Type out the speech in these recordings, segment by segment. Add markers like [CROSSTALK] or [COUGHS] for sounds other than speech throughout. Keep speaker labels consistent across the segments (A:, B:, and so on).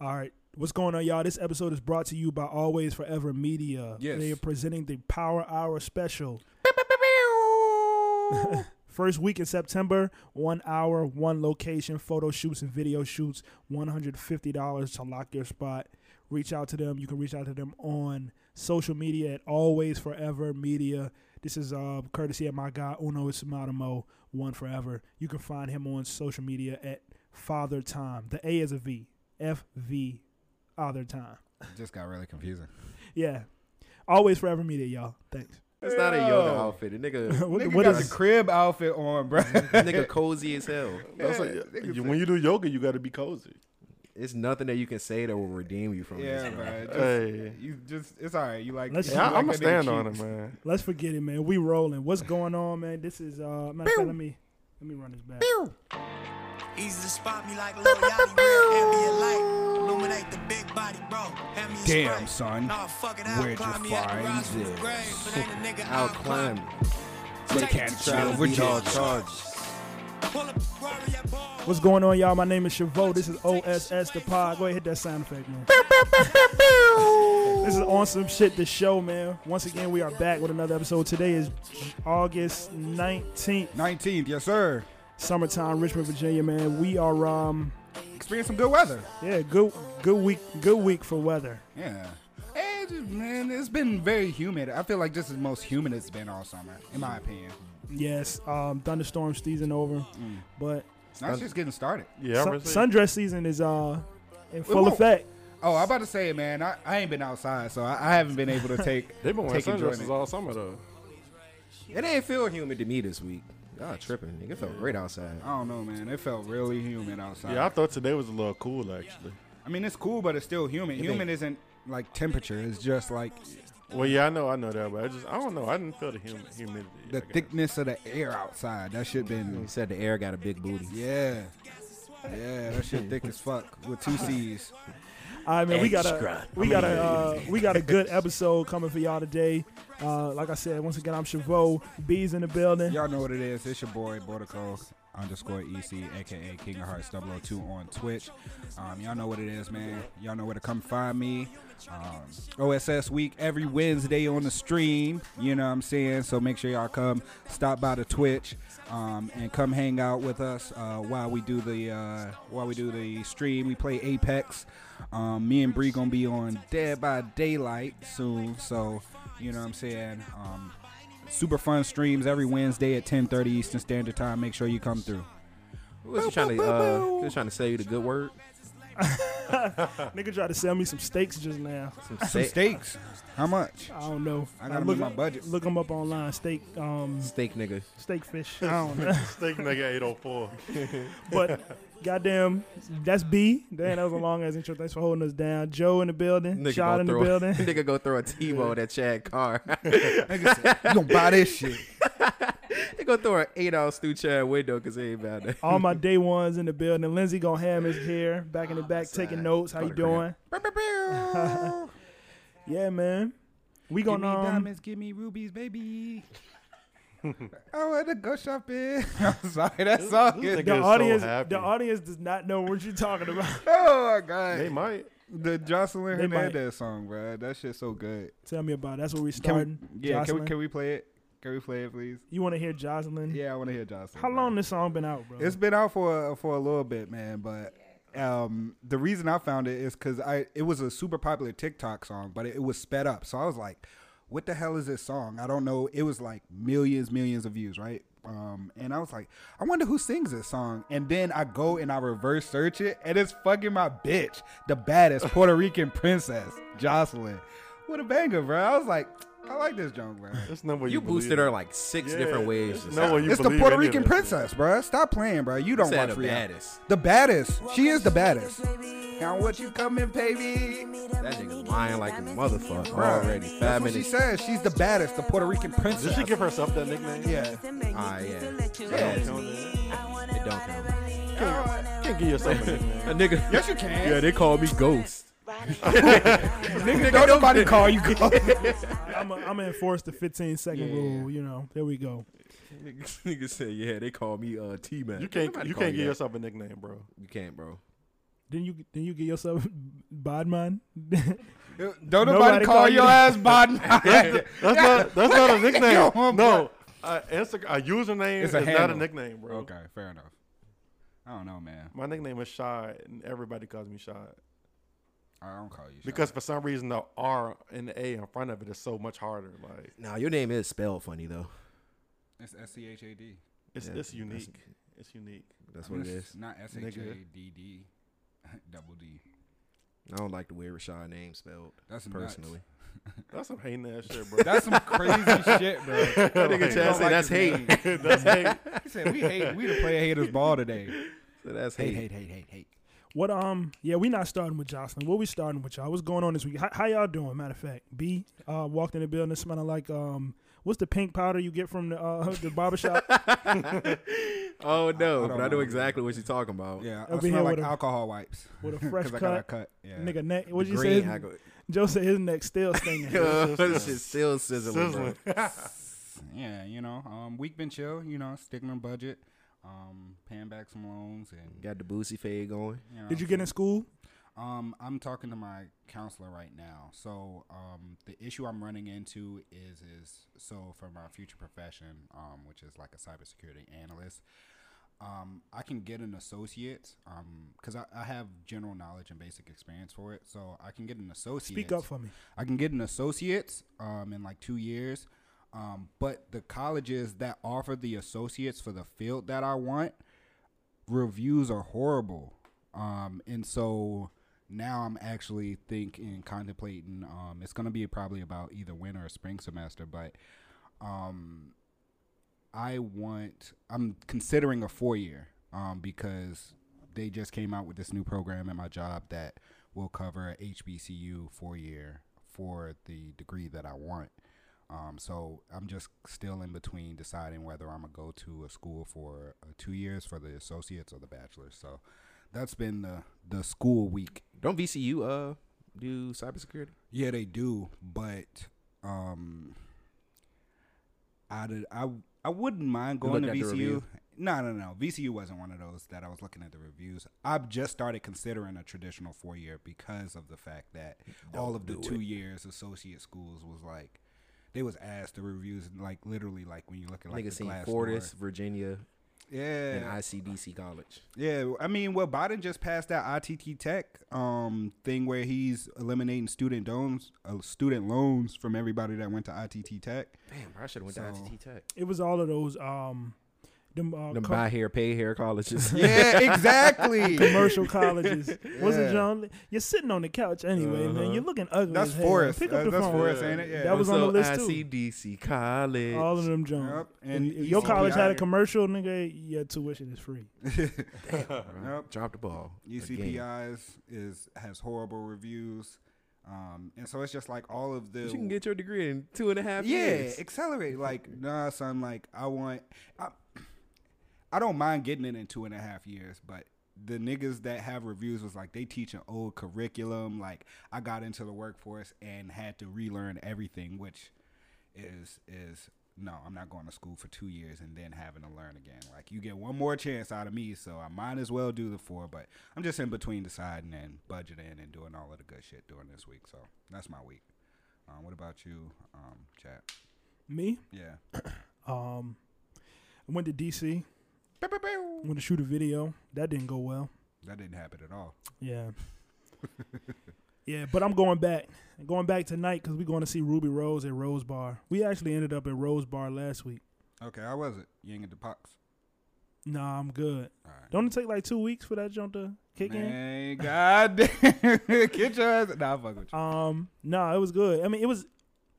A: All right. What's going on, y'all? This episode is brought to you by Always Forever Media.
B: Yes.
A: They are presenting the Power Hour special. [LAUGHS] First week in September, one hour, one location, photo shoots and video shoots, $150 to lock your spot. Reach out to them. You can reach out to them on social media at Always Forever Media. This is uh, courtesy of my guy, Uno Isamatamo, One Forever. You can find him on social media at Father Time. The A is a V. F V other time.
B: Just got really confusing.
A: Yeah. Always forever media, y'all. Thanks.
C: It's not a yoga outfit. The nigga,
A: What-
B: Nigga
A: what
B: got
A: is-
B: the crib outfit on, bro.
C: nigga cozy as hell.
D: That's
B: Yeah,
D: like,
B: nigga
D: you-
B: said-
D: when you do yoga, you got to be cozy.
C: It's nothing that you can say that will redeem you from
B: yeah,
C: this.
B: bro. Just,
D: Hey.
B: You just, it's all right. You like,
A: Let's-
B: you
A: Yeah,
D: I,
B: like
D: am gonna
B: that nigga
D: stand
B: cute.
D: on it, man.
A: Let's forget it, man. We rolling. What's going on, man? This is uh matter of fact, let me let me run this back.
E: Easy to spot me like Lil Yachty, real ambient light. Illuminate the big body, bro. Hand me a
B: Damn,
E: spray.
B: son.
E: Nah, fuck it, I'll
B: Where'd you
E: climb me at the
B: find
E: rise from the
B: this?
E: grave. But ain't a nigga
C: I'll climb it.
E: Take
B: can't
C: Try
E: it to
C: to
B: Chill,
E: church.
B: we're
C: beat all
B: chill.
C: charges.
E: Pull up Ferrari at bar.
A: What's going on, y'all? My name is Chavo. This is OSS the pod. Go ahead, hit that sound effect, man. This is on some shit the show, man. Once again, we are back with another episode. Today is J- August 19th,
B: 19th, yes, sir.
A: summertime, Richmond, Virginia, man. We are um
B: Experience some good weather.
A: yeah, good good week good week for weather.
B: Yeah. Hey, just, man, it's been very humid. I feel like this is the most humid it's been all summer, in my opinion.
A: Yes, um thunderstorm season over. But
B: That's just getting started.
D: Yeah,
A: Sun,
D: I'm
A: sundress season is uh in full
B: won't-
A: effect.
B: Oh, I'm about to say, man, I, I ain't been outside, so I, I haven't been able
D: [LAUGHS]
B: to take
D: They've been wearing
B: take enjoyment.
D: sundresses all summer though.
C: It ain't feel humid to me this week. Y'all tripping. Nigga It felt great outside.
B: I don't know, man. It felt really humid outside.
D: Yeah, I thought today was a little cool actually.
B: I mean, it's cool, but it's still humid.
C: It
B: Humid
C: ain't-
B: isn't like temperature. It's just like
D: Well, yeah, I know, I know that, but I just, I don't know, I didn't feel the hum- humidity.
B: the
D: I guess. [LAUGHS]
B: thickness of the air outside. That shit
C: He
B: been
C: said the air got a big booty.
B: yeah, yeah. That shit thick as fuck with two C's.
A: I mean, we got a we got a uh, we got a good episode coming for y'all today. Uh, like I said, once again, I'm Chavo. B's in the building.
B: Y'all know what it is. It's your boy Bordico underscore E EC, aka King of Hearts 002 on Twitch. Um, y'all know what it is, man. Y'all know where to come find me. Um, OSS week every Wednesday on the stream. You know what I'm saying? So make sure y'all come stop by the Twitch um, and come hang out with us uh, while we do the uh, while we do the stream. We play Apex. Um, me and Bree gonna be on Dead by Daylight soon. So you know what I'm saying? Um, Super fun streams every Wednesday at 10:30 Eastern Standard Time. Make sure you come through.
C: Was he trying to uh, he was trying to sell you the good word?
A: [LAUGHS] Nigga tried to sell me some steaks just now.
C: Some
B: Some
C: steak,
B: steaks. How much?
A: I don't know.
B: I gotta
A: look
B: look my budget.
A: look them up online. Steak um
C: steak nigga.
A: steak fish. I don't know.
D: Steak nigga 804.
A: but goddamn, that's B. Damn, that was a long ass intro. Thanks for holding us down. Joe in the building.
C: Nigga
A: Shot
C: go
A: in the
C: [LAUGHS] throw
A: building.
C: nigga go throw a T-bone at Chad Carr. [LAUGHS]
B: Nigga said, you gonna buy this [LAUGHS] shit?
C: they go throw an eight ounce through Chad window because he ain't about that.
A: All
B: [LAUGHS]
A: my day ones in the building. Lindsey Goham is here, back in the back, taking notes. How you
C: Call the
A: doing?
C: crib.
A: [LAUGHS] Yeah, man. We
B: Give me
A: gonna um,
B: diamonds, give me
A: [LAUGHS]
B: rubies, baby. Oh, I want to go shopping. [LAUGHS] I'm sorry, that song [LAUGHS]
D: this
B: is.
D: nigga-
A: the
D: so
A: audience.
D: happy.
A: the audience does not know what you're talking about. [LAUGHS]
B: Oh my god,
D: They might.
B: the Jocelyn
A: They might.
B: Hernandez song, bro. That shit's so good.
A: Tell me about. It. That's where we
B: Can we-
A: starting.
B: yeah, can
A: Jocelyn.
B: we can we play it? Can we play it, please?
A: you want to hear Jocelyn?
B: Yeah, I want to hear Jocelyn.
A: How
B: bro.
A: long this song been out, bro?
B: It's been out for for a little bit, man. But um, the reason I found it is because I it was a super popular TikTok song, but it, was sped up. So I was like, "What the hell is this song?" I don't know. It was like millions, millions of views, right? Um, and I was like, "I wonder who sings this song." And then I go and I reverse search it, and it's fucking my bitch, the baddest Puerto Rican princess, Jocelyn. What a banger, bro! I was like, "I like this joke, bro."
D: There's no way you,
C: You boosted her like six different ways.
D: No way you
B: It's the
D: believe
B: Puerto
D: any of
B: Rican
D: this.
B: princess, bro. Stop playing, bro. You don't
C: said
B: watch
C: the
B: Rihanna.
C: baddest.
B: The baddest. She is the baddest. Now what you coming, baby?
C: That nigga lying like a motherfucker
B: Bro,
C: already.
B: That's
C: Five
B: what she
C: minutes.
B: said. She's the baddest. The Puerto Rican
D: Did
B: princess.
D: she give herself that nickname?
B: yeah.
C: Ah, yeah.
D: Yeah.
C: yeah. It don't count.
D: Can't give yourself a nickname.
C: A nigga.
B: Yes, you can.
C: Yeah, they call me Ghost.
B: Nigga, don't nobody call you. [LAUGHS] gold.
A: I'm
B: [LAUGHS]
A: gonna enforce the 15 second rule. You know, there we go.
C: Nigga said, yeah, they call me uh, T-Man.
D: You can't,
C: Nobody
D: you
C: call
D: can't give
C: that.
D: yourself a nickname, bro.
C: You can't, bro.
A: Then you then you get yourself [LAUGHS] Bodman. [LAUGHS]
B: Don't nobody, call, your
A: you-
B: ass Biden.
D: That's not that's not a
B: Come
D: nickname.
B: on,
D: No, a, Insta- a username
B: It's
D: is
B: a
D: not a
B: handle.
D: nickname,
B: [LAUGHS]
D: bro.
B: okay, fair enough. I don't know, man.
D: My nickname is Shy, and everybody calls me Shy
B: I don't call you Shy.
D: because for some reason the R and the A in front of it is so much harder. Like
C: Now your name is spelled funny though.
B: it's S C H A D.
D: it's
C: Yeah,
D: it's
C: that's-
D: unique. It's unique.
C: That's what it
B: It's
C: is.
B: Not S H A D D [LAUGHS] double D.
C: I don't like the way Rashad name spelled.
B: That's nuts.
C: personally.
D: That's some hating ass shit,
B: [LAUGHS]
D: bro.
B: That's
A: [LAUGHS]
B: some crazy shit, bro.
C: That nigga Chad
B: don't
C: said
B: like his
C: that's hate.
B: name.
D: that's hate.
B: He said we hate. We the player haters ball
C: [LAUGHS]
B: today.
C: So [LAUGHS] that's
B: Hate,
C: hate.
B: hate, hate, hate, hate.
A: What um yeah, we not starting with Jocelyn. What we starting with y'all? What's going on this week? How, how y'all doing? Matter of fact, B uh walked in the building smelling like um what's the pink powder you get from the uh [LAUGHS] the
B: [LAUGHS]
A: barbershop?
C: Oh no,
B: I don't
C: but I know
B: know.
C: exactly what you're talking about.
B: Yeah, I
A: Over here
B: smell like
A: with a-
B: alcohol wipes.
A: with a fresh
B: [LAUGHS] 'Cause I got a
A: cut.
B: cut. Yeah.
A: Nigga neck what'd you
C: Green,
A: say?
C: I [LAUGHS] go,
A: Joe said his neck still
B: [LAUGHS]
A: stinging.
C: [LAUGHS] this shit still sizzling. bro.
D: Sizzling.
B: Yeah, you know, um, week been chill. You know, sticking on budget, um, paying back some loans, and
C: Got the Boosie fade going.
B: you know,
A: Did you get in school?
B: Um, I'm talking to my counselor right now. So, um, the issue I'm running into is is so for my future profession, um, which is like a cybersecurity analyst. Um, I can get an associate, um, because I, I have general knowledge and basic experience for it. So I can get an associate.
A: Speak up for me.
B: I can get an associate's um, in like two years, um, but the colleges that offer the associates for the field that I want reviews are horrible, um, and so now I'm actually thinking, contemplating. Um, it's going to be probably about either winter or spring semester, but um, I want. I'm considering a four year um, because they just came out with this new program at my job that will cover a HBCU four year for the degree that I want. Um, so I'm just still in between deciding whether I'm gonna go to a school for uh, two years for the associates or the bachelor's. So that's been the the school week
C: Don't VCU uh do cybersecurity?
B: yeah, they do, but um, I did, I I wouldn't mind going
C: looked
B: to
C: at the
B: VCU.
C: review?
B: No, no, no. VCU wasn't one of those that I was looking at the reviews. I've just started considering a traditional four year because of the fact that all of the two years associate schools was like they was asked the reviews like literally like when you look at like
C: Nigga
B: the
C: seen
B: glass
C: Fortis, Virginia,
B: yeah,
C: and ICDC College.
B: yeah, I mean, well, Biden just passed that ITT Tech um, thing where he's eliminating student loans, uh, student loans from everybody that went to ITT
C: [LAUGHS]
B: Tech.
C: Damn, I should have went
B: So-
C: to ICT Tech.
A: It was all of those um them, uh,
C: Them
A: co-
C: buy hair, pay hair colleges.
B: Yeah, exactly.
A: commercial colleges. Wasn't
B: [LAUGHS] Yeah. Uh-huh.
A: John? You're sitting on the couch anyway, man. You're looking ugly.
B: That's
A: as hell.
B: Forrest.
A: Pick
B: Uh,
A: up the
B: that's
A: phone.
B: Forrest, ain't it?
A: [LAUGHS]
B: Yeah.
A: That was on the
C: So
A: list too. Oh.
C: ICDC College.
A: All of them John.
B: Yep, and
A: And if your
B: ECPI.
A: college had a commercial, nigga, your tuition is free.
C: Bro,
B: Yep.
C: Drop the ball. again.
B: UCPIs is has horrible reviews, um, and so it's just like all of the
C: You can get your degree in two and a half
B: yeah,
C: years.
B: accelerate. Like, nah, son. Like, I want. I, I don't mind getting it in two and a half years, but the niggas that have reviews was like they teach an old curriculum. Like, I got into the workforce and had to relearn everything, which is is no, I'm not going to school for two years and then having to learn again. Like, you get one more chance out of me, so I might as well do the four. But I'm just in between deciding and budgeting and doing all of the good shit during this week. So that's my week. Um, what about you, um, chat?
A: Me,
B: Yeah.
A: um, I went to DC. Went to shoot a video. That didn't go well.
B: That didn't happen at all.
A: Yeah. [LAUGHS] yeah, but I'm going back. I'm going back tonight because we're going to see Ruby Rose at Rose Bar. We actually ended up at Rose Bar last week.
B: Okay, how was it? You ain't get the pox.
A: Nah, I'm good.
B: All right.
A: Don't it take like two weeks for that jump to kick in?
B: Man, goddamn. [LAUGHS] get your ass. Nah, I fuck with you.
A: Um, no, it was good. I mean, it was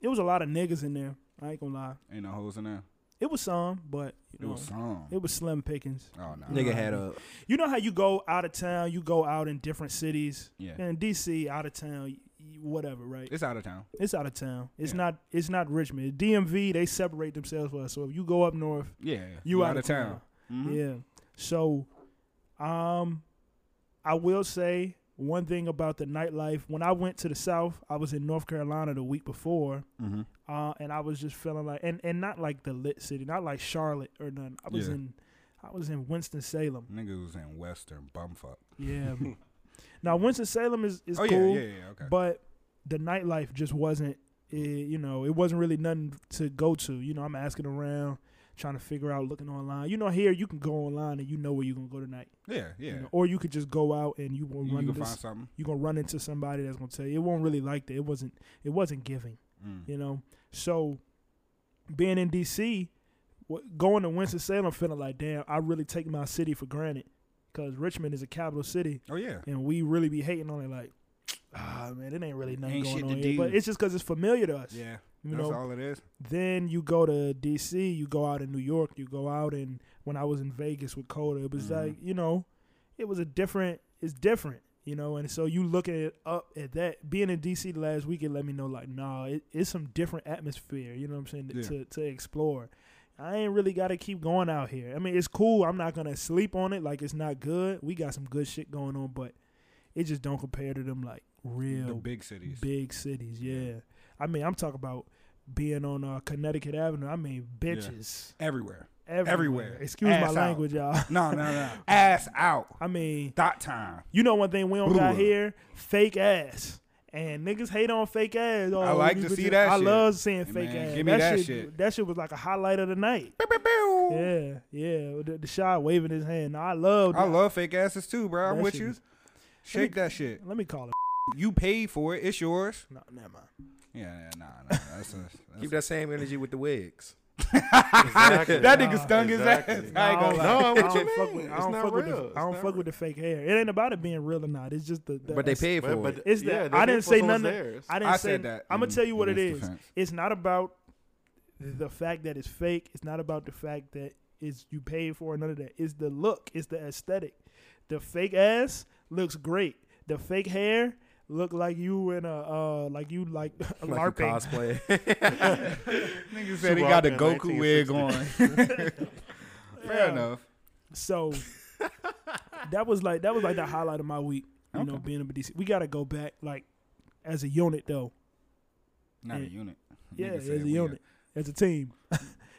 A: it was a lot of niggas in there. I ain't gonna lie.
B: Ain't no hoes in there.
A: It was some, but you
B: It
A: know,
B: was some.
A: it was slim pickings.
B: Oh no.
C: Nigga had a
A: You know how you go out of town, you go out in different cities.
B: Yeah.
A: And DC, out of town, y- whatever, right?
B: It's out of town.
A: It's out of town. It's
B: Yeah.
A: not. It's not Richmond. DMV they separate themselves from us. So if you go up north,
B: Yeah.
A: you, out, of town.
B: Mhm.
A: Yeah. So, um, I will say one thing about the nightlife. When I went to the South, I was in North Carolina the week before,
B: Mhm.
A: uh, and I was just feeling like, and and not like the lit city, not like Charlotte or nothing. I was
B: Yeah.
A: in, I was in Winston Salem.
B: [LAUGHS] Nigga was in Western bumfuck.
A: Yeah. Now Winston Salem is is
B: Oh, yeah,
A: cool,
B: yeah, yeah, okay.
A: but the nightlife just wasn't. It, you know, it wasn't really nothing to go to. You know, I'm asking around, trying to figure out, looking online. You know, here you can go online and you know where you're gonna go tonight,
B: Yeah, yeah.
A: you know, or you could just go out and you will
B: You
A: run
B: can
A: this-
B: find something.
A: you're gonna run into somebody that's gonna tell you it won't really like that. It wasn't it wasn't giving,
B: Mm.
A: you know. So being in DC, what, going to Winston Salem, feeling like damn, I really take my city for granted because Richmond is a capital city,
B: Oh yeah.
A: and we really be hating on it like. Ah man, it ain't really nothing
B: Ain't
A: going
B: shit
A: on
B: to
A: here, but
B: do.
A: it's just because it's familiar to us.
B: Yeah.
A: you
B: That's
A: know?
B: all it is.
A: Then you go to DC, you go out in New York, you go out and when I was in Vegas with Coda, it was
B: Mm-hmm.
A: like, you know, it was a different it's different, you know, and so you look at it up at that being in DC last week it let me know like, nah, it, it's some different atmosphere, you know what I'm saying,
B: Yeah.
A: to to explore. I ain't really gotta keep going out here. I mean, it's cool. I'm not gonna sleep on it like it's not good. We got some good shit going on, but it just don't compare to them like real
B: The big cities.
A: Big cities, yeah. I mean, I'm talking about being on uh, Connecticut Avenue. I mean, bitches
B: Everywhere.
A: everywhere.
B: Everywhere.
A: Excuse
B: Ass
A: my
B: out.
A: language, y'all.
B: No, no, no.
A: [LAUGHS]
B: Ass out.
A: I mean,
B: Dot time.
A: you know one thing we don't got
B: Bruh.
A: here: fake ass. And niggas hate on fake ass. Oh,
B: I like
A: you
B: to
A: bitches-
B: see that
A: I
B: shit.
A: love seeing
B: Hey,
A: fake
B: man,
A: ass.
B: give me that shit.
A: That shit was like a highlight of the night.
B: Pew, pew, pew.
A: Yeah, yeah. The, the shot waving his hand. I love.
B: I love fake asses too, bro. I'm
A: That
B: with
A: shit
B: you.
A: is-
B: Shake that shit.
A: Let me call it.
B: You paid for it. It's yours.
A: No, never mind.
B: Yeah, yeah, nah, nah. That's a,
C: Keep
B: that's
C: that same energy with the wigs.
B: [LAUGHS]
D: Exactly.
B: that nigga stung his
D: Exactly.
B: ass. I ain't gonna
A: No,
B: lie.
D: No,
A: I
D: what
A: don't
D: you
A: fuck
D: mean?
A: with. I
D: It's
A: don't
D: not
A: fuck with.
D: real.
A: The,
D: It's
A: I don't
D: not
A: fuck with the fake hair. It ain't about it being real or not. It's just the. the
C: But they
A: aesthetic.
C: paid for it.
A: It's that I didn't say nothing. I didn't
B: I
A: say
B: said that Mm-hmm.
A: I'm gonna
B: in
A: tell you what it
B: Vince's
A: is.
B: defense.
A: It's not about the fact that it's fake. It's not about the fact that it's you paid for it, none of that. It's the look. It's the aesthetic. The fake ass looks great. The fake hair look like you in a uh like you like, [LAUGHS]
C: Like you
A: larping.
C: cosplay.
A: [LAUGHS]
B: Nigga said he got a
D: Chewbacca
B: Goku wig on. Fair [LAUGHS]
A: [LAUGHS] Yeah.
B: enough.
A: So that was like that was like the highlight of my week. You know,
B: Okay.
A: being in DC. We gotta go back like as a unit though.
B: Not
A: Yeah.
B: a unit.
A: Yeah,
B: Nigga
A: as
B: said
A: a
B: we
A: unit, as a
B: [LAUGHS]
A: team,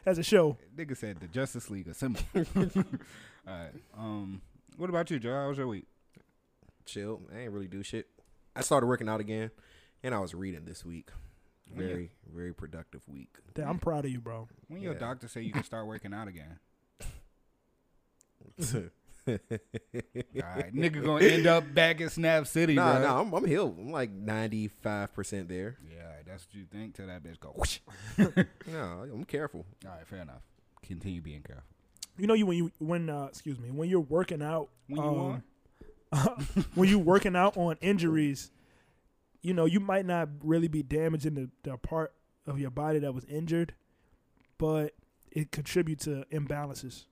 A: as a show.
B: Nigga said the Justice League [LAUGHS] assemble. All right. Um, what about you, Joe? How was your week?
C: [LAUGHS] Chill. I ain't really do shit. I started working out again, and I was reading this week. Very, very productive [LAUGHS] week.
A: Damn, I'm proud of you, bro.
B: When your
C: Yeah.
B: doctor say you can start working out
C: [LAUGHS]
B: again, all right, nigga gonna end up back in Snap City,
C: Nah,
B: bruh.
C: nah, I'm, I'm healed. I'm like 95% there.
B: Yeah, all right, that's what you think till that bitch go. Whoosh.
C: No, I'm careful.
B: All right, fair enough. Continue being careful.
A: You know, you when you when uh, excuse me when you're working out
B: When you
A: um, [LAUGHS] when
B: [LAUGHS]
A: you working out on injuries, you know you might not really be damaging the, the part of your body that was injured, but it contributes to imbalances.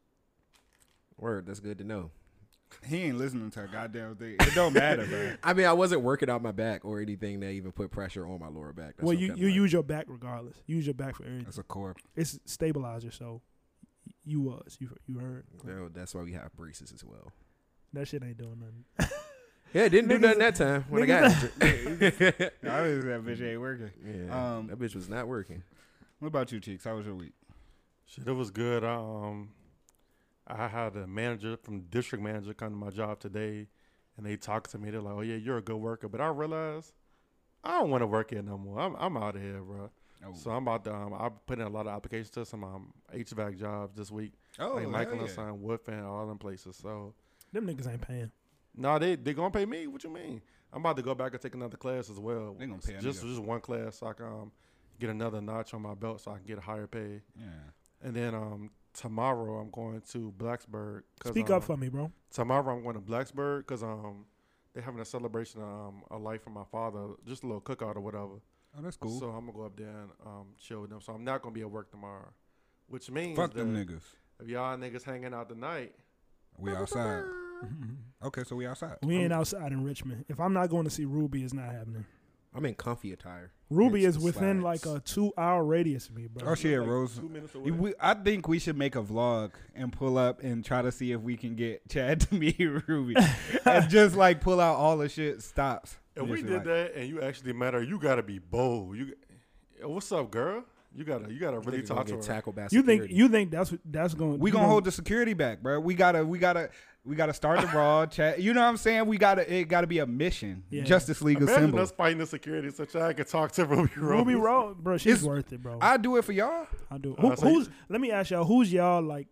C: Word, that's good to know.
B: He ain't listening to a goddamn thing. It don't matter, bro.
C: I mean, I wasn't working out my back or anything that even put pressure on my lower back. That's
A: well,
C: what
A: you
C: I'm
A: you
C: kinda like.
A: use your back regardless. You use your back for everything.
B: [LAUGHS] That's a core.
A: It's stabilizer, so you was you you heard
C: No, Oh, that's why we have braces as well.
A: that shit ain't doing nothing.
C: Yeah, it didn't do
A: Niggas-
C: nothing that time when I got
A: niggas- [LAUGHS]
C: injured.
B: I was that bitch ain't working.
C: [LAUGHS] yeah,
B: Um,
C: that bitch was not working.
B: What about you, Cheeks? How was your week?
D: Shit, it was good. I, Um, I had a manager from district manager come to my job today, and they talked to me. They're like, "Oh yeah, you're a good worker," but I realized I don't want to work here no more. I'm I'm out of here, bro.
B: Oh,
D: So I'm about to. Um, I put in a lot of applications to some um, HVAC jobs this week,
B: oh
D: like
B: hell
D: Michael and
B: yeah.
D: Son, Wolf, and all them places. So
A: Them niggas ain't paying.
D: no, they they gonna pay me. What you mean? I'm about to go back and take another class as well.
B: They gonna pay a
D: just
B: nigga.
D: just one class. So I can um, get another notch on my belt, so I can get a higher pay.
B: Yeah.
D: And then um tomorrow I'm going to Blacksburg. 'cause,
A: Speak
D: um,
A: up for me, bro.
D: Tomorrow I'm going to Blacksburg because um they're having a celebration of um, a life for my father, just a little cookout or whatever.
B: Oh, that's cool.
D: So I'm gonna go up there and um chill with them. So I'm not gonna be at work tomorrow, which means
B: Fuck them
D: that
B: niggas.
D: if y'all niggas hanging out tonight,
B: We outside. [LAUGHS] Okay, so we outside.
A: We ain't outside in Richmond. If I'm not going to see Ruby, it's not happening.
C: I'm in comfy attire.
A: Ruby
C: Rich
A: is within
C: slides.
A: like a two hour radius of me, bro.
B: Oh shit, Rose.
D: two minutes away.
B: You- we- I think we should make a vlog and pull up and try to see if we can get Chad [LAUGHS] to meet Ruby and just like pull out all the shit stops.
D: if
B: Just
D: we
B: be
D: did
B: like,
D: that and you actually met her, you gotta be bold. You, Yo, what's up, girl? You gotta, you gotta really
C: Nigga gonna
D: talk to her.
C: get tackled by
A: You think
C: security.
A: you think that's what- that's going?
B: We gonna hold the security back, bro. We gotta, we gotta, we gotta start [LAUGHS] the raw chat. You know what I'm saying? We gotta, it gotta be a mission.
A: Yeah.
B: Justice League
D: Imagine
B: assemble.
D: us fighting the security so that I could talk to Ruby Rose.
A: Ruby Rose, bro. She's
B: It's-
A: worth it, bro. I,
B: I do it for y'all.
A: do.
D: Uh,
A: Who,
D: so-
A: who's? Let me ask y'all. Who's y'all like?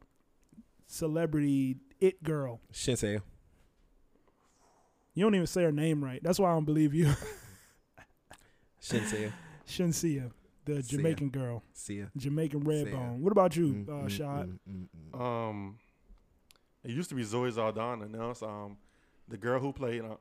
A: Celebrity it girl.
C: Shinsail.
A: You don't even say her name right. That's why I don't believe you. [LAUGHS]
C: Shinsail.
A: Shinsia, the
C: Sia.
A: Jamaican girl, [LAUGHS]
C: See ya.
A: Jamaican red
C: Sia.
A: bone. What about you,
C: Mm,
A: uh,
C: mm,
A: Shot?
C: mm, mm, mm.
D: Um, it used to be Zoe Saldana. Now it's um, the girl who played. Uh,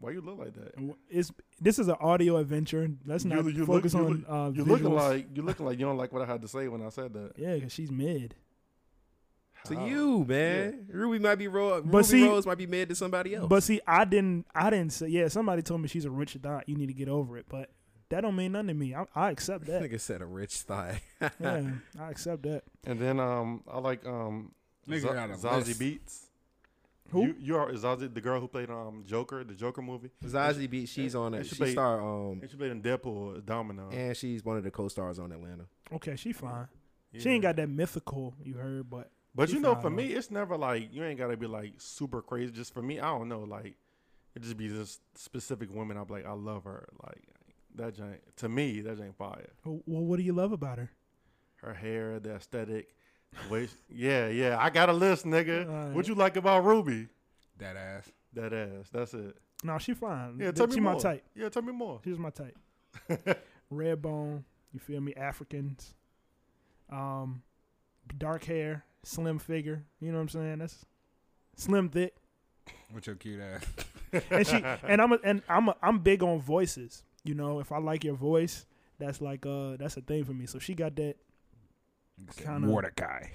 D: why you look like that?
A: It's this is an audio adventure. Let's not
D: You- you look-
A: focus
D: you
A: on
D: look-
A: uh,
D: You
A: visuals.
D: looking like you looking like you don't like what I had to say when I said that. Uh,
A: yeah, 'cause she's mid.
C: mm. To
D: How?
C: you, man. Ruby might be Ro- Ruby
A: Oh. But see-
C: Rose might be mad to somebody else.
A: But see, I didn't. I didn't say. Yeah, somebody told me she's a rich dot. You need to get over it. But that don't mean nothing to me. I, I accept
D: [LAUGHS]
A: that.
C: nigga said a rich thigh.
A: yeah, I accept that.
D: And then um, I like um,
B: Nigga
D: Za-
B: got a
D: Zazie
B: list.
D: Beats.
A: Who?
D: You, you are Zazie, the girl who played um Joker, the Joker movie,
C: [LAUGHS] Zazie beat. She's on it.
D: and she
C: She
D: played-
C: star. Um,
D: and she played in Deadpool, as Domino.
C: and she's one of the co-stars on Atlanta.
A: Okay, she fine. She
D: Yeah.
A: ain't got that mythical you heard, but
D: But
A: she
D: you know,
A: fine,
D: for
A: though.
D: me, it's never like you ain't gotta be like super crazy. Just for me, I don't know. Like it just be this specific woman. I'm like, I love her. Like that giant to me, that ain't fire.
A: well, what do you love about her?
D: Her hair, the aesthetic, the way. she- [LAUGHS] yeah, yeah. I got a list, nigga.
A: Alright.
D: What you like about Ruby?
B: That ass.
D: That ass. That's it.
A: No, she fine.
D: Yeah,
A: Th-
D: tell me
A: she
D: more.
A: my type.
D: Yeah, tell me more.
A: She's my
C: [LAUGHS]
A: type. Red bone. You feel me? Africans. Um, dark hair, slim figure. You know what I'm saying? That's slim, thick.
B: With your cute [LAUGHS] ass.
A: and
C: [LAUGHS]
A: she and I'm a, and I'm a, I'm big on voices. You know, if I like your voice, that's like uh that's a thing for me. So she got that [LAUGHS] Kinda-
B: [LAUGHS] Mordecai.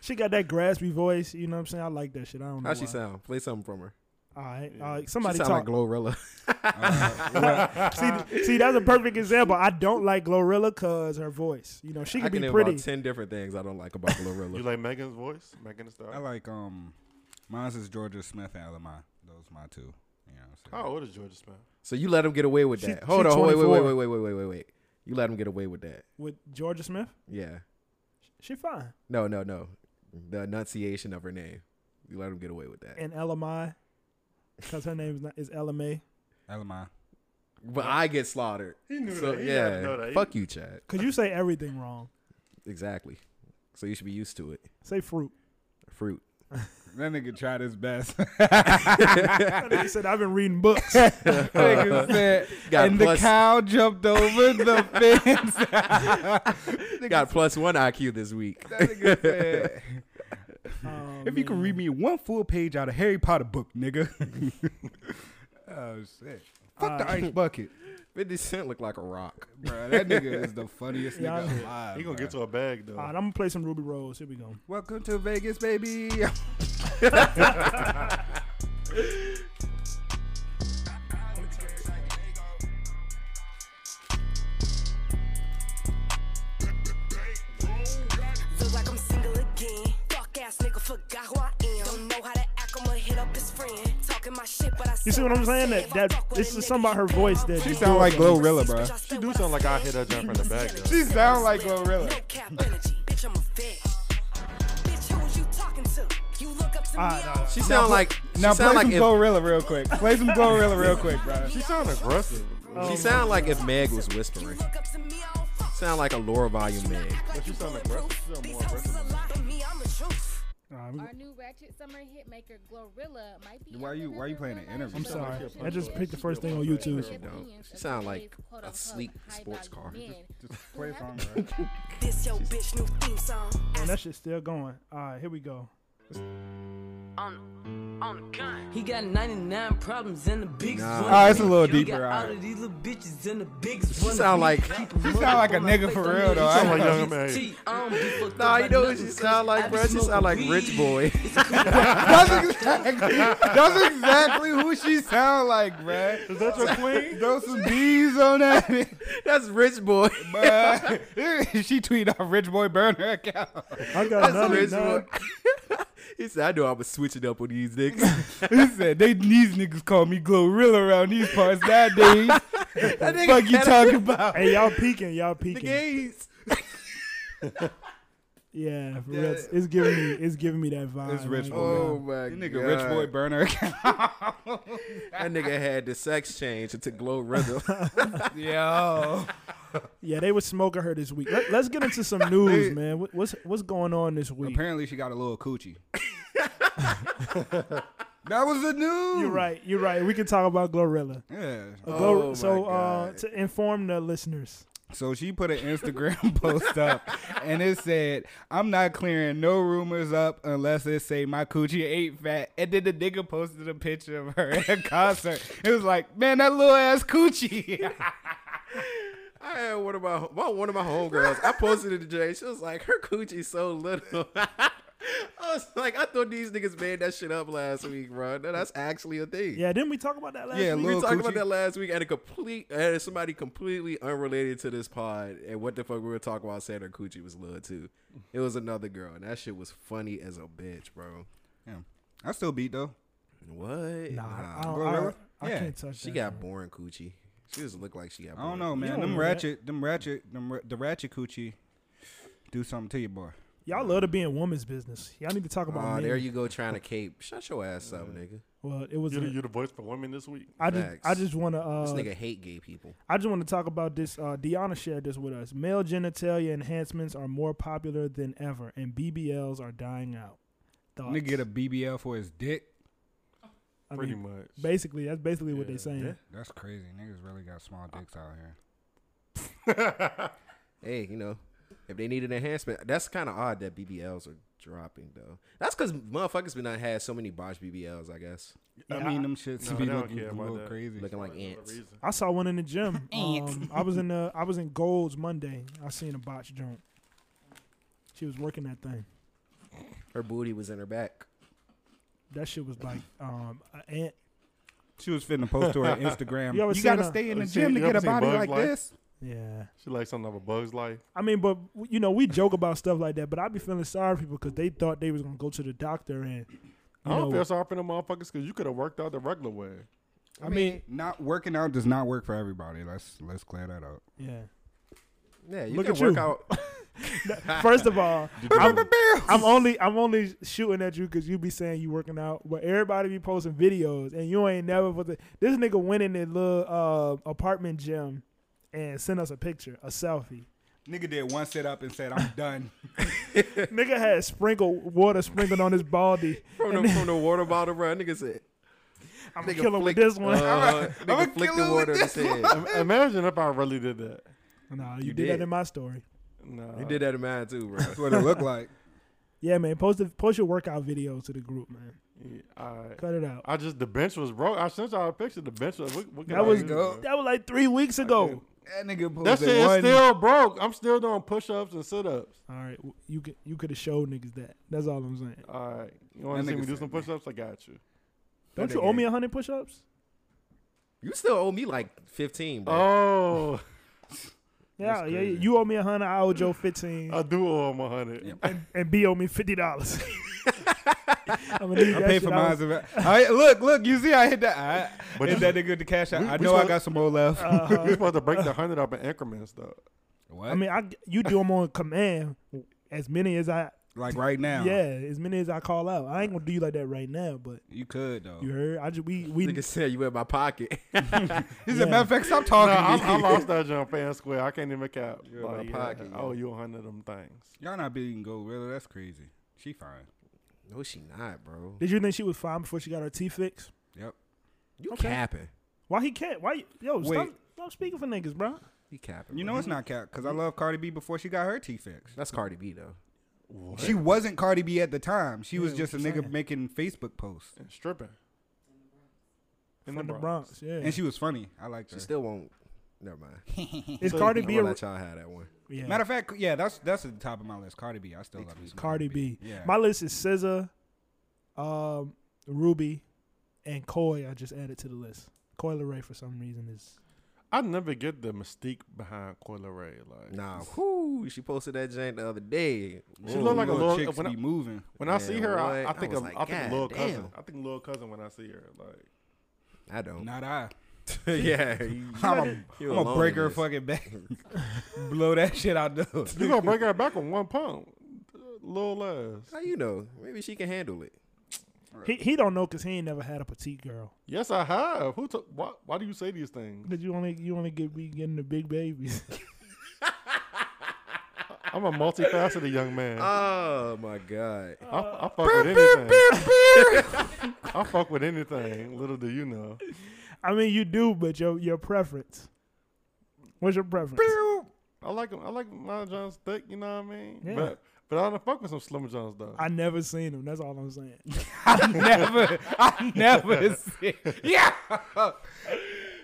A: she got that graspy voice. You know what I'm saying? I like that shit. I don't know.
C: How she
A: why.
C: sound? Play something from her.
A: All right,
D: Yeah.
A: all right.
C: Somebody
A: Somebody
C: she sound
A: talk.
C: like Glorilla. [LAUGHS]
A: see, see, that's a perfect example. I don't like Glorilla cause her voice. You know, she
C: I
A: can
C: can
A: be
C: name
A: pretty.
C: about ten different things I don't
A: [LAUGHS]
C: like about
D: you
C: Glorilla.
D: like Megan's voice? Megan Thee Stallion?
B: I like um, mine's is Georgia Smith and Elamai. Those my two. You know what I'm
D: How
B: saying?
D: old is Georgia Smith?
C: so you let him get away with
A: She-
C: that. Hold
A: she
C: on, hold- wait, wait, wait,
A: 24.
C: wait, wait, wait, wait, wait, wait. You let him get away with that.
A: With Georgia Smith,
C: Yeah.
A: she fine.
C: No, no, no. The enunciation of her name. You let him get away with that.
A: And LMI, cause her name is not, is LMA.
B: Elamai.
C: but I get slaughtered.
D: He knew
C: So
D: that. He had to know
C: yeah.
D: that. He-
C: Fuck you, Chad.
A: Cause you say everything wrong.
C: Exactly. So you should be used to it.
A: Say
C: [LAUGHS]
A: fruit.
C: Fruit.
B: That nigga tried his best. [LAUGHS]
A: I said I've been reading books.
B: Nigga said,
C: Got
B: and
C: plus-
B: the cow jumped over [LAUGHS] the fence.
C: Got plus one IQ this week.
B: That [LAUGHS] nigga said,
A: Oh,
B: if you can
A: man.
B: read me one full page out of Harry Potter book, nigga. [LAUGHS] oh shit! Fuck the ice bucket,
C: Fifty Cent look like a rock.
B: bro. That nigga is the funniest [LAUGHS]
A: Y'all-
B: nigga alive.
D: He gonna
B: bruh.
D: get to a bag though.
A: All right, I'm gonna play some Ruby Rose. Here we go.
B: Welcome to Vegas, baby. [LAUGHS]
F: Feel like I'm single again. Fuck ass nigga forgot who I am. Don't know how to act, I'ma hit up his friend. Talking my shit, but I
A: You see what I'm saying? That that this is something about her voice that
B: She
A: just
B: sound like
A: does something.
B: Glorilla, bro.
D: She do sound like I hit her jump in the
A: [LAUGHS]
D: back though.
B: She sound like Glorilla.
F: No cap energy, bitch, I'm a vet. Bitch, who was you talking to? You look up to me.
A: Ah,
F: I-
C: She sound like she
B: Now play
C: sound like
B: some
C: if,
B: Glorilla real quick. Play some Glorilla real quick, bro.
D: She sound aggressive.
A: Oh.
C: she sound like if Meg was whispering.
F: Look up to me, I don't fuck.
C: Sound like a lower volume Meg.
D: But she sound aggressive. She sound
F: These
D: more
F: hoes
D: aggressive.
F: is a lie, but me, I'm the truth.
A: Nah, we-
G: Our new ratchet summer hit maker, Glorilla, might be.
B: Why
G: up
B: you-
G: in
B: why you
G: the
B: playing
G: real
B: an
G: life.
B: interview? I'm
A: sorry.
G: Social
A: I just
G: media.
A: picked the
G: She
A: first thing on
G: represents
A: YouTube.
G: the
C: She don't.
G: opinions
C: She
G: of
C: sound
G: today's
C: like a
G: quote-unquote
C: sleek
G: high-value
C: sports car.
G: men
B: Just
G: who
B: play a
G: haven't
B: song, bro.
F: This yo bitch new theme song.
A: and that shit's still going. All right, here we go.
H: He got 99 problems in the big
C: Nah.
H: one.
B: Ah, it's a little
H: He
B: deeper,
H: Got all
B: alright.
H: of these little bitches in the big
C: She sound like
B: She sound like a nigga for real though.
D: sound
B: I-
D: like Young May.
C: Nah, you know what she sound like, bro? She sound like Rich Boy.
B: That's [LAUGHS] exactly, that's exactly who she sound like, bruh.
D: Is
C: [LAUGHS]
D: that your queen?
B: Throw some bees on that,
C: That's Rich Boy.
B: [LAUGHS] bruh. [LAUGHS] she tweet off Rich Boy burn her account.
A: I got
C: That's
A: another.
C: Rich
A: nah,
C: Boy. [LAUGHS] he said, "I know I was switching up
B: [LAUGHS]
C: on these niggas." [LAUGHS]
B: He said they these niggas call me Glorilla around these parts nowadays.
C: That nigga
A: fuck you
C: had [LAUGHS]
A: talking about? Hey, y'all peeking, y'all
C: the
A: peeking.
C: gates.
A: Yeah, for real, it's, it's giving me, it's giving me that vibe.
B: It's rich
A: like,
B: boy.
A: man.
C: Oh my
B: You nigga,
C: god,
B: rich boy burner.
C: [LAUGHS] That nigga had the sex change into glow rhythm.
B: Yo,
A: Yeah, they were smoking her this week. Let, us get into some news, man. What, what's what's going on this week?
B: apparently she got a little coochie. [LAUGHS] that was the news.
A: You're right. You're right. We can talk about Glorilla.
B: Yeah.
A: Uh, Glor-
C: Oh, my
A: so uh,
C: God.
A: to inform the listeners,
B: So she put an Instagram [LAUGHS] post up, and it said, "I'm not clearing no rumors up unless it say my coochie ain't fat." And then the nigga posted a picture of her [LAUGHS] at a concert. It was like, man, that little ass coochie. [LAUGHS]
C: I had one of my well, one of my homegirls. I posted it to Jay. She was like, her coochie's so little. [LAUGHS] I was like, I thought these niggas made that shit up last week, bro. No, that's actually a thing.
A: yeah, didn't we talk about that last
B: Yeah,
A: week?
B: look-
C: We
B: Little
C: talked
B: coochie.
C: about that last week, and a complete and somebody completely unrelated to this pod and what the fuck we were talking about said her coochie was little too. It was another girl, and that shit was funny as a bitch, bro.
B: Damn. I still beat though.
C: What?
A: Nah, I, don't, I,
B: Glorilla?
A: I
B: Yeah.
A: can't touch
C: she
A: that.
C: got boring coochie. She just looked like she got.
B: I don't know,
C: boring coochie.
B: man.
A: don't
B: Them
A: know that.
B: ratchet, them ratchet, them ra- the ratchet coochie, do something to you, boy.
A: Y'all love to be in woman's business. Y'all need to talk about.
C: Aw,
A: men.
C: there you go trying to cape. Shut your ass up, nigga.
A: Well, it was.
D: You,
A: a-
D: you the voice for women this week.
A: I just,
C: Facts.
A: I just want to.
C: This
A: Uh,
C: nigga hate gay people.
A: I just want to talk about this. Uh, Deanna shared this with us. Male genitalia enhancements are more popular than ever, and BBLs are dying out. Thoughts?
B: Nigga get a BBL for his dick.
A: I
D: pretty
A: mean,
D: much.
A: basically, that's basically what they're
D: Yeah.
A: saying.
B: That's crazy. Niggas really got small dicks out here.
C: Hey, you know, if they need an enhancement, that's kind of odd that BBLs are dropping though. That's because motherfuckers been not had so many botch BBLs, I guess.
A: Yeah,
B: I mean,
A: I-
B: them shits
D: No,
B: be
D: they don't
B: looking
D: care
B: a
D: about
B: little
D: that.
B: crazy.
C: Looking like ants.
A: I saw one in the gym. um, I was in the I was in Golds Monday. I seen a botch joint. She was working that thing.
C: Her booty was in her back.
A: That shit was like um an ant.
B: She was fitting a post to her Instagram.
A: You ever
B: You,
A: seen
B: gotta
A: a-
B: stay in the
D: you seen-
B: gym to
D: you
B: get
D: ever
B: a
D: seen
B: body
D: Bugs
B: like
D: Life?
B: this.
A: Yeah.
D: She like something of a bug's life.
A: I mean, but you know, we joke about stuff like that, but I be feeling sorry for people because they thought they was gonna go to the doctor and you
D: I don't
A: know,
D: feel sorry for them motherfuckers because you could have worked out the regular way.
A: I mean,
B: Not working out does not work for everybody. Let's let's clear that up.
A: yeah.
C: Yeah, you
A: Look
C: can
A: at
C: work
A: you.
C: out.
A: First of all, I'm, I'm only I'm only shooting at you because you be saying you working out, but everybody be posting videos and you ain't never. Put the, this nigga went in the little uh, apartment gym and sent us a picture, a selfie.
B: Nigga did one sit up and said, [LAUGHS] "I'm done."
A: nigga had sprinkled water sprinkled on his baldy.
C: From the, from the water bottle, bro. Nigga said,
A: I'm
C: nigga
A: killing with
C: flicked-
A: this one.
C: Uh,
B: I'ma
C: nigga flicked
B: kill
C: the
B: him with
C: water in his head.
D: Im- Imagine if I really did that.
A: nah, you,
C: you
A: did, that
C: did.
A: in my story.
D: No,
C: He did that in mine too, bro.
B: That's what it looked like.
A: Yeah, man. Post the, post your workout videos to the group, man.
D: Yeah, all right.
A: Cut it out.
D: I just the bench was broke. I sent y'all a picture. The bench was. What, what can
A: That
D: I
A: was
D: do, bro?
A: that was like three weeks ago.
B: That nigga posted
D: That shit is
B: one.
D: still broke. I'm still doing push ups and sit ups.
A: All right, w- you could you could have showed niggas that. That's all I'm saying.
D: All right, you want
B: That
D: to see
B: nigga
D: me do
B: said,
D: some
B: man.
D: push ups? I got you.
A: Don't
B: nigga
A: you owe me
B: ain't-
A: hundred push-ups?
C: You still owe me like 15, bro.
D: Oh, [LAUGHS]
A: Yeah,
B: That's
A: yeah, yeah.
B: crazy.
A: You owe me a hundred. I owe Joe
B: [LAUGHS]
A: fifteen,
D: I do owe him a hundred.
B: Yeah.
A: and B owe me fifty dollars. [LAUGHS] I'm gonna need
B: I
A: that
B: paid
A: shit.
B: for
A: I
B: mine.
A: was-
B: I- Look, look, you see, I hit that. I
D: But
B: hit
D: you-
B: that nigga with the cash out.
D: we-
B: I
D: we
B: know I
D: supposed- Uh,
B: got some more left.
D: We're supposed to break the hundred up in increments though.
B: [LAUGHS] what?
A: I mean, I you do them on command. As many as I,
B: like right now.
A: yeah, as many as I call out. I ain't gonna do you like that right now, but
B: You could though.
A: you heard. I just we we
C: Nigga said you in my pocket. [LAUGHS]
B: He
A: Yeah.
B: said, "Matter of fact, stop
D: No,
B: talking."
D: I, [LAUGHS]
B: to
D: I
B: me."
D: lost that jump fan square. I can't even cap.
C: You're in
D: Like,
C: my
D: yeah,
C: pocket,
D: I owe you a hundred of them things.
B: [LAUGHS] Y'all not beating Gorilla. That's crazy. She fine.
C: no, she not, bro.
A: Did you think she was fine before she got her teeth fixed?
B: Yep.
C: You
A: Okay.
C: capping.
A: Why he can't? Why yo? Stop,
B: Wait.
A: stop speaking for niggas, bro.
C: You capping.
B: You
C: bro.
B: know it's not cat because I love Cardi B before she got her teeth fixed.
C: That's Cardi B, though.
B: She wasn't Cardi B at the time. She was
A: Yeah,
B: just a
A: what you
B: nigga
A: saying?
B: making Facebook posts,
D: And stripping. In
A: From the Bronx, yeah.
B: and she was funny. I liked her.
C: She still won't. Never mind.
A: Is Cardi
C: [LAUGHS] I'm
A: B
C: gonna
A: a
C: let y'all have that one.
A: yeah.
B: Matter of fact, yeah, that's that's at the top of my list. Cardi B. I still love me some
A: Cardi B?
B: Yeah.
A: My list is SZA, um, Ruby, and Koi. I just added to the list. Koi Ray for some reason is
D: I never get the mystique behind Coyle Ray. Like
C: Nah, whoo, she posted that joint the other day.
D: She look like a
B: little
D: little-
B: chicks
D: when I-
B: be moving.
D: when I see
C: Man,
D: her, I, I
C: what? I
D: think
C: was
D: of,
C: like,
D: I think
C: "God
D: little cousin.
C: damn."
D: I think little cousin when I see her. Like
C: I don't.
B: Not I.
C: [LAUGHS]
B: [LAUGHS]
C: yeah, you-
B: I'm
C: You
B: gonna
C: alone
B: break
C: in
B: her
C: this.
B: fucking
D: [LAUGHS]
B: back, blow that shit out the hood.
D: [LAUGHS]
B: [LAUGHS]
D: You gonna break her back on one pump, little less.
C: How you know? Maybe she can handle it.
A: He, he don't know because he ain't never had a petite girl.
D: Yes, I have. Who? To, why, why do you say these things?
A: Cause you only you only get be getting the big babies. [LAUGHS]
D: I'm a multifaceted young [LAUGHS] man.
C: Oh my god!
D: I,
A: Uh,
D: I fuck with anything. [LAUGHS] I fuck with anything. Little do you know.
A: I mean, you do, but your your preference. What's your preference?
D: I like 'em- I like my John's thick. You know what I mean?
A: Yeah.
D: But but I don't fuck with some Slim Johns though.
A: I never seen him. That's all I'm saying.
B: I never, I
D: [LAUGHS]
B: never see. Yeah,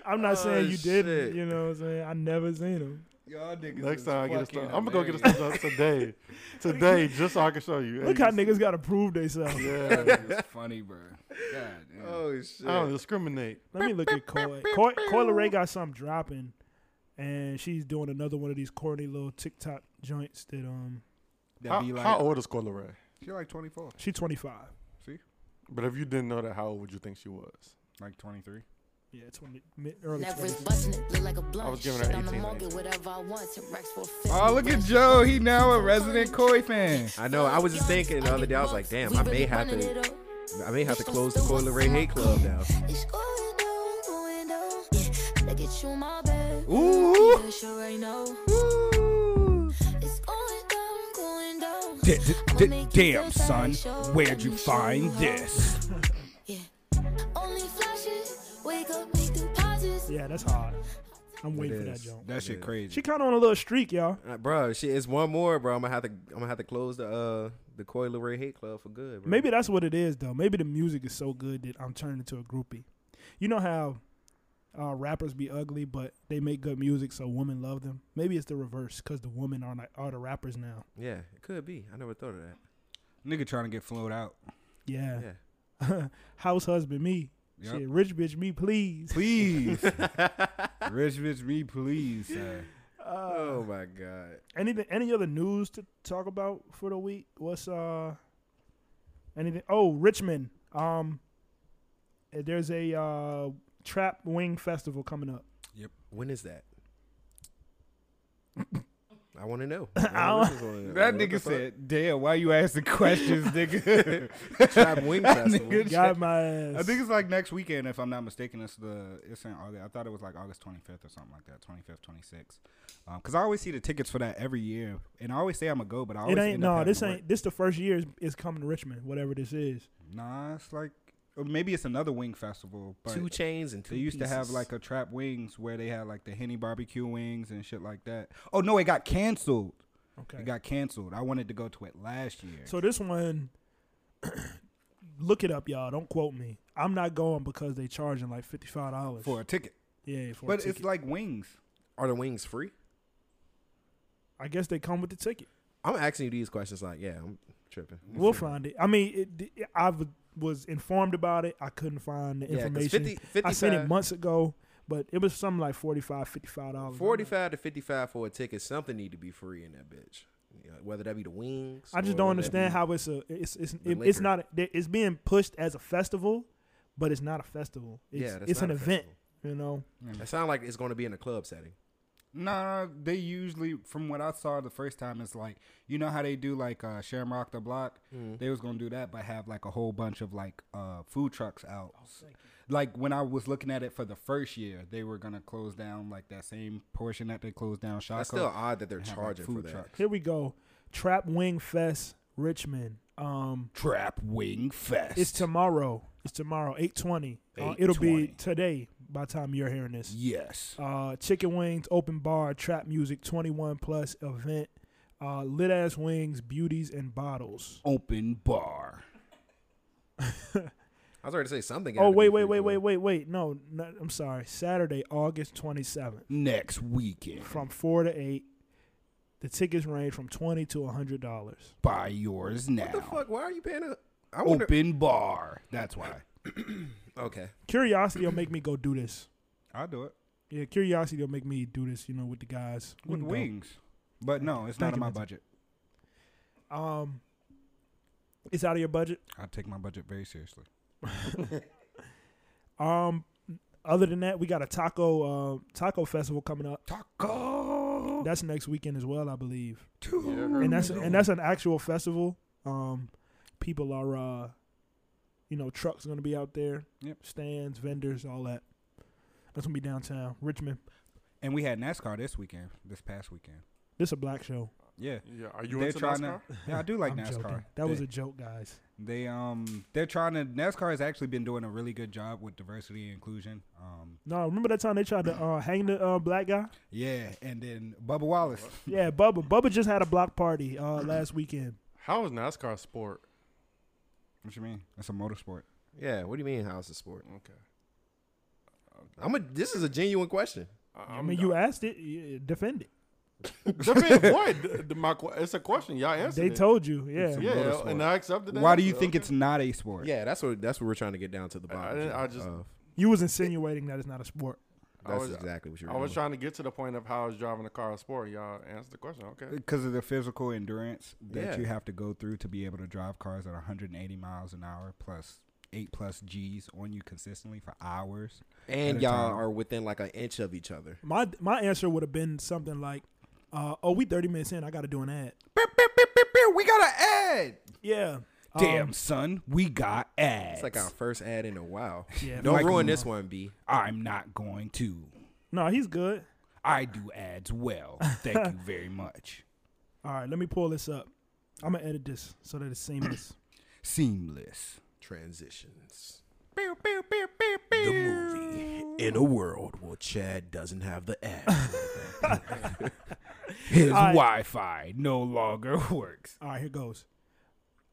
A: I'm not saying you
C: shit.
A: didn't. You know what I'm saying? I never seen him.
B: y'all niggas.
D: Next time I get a Slim,
B: stuff,
D: I'm gonna go get a Slim John today.
A: [LAUGHS]
D: Today, just so I can show you.
A: Look
D: Hey,
A: how
D: you-
A: niggas got to prove themselves.
D: Yeah.
B: [LAUGHS] It's funny, bro. God damn.
C: Oh shit!
D: I don't discriminate.
A: Let me look at Coy. Coy, Coy Ray got something dropping, and she's doing another one of these corny little TikTok joints that um.
B: That'd
D: How,
B: be like,
D: how old is Coyle Ray?
B: She like 24,
A: She's 25.
D: But if you didn't know that, how old would you think she was?
B: like 23.
A: Yeah, 20 mid, early
I: Left
A: 20s.
I: wrist busting it, look like a blunt.
D: I was giving her
I: Shit on the
D: 18,
I: market,
D: 18.
I: whatever I want. Ten racks for a fifty.
B: Oh, look at Joe. He now a resident Koi fan.
C: I know. I was just thinking the other day. I was like, damn, I may have to. I may have to close the Coil Ray Hate Club now.
I: It's going down, going down. Yeah, look at you, my bad.
B: Ooh.
I: Yeah, sure I know.
B: Ooh.
I: It's going down, going down.
B: D- d-
I: I'ma
B: d-
I: make you
B: damn,
I: feel
B: son.
I: tight, show
B: Where'd you
I: me, show
B: find
I: how.
B: this?
I: Yeah. Only flashes, wake up, make deposits.
A: Yeah, that's hard. I'm waiting for that
C: is.
A: joint.
B: That shit
A: She
B: crazy.
A: kind of on a little streak, y'all.
C: Uh, bro, shit, it's one more, bro. I'm gonna have to. I'm gonna have to close the uh the Coil Ray Hate Club for good. Bro.
A: Maybe that's what it is, though. Maybe the music is so good that I'm turning into a groupie. You know how uh, rappers be ugly, but they make good music, so women love them. Maybe it's the reverse because the women are like are the rappers now.
C: Yeah, it could be. I never thought of that.
B: Nigga trying to get flowed out.
A: Yeah.
C: Yeah.
A: [LAUGHS] House husband me.
B: Yep.
A: Shit, rich bitch me, please.
B: Please. [LAUGHS] Rich bitch, me, please. sir.
C: [LAUGHS] Oh my god.
A: Anything? Uh, Any other news to talk about for the week? What's uh? Anything? Oh, Richmond. Um, eh, there's a uh trap wing festival coming
B: [LAUGHS]
A: up.
C: When is that? I want to know.
B: That nigga said, damn, why you asking [LAUGHS] questions, nigga?
C: Trap [LAUGHS] Wing
B: That
C: Festival.
B: nigga
A: Got my ass.
B: I think it's like next weekend, if I'm not mistaken. It's the it's in August. I thought it was like August 25th or something like that, 25th, 26th. Um, Cause I always see the tickets for that every year, and I always say I'm gonna go, but I always
A: it ain't
B: end up
A: no.
B: having
A: This
B: to work.
A: ain't this. The first year is, is coming to Richmond. Whatever this is.
B: Nah, it's like or maybe it's another wing festival, but
C: two chains and two.
B: they used to have
C: pieces.
B: like a trap wings where they had like the henny barbecue wings and shit like that. Oh no, it got canceled.
A: Okay.
B: It got canceled. I wanted to go to it last year.
A: so this one, [CLEARS THROAT] look it up, y'all. Don't quote me. I'm not going because they charging like fifty five dollars
B: for a ticket.
A: yeah. For
B: but
A: a ticket.
B: it's like wings.
C: Are the wings free?
A: I guess they come with the ticket.
C: I'm asking you these questions. Like, yeah, I'm tripping.
A: We'll find it. I mean, it, I w- was informed about it. I couldn't find the
C: Yeah, 'cause
A: information.
C: 50
A: I seen it
C: 55
A: months ago, but it was something like 45 dollars.
C: Forty-five to fifty-five for a ticket. Something need to be free in that bitch. You know, whether that be the wings.
A: I just
C: or
A: don't
C: whether that be-
A: understand how it's a it's it's it, it's
C: liquor.
A: not it's being pushed as a festival, but it's not a festival. It's,
C: Yeah, that's
A: it's
C: not
A: an
C: a
A: event.
C: festival.
A: You know,
C: It sounds like it's going to be in a club setting.
B: Nah, they usually, from what I saw the first time, it's like you know how they do like uh, Shamrock the Block.
C: Mm-hmm.
B: They was gonna do that, but have like a whole bunch of like uh, food trucks out.
C: Oh,
B: like when I was looking at it for the first year, they were gonna close down like that same portion that they closed down. Shaco,
C: That's still odd that they're
B: and have,
C: charging for that.
A: here we go. Trap Wing Fest Richmond. Um,
B: Trap Wing Fest.
A: it's tomorrow. It's tomorrow, eight twenty. Uh, it'll be
B: 8:20.
A: today by the time you're hearing this.
B: yes.
A: uh, chicken wings, open bar, trap music, 21 plus event, uh, lit ass wings, beauties and bottles.
B: Open bar.
C: I was already say something. had
A: Oh
C: to be
A: wait, wait, wait,
C: free for
A: wait,
C: them.
A: wait, wait. No, not, I'm sorry. Saturday, August 27th,
B: Next weekend,
A: from four to eight. The tickets range from twenty to hundred dollars.
B: buy yours now.
C: What the fuck? Why are you paying a?
B: Oh,
C: I wonder.
B: Open bar. That's why.
C: Okay.
A: Curiosity will make me go do this.
B: I'll do it
A: Yeah, curiosity will make me do this. You know, with the guys
B: with
A: We can go.
B: wings, but no, it's
A: Thank you,
B: not in my
A: Lindsay.
B: budget.
A: Um, it's out of your budget.
B: I take my budget very seriously.
A: Um, Other than that, we got a taco uh, taco festival coming up.
B: Taco.
A: [LAUGHS] That's next weekend as well, I believe.
B: Two.
A: and that's and that's an actual festival. Um, people are, uh, you know, trucks are gonna be out there,
B: Yep.
A: stands, vendors, all that. That's gonna be downtown Richmond.
B: And we had NASCAR this weekend, this past weekend.
A: This a black show.
B: Yeah.
D: Yeah, are you
B: They're
D: into
B: trying
D: NASCAR?
B: to. Yeah, I do like
A: I'm
B: NASCAR.
A: joking. That was
B: They-
A: a joke, guys.
B: They um they're trying to NASCAR has actually been doing a really good job with diversity and inclusion. Um
A: No, remember that time they tried to uh, hang the uh, black
B: [LAUGHS]
A: guy?
B: yeah, and then Bubba Wallace.
A: Yeah, Bubba. Bubba just had a block party uh, last weekend.
D: [LAUGHS] How is NASCAR a sport?
B: What you mean? That's a motorsport.
C: Yeah, what do you mean how's the sport?
D: Okay.
C: I'm a this is a genuine question.
A: I mean, you asked it, you defend it. [LAUGHS]
D: Defend what? The- the- my que- it's a question. Y'all answered
A: They
D: it.
A: told you, yeah.
B: It's a
D: Yeah,
B: motor sport.
D: and I accepted that.
B: Why do you
D: Okay.
B: think it's not a sport?
C: Yeah, that's what that's what we're trying to get down to the
D: I,
C: bottom.
D: didn't- I
C: of.
D: just
A: You was insinuating that it's not a sport.
D: I
C: that's
D: was-
C: exactly what you're.
D: I was trying to get to the point of how I was driving the car a sport. Y'all answered the question. Okay.
B: Because of the physical endurance that
C: Yeah.
B: you have to go through to be able to drive cars at 180 miles an hour plus eight plus G's on you consistently for hours.
C: And
B: at a
C: y'all
B: time.
C: are within like an inch of each other.
A: My my answer would have been something like, uh, "Oh, we thirty minutes in. I got to do an ad."
B: Beep, beep, beep, beep, beep, We got an ad.
A: Yeah.
B: Damn
A: Um,
B: son, we got ads.
C: It's like our first ad in a
D: [LAUGHS]
C: while.
A: Yeah,
C: Don't
B: like-
C: ruin this one, B.
B: I'm not going to.
A: no, he's good.
B: I do ads well. Thank [LAUGHS] you very much.
A: All right, let me pull this up. I'm gonna edit this so that it's seamless.
B: Seamless.
C: Transitions.
B: The movie.
C: In a world where Chad doesn't have the
D: [LAUGHS]
C: ad. His
A: All right.
B: Wi-Fi no longer [LAUGHS] works.
A: All right, here goes.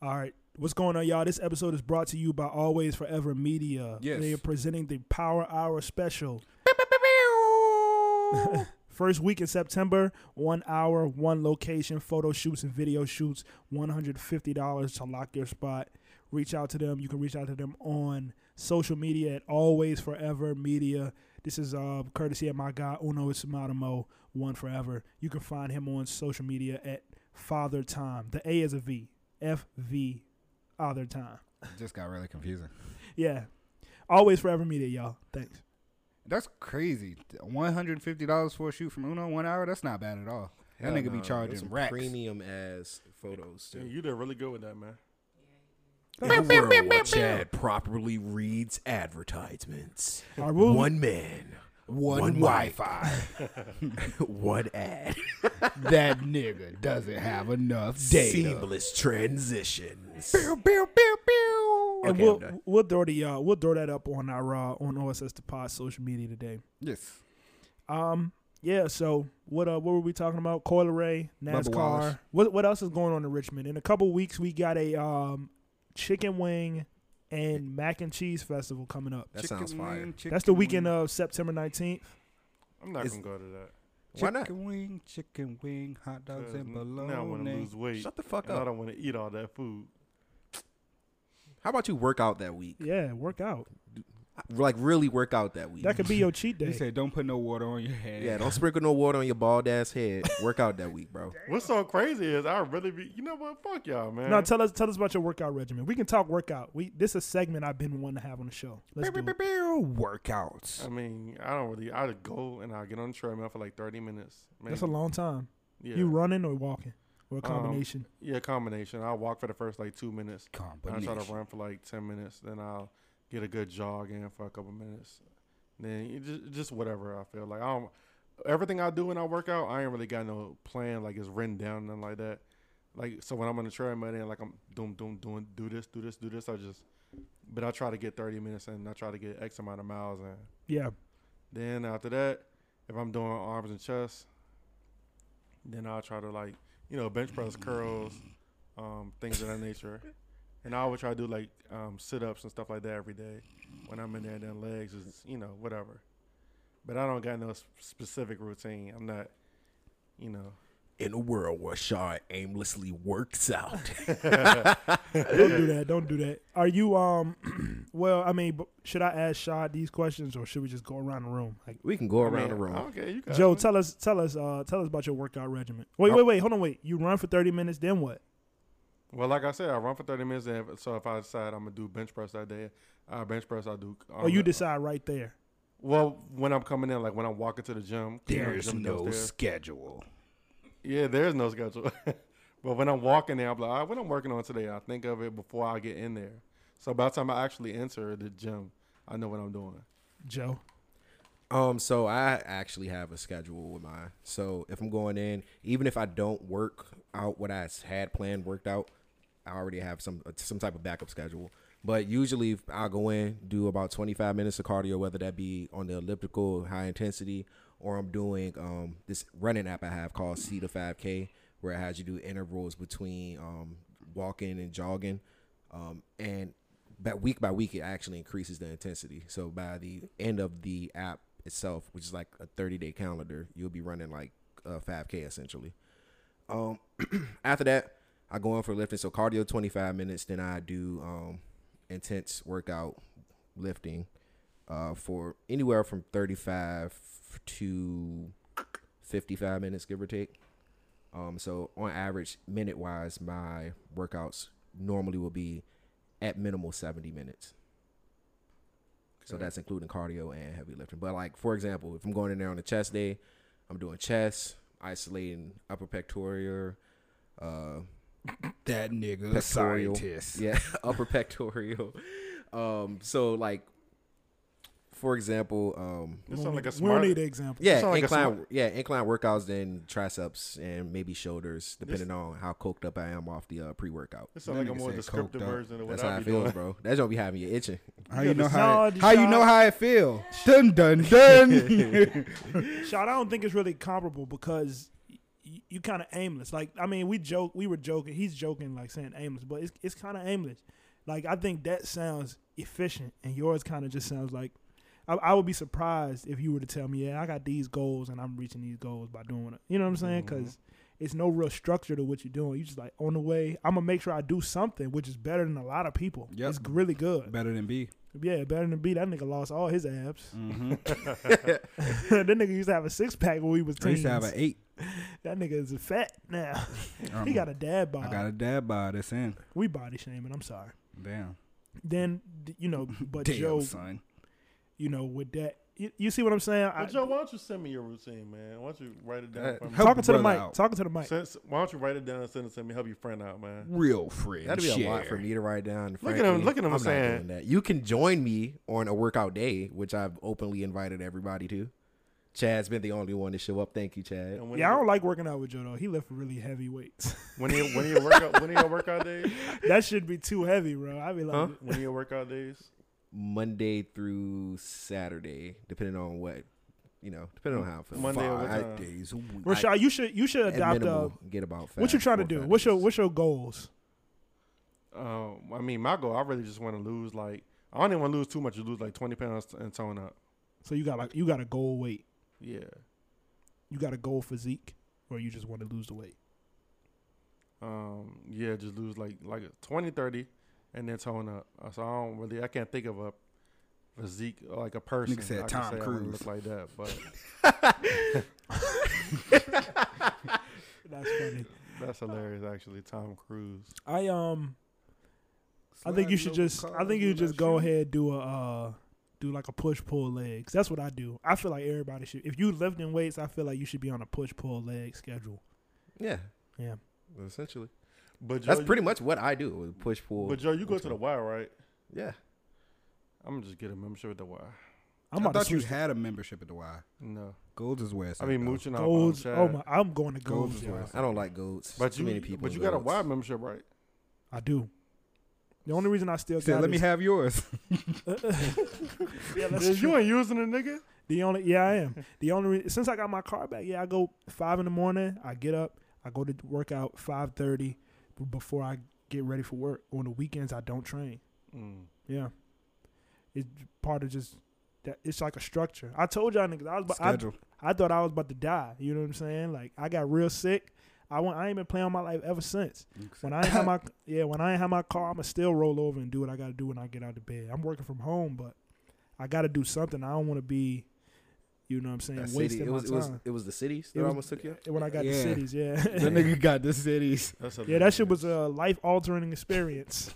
A: All right, what's going on, y'all? This episode is brought to you by Always Forever Media.
B: Yes.
A: They are presenting the Power Hour special. First week in September, one hour, one location, photo shoots and video shoots, $150 to lock your spot. Reach out to them. You can reach out to them on social media at Always Forever Media. This is uh, courtesy of my guy, Uno Isamatamo, One Forever. You can find him on social media at Father Time. The A is a V. F V, Other Time.
B: Just got really confusing.
A: Yeah. Always Forever Media, y'all. Thanks.
B: That's crazy. One hundred and fifty dollars for a shoot from Uno one hour. That's not bad at all. that nigga be charging racks.
C: Premium ass photos
D: Yeah,
C: too.
D: you did really good with that, man.
C: In a world where Chad properly reads advertisements.
A: All right, we'll-
C: man,
B: One, Wi-Fi.
C: one ad.
B: [LAUGHS] that nigga doesn't have enough data.
C: transitions.
B: Pew, pew, pew, pew.
A: And
C: Okay, I'm
A: we'll
C: done.
A: we'll throw the uh, we'll throw that up on our uh, on OSS the pod social media today.
B: Yes.
A: Um, yeah. So what uh, what were we talking about? Coil Ray,
B: Bubba Wallace.
A: NASCAR. What what else is going on in Richmond? In a couple weeks, we got a um, chicken wing and mac and cheese festival coming up.
C: That sounds fire.
A: That's the weekend of September nineteenth.
D: I'm not
C: Is-
D: gonna go to that.
A: uh,
C: Why not?
B: Chicken wing, chicken wing, hot dogs
D: 'Cause
B: and
D: n- Now I want to
B: bologna.
D: lose weight.
C: Shut the fuck
D: and I
C: up.
D: don't want to eat all that food.
C: How about you work out that week?
A: Yeah, work out.
C: Like really work out that week.
A: That could be your cheat
B: He
A: day.
B: said, "Don't put no water on your head." [LAUGHS]
C: yeah, don't sprinkle no water on your bald ass head. Work out that week, bro.
D: What's so crazy is I really be. You know what? Fuck y'all, man.
A: No, tell us tell us about your workout regimen. We can talk workout. We this is a segment I've been wanting to have on the show. Let's do it.
B: workouts.
D: I mean, I don't really. I just go and I get on the treadmill for like 30 minutes.
A: That's a
D: maybe.
A: long time.
D: Yeah.
A: You running or walking or a
D: Um,
A: combination?
D: yeah, combination. I'll walk for the first like two minutes. I try to
B: Combination.
D: run for like 10 minutes. Then I'll get a good jog in for a couple minutes. Then it just, just whatever I feel like. I don't, everything I do when I work out, I ain't really got no plan. Like it's written down, nothing like that. Like, so when I'm on the treadmill, then like I'm doom, doom, doing, do this, do this, do this. I just, but I try to get 30 minutes and I try to get X amount of miles in.
A: yeah.
D: Then after that, if I'm doing arms and chest, then I'll try to like, you know, bench press, curls, um, things of that nature. And I always try to do like um, sit ups and stuff like that every day when I'm in there. Then legs is, you know, whatever. But I don't got no s- specific routine. I'm not, you know.
C: [LAUGHS] In a world where Shaw aimlessly works out.
A: don't do that. Don't do that. Are you um? [CLEARS THROAT] well, I mean, b- should I ask Shad these questions or should we just go around the room? Like,
C: [LAUGHS] we can go
D: I
C: around
D: mean,
C: the room.
D: Okay, you got
A: Joe,
D: it.
A: tell us, tell us, uh, tell us about your workout regimen. Wait, wait, wait. Hold on, wait. You run for thirty minutes, then what?
D: Well, like I said, I run for 30 minutes. And
A: Oh,
D: if, so if I decide I'm going to do bench press that day, I bench press, I do.
A: Or you decide right there.
D: Well, when I'm coming in, like when I'm walking to the gym, 'cause you know, the
B: There's
D: gym
B: no
D: downstairs.
B: schedule.
D: Yeah, there's no schedule. [LAUGHS] but when I'm walking there, I'm like, all right, what I'm working on today, I think of it before I get in there. So by the time I actually enter the gym, I know what I'm doing.
A: Joe.
C: Um, so I actually have a schedule with mine. So if I'm going in, even if I don't work out what I had planned worked out, I already have some uh, some type of backup schedule. But usually I'll go in, do about 25 minutes of cardio, whether that be on the elliptical, high intensity, or I'm doing um, this running app I have called C to 5K, where it has you do intervals between um, walking and jogging. Um, and but week by week, it actually increases the intensity. So by the end of the app itself, which is like a 30 day calendar, you'll be running like uh, 5K essentially. Um, [CLEARS THROAT] after that, I go in for lifting. So cardio 25 minutes, then I do um, intense workout lifting uh, for anywhere from 35 to 55 minutes, give or take. Um, so on average, minute wise, my workouts normally will be at minimal 70 minutes. So that's including cardio and heavy lifting. But like for example, if I'm going in there on a chest day, I'm doing chest, isolating upper pectoral, uh,
B: That nigga
C: pectoral,
B: scientist.
C: yeah, [LAUGHS] upper pectoral. [LAUGHS] Um, so like for example, um,
D: This
A: we don't
D: sounds like
A: need-
D: a
A: we
D: smart.
A: don't need an example.
C: yeah,
D: sound like a
C: incline,
D: smart-
C: yeah, incline workouts, then triceps and maybe shoulders, depending on how coked up I am off the uh, pre-workout.
D: This sounds like a
B: That nigga
D: more
B: said
D: descriptive
B: coked up.
D: version of what
C: That's
D: I
C: how
D: be
C: it feels,
D: doing.
C: bro. That's gonna be having you itching.
B: How you know how?
A: No,
B: It, how you
A: Deshaun-
B: know how it feel? Dun dun dun.
A: Shot, I don't think it's really comparable because you, you kind of aimless. Like, I mean, we joke, we were joking. He's joking, like saying aimless, but it's it's kind of aimless. Like, I think that sounds efficient, and yours kind of just sounds like. I, I would be surprised if you were to tell me, yeah, I got these goals and I'm reaching these goals by doing it. You know what I'm saying? Because it's no real structure to what you're doing. You just like on the way. I'm gonna make sure I do something, which is better than a lot of people.
B: Yep.
A: It's really good.
B: Better than B.
A: Yeah, better than B. That nigga lost all his abs.
D: Mm-hmm.
A: [LAUGHS]
B: [LAUGHS]
A: that nigga used to have a six pack when we was
B: I
A: teens.
B: used to have an eight.
A: that nigga is fat now. [LAUGHS]
B: Um,
A: he got a dad bod.
B: I got a dad bod. That's in.
A: We body shaming. I'm sorry.
B: Damn.
A: Then d- you
B: [LAUGHS]
A: know, but
B: Damn,
A: Joe,
B: son.
A: you know, with that, you, you see what I'm saying? I,
D: Well, Joe, why don't you send me your routine, man? Why don't you write it down
B: Uh,
D: for me?
B: help
A: talking to the
B: brother
A: mic.
B: out.
A: Talking to the mic.
D: Since, why don't you write it down and send it to me? Help your friend out, man.
B: Real friend.
C: That'd be a lot
B: share.
C: for me to write down.
D: Look at him-
C: frankly.
D: look at him
C: I'm not
D: saying-
C: doing that. You can join me on a workout day, which I've openly invited everybody to. Chad's been the only one to show up. Thank you, Chad.
D: And when
A: yeah, I
D: you-
A: don't like working out with Joe though. He lift really heavy weights. [LAUGHS]
D: When do you when do your workout when do your workout days?
A: that should be too heavy, bro. I'd be like,
D: Huh? When do your workout days?
C: Monday through Saturday, depending on what you know, depending on how I feel.
D: Monday or what
C: Five-
D: time? uh,
B: Five days a week.
A: Rashad, you should you should
C: at
A: adopt a.
C: minimal, get about. Five,
A: What you trying to
C: four,
A: do?
C: five
A: What's your
C: days.
A: what's your goals?
D: Um, I mean, my goal, I really just want to lose like I don't even want to lose too much. You lose like twenty pounds and tone up.
A: So you got like you got a goal weight.
D: Yeah,
A: you got a goal physique or you just want to lose the weight.
D: um, yeah, just lose like like 20, 30 and then tone up. Uh, So I don't really, I can't think of a physique like a person.
B: Nigga said
D: I can
B: Tom
D: say I wanna
B: Cruise.
D: look like that, but
A: That's funny.
D: that's hilarious. Actually, Tom Cruise.
A: I um I think you should just I think you just go ahead do a uh do like a push pull legs. That's what I do. I feel like everybody should if you lifting weights, I feel like you should be on a push pull leg schedule.
C: Yeah,
A: Yeah.
C: essentially.
D: But Joe,
C: That's
D: you-
C: pretty much what I do. with Push pull.
D: But Joe, you go to the Y, right?
C: yeah.
D: I'm gonna just get a membership at the Y.
A: I'm
B: I
A: about to
B: thought you
A: switch
B: had a membership at the Y.
D: No,
B: Golds is where it's
D: I
B: at,
D: mean
B: though.
D: mooching
A: to
D: off. um,
A: golds.
D: Chad.
A: Oh my I'm going to
B: Golds
A: golds.
B: is
A: y'all.
B: worse.
C: I don't like goats.
D: But
C: Too
D: you,
C: many people.
D: but
C: with
D: you got a
C: goats.
D: Y membership, right?
A: I do. The only reason I still
B: He said,
A: got
B: "Let me
A: is-
B: have yours." [LAUGHS]
A: yeah, that's
D: If
A: true.
D: you ain't using it, nigga.
A: The only yeah, I am. The only re- since I got my car back, yeah, I go five in the morning. I get up, I go to work out five thirty before I get ready for work. On the weekends, I don't train.
D: Mm.
A: Yeah, it's part of just that. It's like a structure. I told y'all niggas [LAUGHS] I was. About, [LAUGHS]
B: Schedule.
A: I, I thought I was about to die. You know what I'm saying? Like I got real sick. I went. I ain't been playing my life ever since. When I ain't have my yeah, when I ain't have my car, I'ma still roll over and do what I gotta do when I get out of bed. I'm working from home, but I gotta do something. I don't want to be, you know, what I'm saying,
C: That city.
A: wasting
C: It
A: my
C: was, it
A: time.
C: was it was the cities that
A: It was-
C: almost took you. out?
A: when I got to
B: Yeah.
A: cities, yeah, [LAUGHS]
B: That nigga got the cities.
D: That's
A: yeah, that shit was a life altering experience.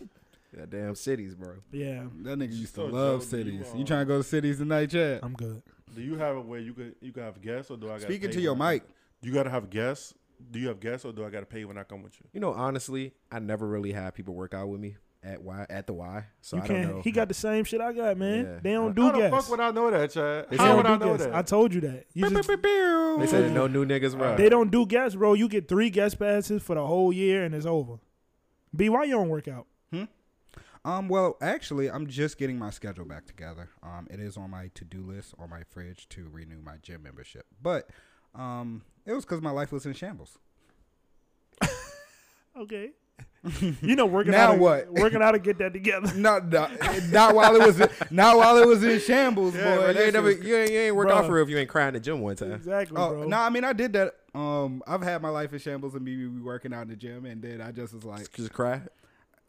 C: That damn cities, bro.
A: Yeah,
B: That nigga used to
D: So,
B: love
D: Joe, do you,
B: cities.
D: uh,
B: You trying to go to cities tonight, Chad?
A: I'm good.
D: Do you have a way you could you could have guests or do I gotta
B: Speaking
D: pay
B: to your
D: when I-
B: mic.
D: You gotta have guests. Do you have guests or do I gotta pay when I come with you?
C: You know, honestly, I never really had people work out with me at Y at the Y, so
A: You
C: I don't
A: can't.
C: know.
A: He got the same shit I got, man.
C: Yeah.
A: They don't do
D: How the
A: gas.
D: fuck would I know that, Chad?
A: They
D: How
A: don't
D: would I
A: do
D: know
A: gas.
D: that?
A: I told you that. You just,
C: they said no new niggas, bro.
A: they don't do guest, bro. You get three guest passes for the whole year, and it's over. B, why you don't work out?
B: Um, well, actually, I'm just getting my schedule back together. Um, it is on my to-do list on my fridge to renew my gym membership, but um, it was because my life was in shambles. [LAUGHS]
A: Okay. you know, working
B: Now
A: out to- [LAUGHS]
B: what?
A: Working out to get that
B: [LAUGHS]
A: together.
B: Not, not, not while it was, not while it was in shambles,
D: Yeah,
B: boy.
D: bro,
C: you ain't never, you ain't, you ain't work out
A: Bruh.
C: for real if you ain't crying in the gym one time.
A: exactly,
B: Oh
A: bro.
B: no! I mean, I did that. Um, I've had my life in shambles and me me working out in the gym, and then I just was like,
C: Just cry.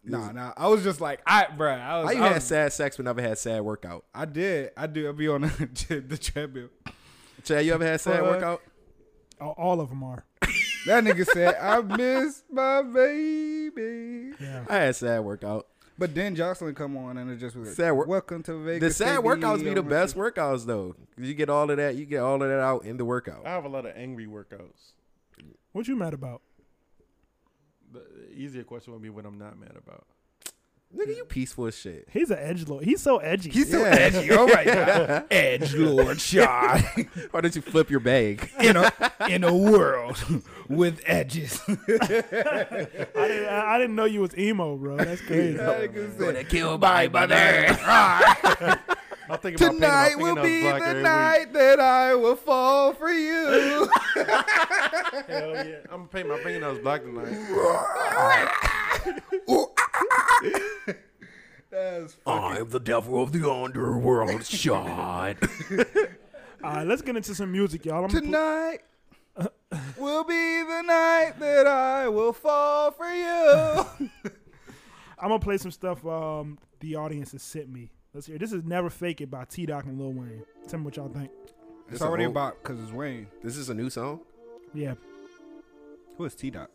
B: nah, nah. I was just like, I, bruh, I was.
C: I you
B: I,
C: had
B: was-
C: sad sex but never had sad workout.
B: I did. I do. I'll be on the, [LAUGHS] gym- the treadmill.
C: Chad, you ever had sad
B: Bruh.
C: workout?
A: Oh, All of them are.
B: That nigga said, I miss my baby. [LAUGHS]
A: Yeah.
C: I had sad workout.
B: But then Jocelyn come on and it just was like,
C: Sad wor-
B: welcome to Vegas.
C: The sad
B: baby.
C: workouts be the
B: Oh,
C: best workouts though. You get all of that, you get all of that out in the workout.
D: I have a lot of angry workouts.
A: What you mad about?
D: The the easier question would be what I'm not mad about.
C: Nigga, you peaceful as shit. [LAUGHS]
A: He's an edge lord. He's so edgy.
B: He's so edgy. All
A: [LAUGHS]
B: right, God. edge lord shot
C: Why don't you flip
B: [LAUGHS]
C: your bag?
B: in a in a world [LAUGHS] with edges.
A: I, didn't, I, I didn't know you was emo, bro. That's crazy.
B: Gonna
C: kill my mother.
D: I think about
B: Tonight
D: painting my
B: will be
D: fingernails black
B: the
D: every
B: night that I will fall for
C: [LAUGHS]
B: you.
D: Week. Hell yeah! I'm gonna paint my fingernails black tonight.
C: I'm the devil of
B: [LAUGHS]
C: the underworld, Sean.
A: All right, let's get into some music, y'all. I'm gonna
B: [LAUGHS]
C: [LAUGHS]
B: Tonight will be the night that I will fall for you. [LAUGHS]
A: I'm gonna play some stuff um, the audience has sent me. Let's hear. it. This is "Never Fake It" by T. Doc and Lil Wayne. Tell me what y'all think.
B: It's already about because it's Wayne.
C: This is a new song.
A: Yeah,
B: Who is T Doc?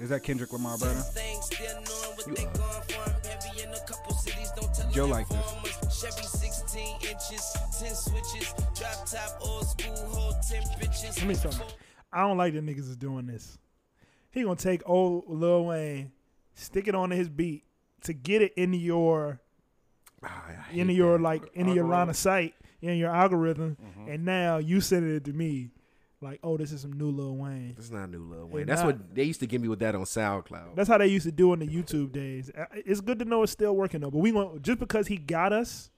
B: Is that Kendrick Lamar, brother?
E: Things still knowing what they going for. Heavy in a couple cities, don't tell
B: Joe
E: them
B: like this.
E: informers. Chevy 16 inches, 10 switches, drop top, old school, whole 10 bitches.
A: let me tell you. I don't like that niggas is doing this. He gonna take old Lil Wayne, stick it onto his beat to get it into your,
C: Ah,
A: into your like into your line of sight, in your algorithm,
C: Mm-hmm.
A: and now you sending it to me, like, oh, this is some new Lil Wayne.
C: This is not new Lil Wayne.
A: It
C: That's
A: not.
C: what they used to give me with that on SoundCloud.
A: That's how they used to do in the YouTube days. Uh, It's good to know it's still working though. But we going to just because he got us,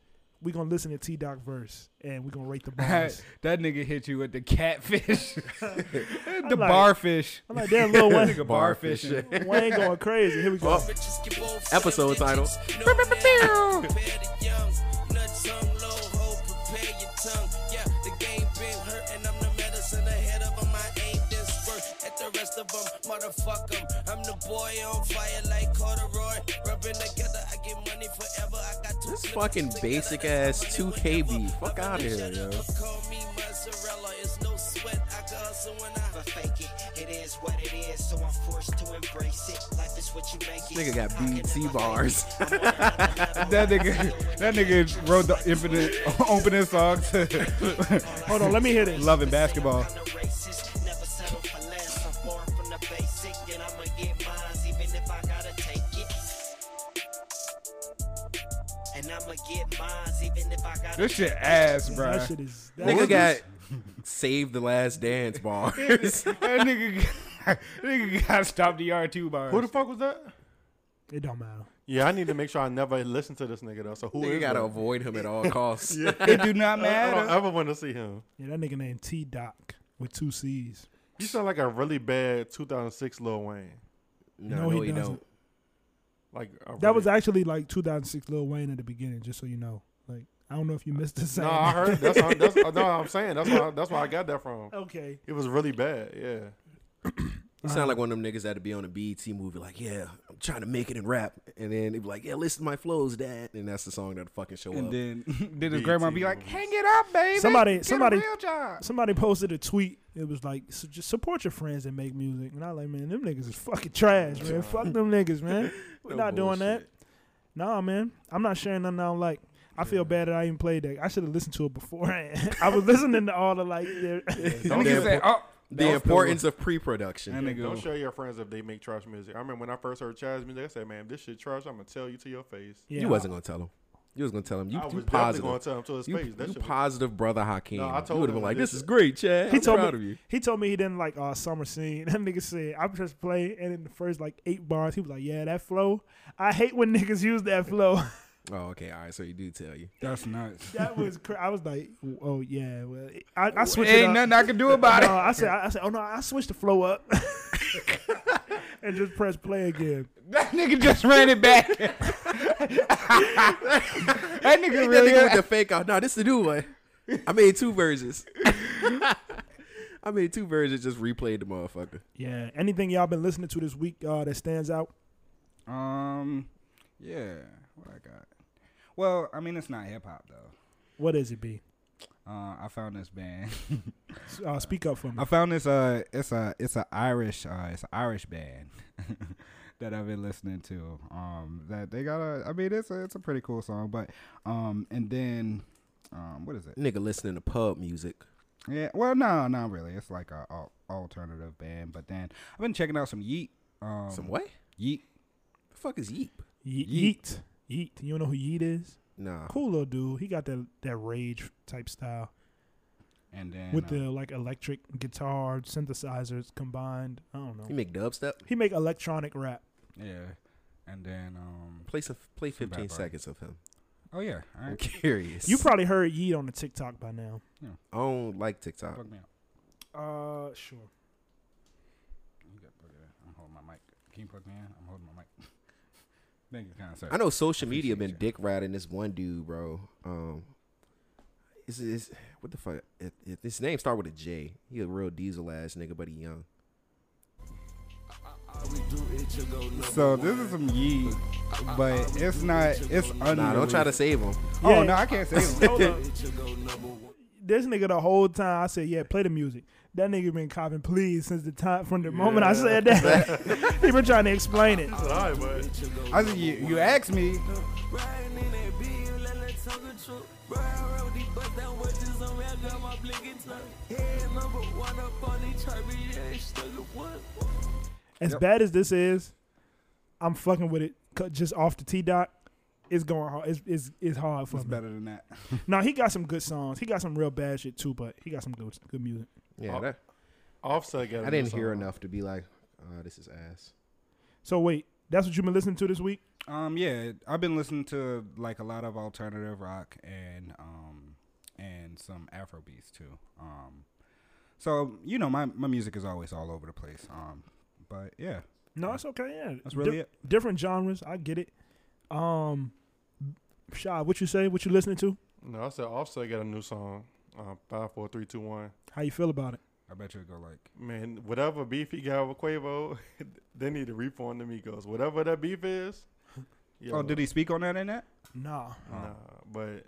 A: we gonna listen to T Doc verse and we gonna rate
C: [LAUGHS]
A: the bars.
B: [LAUGHS] that nigga hit you with the [LAUGHS] catfish, the
A: like-
B: barfish.
A: I'm like,
C: [LAUGHS]
A: damn, Lil Wayne,
B: Nigga barfishing.
A: Wayne going crazy. Here we go.
E: Bitches get both
C: Episode
E: seven
C: title.
E: digits. No man, prepare the young. Nuts hung low, ho, prepare your tongue. Yeah, the game been hurt, and I'm the medicine ahead of 'em. I ain't this worth at the rest of 'em, Motherfuck 'em. I'm the boy on fire like corduroy. Rubbing together, I get money forever. I got two
C: This
E: slippers
C: fucking
E: together,
C: basic
E: that's
C: ass
E: how they
C: 2K
E: wake 'em
C: beat.
E: up.
C: Fuck out of here, yo.
E: Call me mozzarella, it's no sweat. I can hustle when I
J: never fake it. It is what it is, so I'm forced to embrace it. Life is what you make it.
C: Nigga got BT bars.
B: [LAUGHS] That nigga, that nigga wrote the infinite [LAUGHS] opening song to [LAUGHS]
A: Hold on, let me hear this.
B: "Loving Basketball."
J: I'm a racist, never settle for less. I'm born from the basic, and I'ma get mines even if I gotta take it. And I'ma get mines even if I gotta
B: This shit ass, bro.
A: That
B: That,
A: shit is. That
C: Nigga
A: shit
C: got
A: is-
C: [LAUGHS] save the last dance [LAUGHS] bars.
B: nigga, nigga got [LAUGHS] stopped the R two bars.
D: Who the fuck was that?
A: It don't matter.
D: Yeah, I need to make sure I never listen to this nigga though. So who
C: Nigga
D: is
C: gotta
D: that?
C: avoid him at all [LAUGHS] costs.
B: it do [LAUGHS] not
D: I don't
B: matter.
D: ever want to see him.
A: Yeah, that nigga named T Doc with two C's.
D: You sound like a really bad 2006 Lil Wayne.
A: No, he doesn't.
D: Like a
A: That
D: really-
A: was actually like 2006 Lil Wayne at the beginning, just so you know. Like, I don't know if you missed the same.
D: No, I heard that's how, that's no. I'm saying that's why that's why I got that from.
A: [LAUGHS] Okay.
D: It was really bad. Yeah.
C: You
D: Uh-huh.
C: sound like one of them niggas that'd be on a BET movie, like, yeah, I'm trying to make it and rap. And then they'd be like, yeah, listen to my flows, dad. And that's the song that'd fucking show
B: And
C: up.
B: then, [LAUGHS] then his
D: BET
B: grandma be like,
D: movies.
B: "Hang it up, baby.
A: Somebody-
B: Get
A: somebody-
B: a real job."
A: Somebody posted a tweet. It was like, "So just support your friends that make music. And I like, man, them niggas is fucking trash, man. Fuck them niggas, man. We're
C: No
A: not doing that.
C: bullshit.
A: Nah, man, I'm not sharing nothing I don't like. I feel bad that I even played that. I should have listened to it beforehand. [LAUGHS] I was listening to all the like. their-
B: Don't
C: Damn.
B: say, oh,
C: The importance of pre-production.
B: That nigga-
D: Don't share your friends if they make trash music. I remember when I first heard trash music, I said, "Man, this shit trash. I'm gonna tell you to your face."
A: Yeah.
C: You wasn't gonna tell him. You was gonna tell him. You,
D: I was
C: you
D: definitely
C: positive.
D: gonna tell him to his
C: you,
D: face. That
C: you
D: shit was-
C: positive, brother Hakeem.
D: No, I
C: you
D: told
C: would have
D: him
C: been like,
D: this
C: "This is
D: shit-
C: great, Chad.
A: He
C: I'm
A: told
C: proud
A: me
C: of you."
A: he told me he didn't like uh, summer scene. [LAUGHS] That nigga said I'm just playing, and in the first like eight bars, he was like, "Yeah, that flow. I hate when [LAUGHS] niggas use that flow." [LAUGHS]
C: Oh, okay, all right. So he did tell you.
B: That's nuts.
A: that was cra- I was like, "Oh yeah." Well, I, I switched it
B: [LAUGHS] Ain't
A: up.
B: nothing I can do
A: [LAUGHS]
B: about
A: No,
B: it.
A: I said, I said, oh no, I switched the flow up [LAUGHS] and just press play again.
B: [LAUGHS] That nigga just ran it back. that nigga
C: That
B: really.
C: nigga with the fake out. No, this is the new one. I made two versions. [LAUGHS] I made two versions. Just replayed the motherfucker.
A: Yeah. Anything y'all been listening to this week uh, that stands out?
B: [LAUGHS] um, yeah. What I got? Well, I mean, it's not hip hop though.
A: What is it, B?
B: Uh, I found this band.
A: Uh, speak up for me.
B: I found this. Uh, it's a it's a Irish uh, it's an Irish band [LAUGHS] that I've been listening to. Um, that they got a. I mean, it's a it's a pretty cool song. But um, and then um, what is it?
C: Nigga listening to pub music.
B: Yeah. Well, no, not really. It's like a, al- alternative band. But then I've been checking out some Yeet. Um,
C: Some what?
B: Yeet.
C: The fuck is Yeep?
A: Ye-
B: Yeet.
A: Yeet. Yeet. You know who Yeet is?
C: Nah.
A: Cool little dude. He got that that rage type style
B: And then
A: with
B: uh,
A: the like electric guitar synthesizers combined. I don't
C: You
B: Mm.
A: know.
C: make dubstep.
A: He make electronic rap.
B: yeah, and then um.
C: Play some. Play
B: Some bad
C: fifteen
B: part.
C: seconds of him.
B: Oh yeah. All
C: I'm
B: right.
C: curious.
A: You probably heard Yeet on the TikTok by now.
C: I don't like TikTok.
B: Fuck me up.
A: Uh, sure.
B: You got plug it in. I'm holding my mic. Can you plug me in? I'm holding my mic. [LAUGHS] Thank you, kind sir.
C: I know social media
B: Appreciate
C: been dick riding this one dude, bro. Um, is is what the fuck? It, it, his name start with a J. He a real diesel ass nigga, but he young.
B: So this is some Yeet, but it's not. It's under.
C: Nah, don't try to save him.
B: Oh
A: Yeah.
B: no, I
C: [LAUGHS]
B: can't say. it.
A: Hold up. this nigga the whole time I said, yeah, play the music. That nigga been copping please since the time from the moment I said
B: [LAUGHS]
A: that. [LAUGHS] he been trying to explain it.
D: All right, but
B: I said you. You asked me.
A: As bad as this is, I'm fucking with it. 'Cause Just off the T dot, it's going hard. It's it's, it's hard for
B: It's
A: me.
B: better than that.
A: Now he got some good songs. He got some real bad shit too, but he got some good good music.
C: Yeah,
D: Oh,
C: that,
D: Offset got.
C: I
D: a new
C: didn't hear
D: song.
C: enough to be like, uh, this is ass.
A: So wait, that's what you've been listening to this week?
B: Um, yeah, I've been listening to like a lot of alternative rock and um and some Afro beats too. Um, so you know my my music is always all over the place. Um, but yeah,
A: No, it's okay. Yeah,
B: that's really it.
A: Different genres, I get it. Um, Shah, what you say? What you listening to?
D: No, I said Offset got a new song. Um, five, four, three, two, one.
A: How you feel about it?
B: I bet you it go like
D: Man, whatever beef he got with Quavo, [LAUGHS] they need to reform the Migos. Whatever that beef
C: [LAUGHS]
D: is.
B: Oh, did he speak on that in that?
A: Nah,
D: Nah, but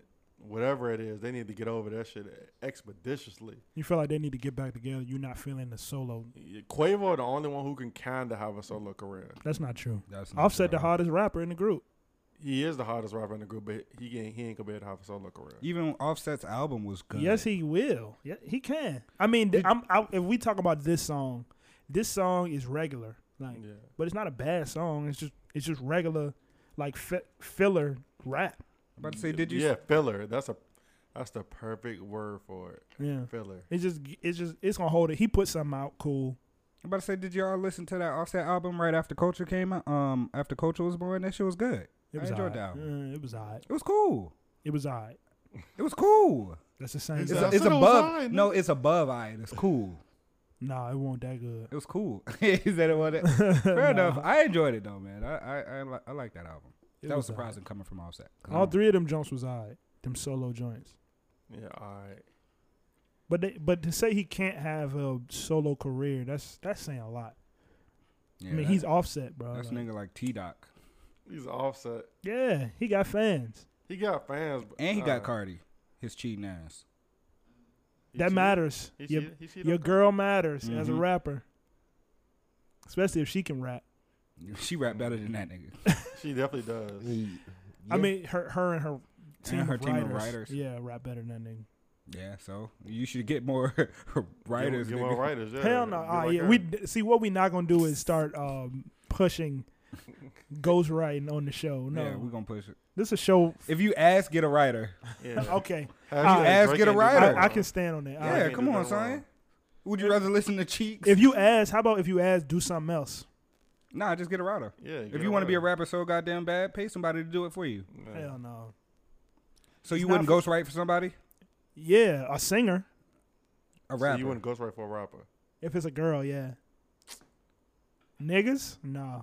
D: whatever it is, they need to get over that shit expeditiously.
A: you feel like they need to get back together. You're not feeling the solo.
D: Quavo the only one who can kinda have a solo career.
A: That's not true.
B: That's not
A: Offset the
B: true.
A: hardest rapper in the group.
D: He is the hottest rapper in the group, but he ain't, he ain't compared to have a solo career.
B: Even Offset's album was good.
A: Yes, he will. Yeah, he can. I mean, th- I'm, I, if we talk about this song, this song is regular, like,
D: Yeah.
A: but it's not a bad song. It's just it's just regular, like fi- filler rap.
B: I'm about to say, did you?
D: Yeah, filler. That's a that's the perfect word for it.
A: Yeah,
D: Filler.
A: it's just it's just it's gonna hold it. He put something out cool.
B: I'm about to say, did y'all listen to that Offset album right after Culture came out? Um, after Culture was born, that shit was good.
A: It
B: I
A: was
B: enjoyed
A: alright.
B: that album.
A: Uh, it was alright.
B: It was cool.
A: It was alright.
B: It was cool.
A: That's the same.
B: It's,
D: Yeah, I
B: it's
D: said it was
B: above.
D: alright,
B: no, it's above. I. It's cool.
A: Nah, it wasn't that good.
B: It was cool. [LAUGHS] Is that
A: [LAUGHS]
B: what it? Fair enough. I enjoyed it though, man. I I I, li- I like that album.
A: It
B: that was,
A: was
B: surprising coming from Offset. 'Cause
A: All
B: I'm-
A: three of them jumps was alright. Them solo joints.
D: Yeah, all right.
A: But they, but to say he can't have a solo career, that's that's saying a lot.
B: Yeah,
A: I mean,
B: that-
A: he's offset, bro.
B: that's
A: Like,
B: nigga like T Doc,
D: He's offset.
A: Yeah, he got fans.
D: He got fans, but-
B: and he
D: uh,
B: got Cardi, his cheating ass. [LAUGHS]
D: he
A: that
D: cheated.
A: matters.
D: He
A: your
D: cheated- he cheated
A: your
D: on Cardi.
A: girl matters as a
B: Mhm.
A: rapper, especially if she can rap.
B: She rap better than that nigga.
D: She definitely does.
A: I mean, her her and her team,
B: her
A: of,
B: team
A: writers,
B: of writers.
A: Yeah, rap better than that nigga.
B: Yeah, so you should get more [LAUGHS] writers.
D: Get more
B: nigga.
D: writers. Yeah.
A: Hell no.
D: Be
A: Ah,
D: like
A: yeah.
D: her.
A: We d- see what we not gonna do is start um,
B: [LAUGHS]
A: pushing ghostwriting on the show. No,
B: Yeah, we're gonna push it.
A: this is a show.
B: If you ask, get a writer.
D: [LAUGHS] Yeah.
A: Okay,
D: Hashtag
A: Ah,
B: ask,
D: Drake
B: get a
D: ain't do
B: writer.
D: nothing
A: I, I
D: wrong.
A: can stand on that. All
B: Yeah,
A: right.
D: can't
B: come
D: do
B: on,
D: nothing wrong.
B: son. Would you rather listen to Cheeks?
A: If you ask, how about if you ask, do something else?
B: nah, just get a writer.
D: [LAUGHS] Yeah.
B: if you want to be a rapper so goddamn bad, pay somebody to do it for you.
A: Hell no.
B: So
A: It's
B: you
A: not
B: wouldn't
A: for-
B: ghostwrite for somebody?
A: Yeah, a singer.
B: A
D: so
B: rapper.
D: you wouldn't ghostwrite for a rapper.
A: If it's a girl, yeah. Niggas? Nah.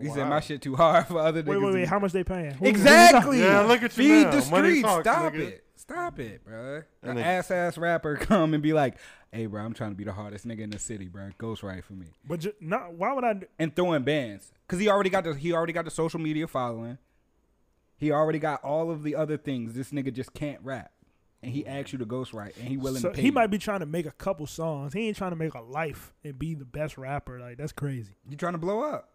B: he said
D: Wow.
B: my
D: [LAUGHS]
B: shit too hard for other
A: Wait,
B: niggas.
A: wait,
B: to
A: wait.
B: be-
A: How much they paying? Who-
B: Exactly.
D: Yeah, look at you
B: Feed
D: now.
B: the
D: Money
B: streets.
D: talks,
B: Stop
D: nigga.
B: it. Stop it, bro. An
D: And they-
B: ass ass rapper [LAUGHS] come and be like, "Hey, bro, I'm trying to be the hardest nigga in the city, bro. Ghostwrite for me."
A: But ju- not, why would I? do-
B: And throwing bands because he already got the he already got the social media following. He already got all of the other things. This nigga just can't rap, and he asked you to ghostwrite, and he willing
A: So
B: to pay.
A: he
B: you.
A: might be trying to make a couple songs. He ain't trying to make a life and be the best rapper. Like that's crazy.
B: You trying to blow up,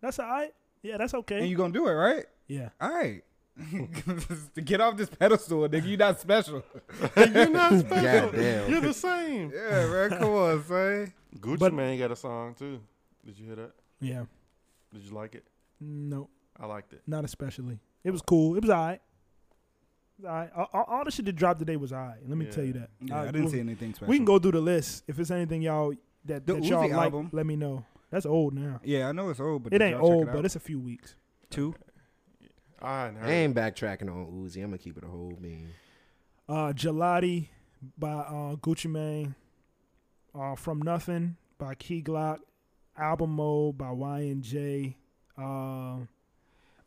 A: That's all right. Yeah, that's okay.
B: and you gonna do it, right?
A: yeah.
B: All right. [LAUGHS] Get off this pedestal, nigga. You not special.
D: You're not special.
C: Goddamn.
D: You're
A: [LAUGHS]
D: the same.
B: [LAUGHS] Yeah, man. Come on, son.
D: Gucci
A: But-
D: Man got a song too. Did you hear that?
A: Yeah.
D: Did you like it?
A: No,
D: I liked it.
A: not especially. It was cool. It was all right. All, right. all, all- all the shit that dropped today was all right. Let me tell you
D: Yeah.
A: that.
B: Yeah,
A: All
B: I
A: right,
B: didn't
A: we'll-
B: see anything special.
A: We can go through the list. If it's anything y'all that,
B: The
A: that y'all
B: Uzi
A: like,
B: album.
A: let me know. That's old now.
B: Yeah, I know it's old, but
A: it
B: did
A: ain't
B: y'all check
A: old,
B: it out?
A: but it's a few weeks.
B: two.
D: I hadn't heard
C: I
D: it.
C: ain't backtracking on Uzi. I'm gonna keep it a whole bean.
A: Uh, Gelati by uh, Gucci Mane. Uh, From Nothing by Key Glock. Album Mode by YNJ. Um,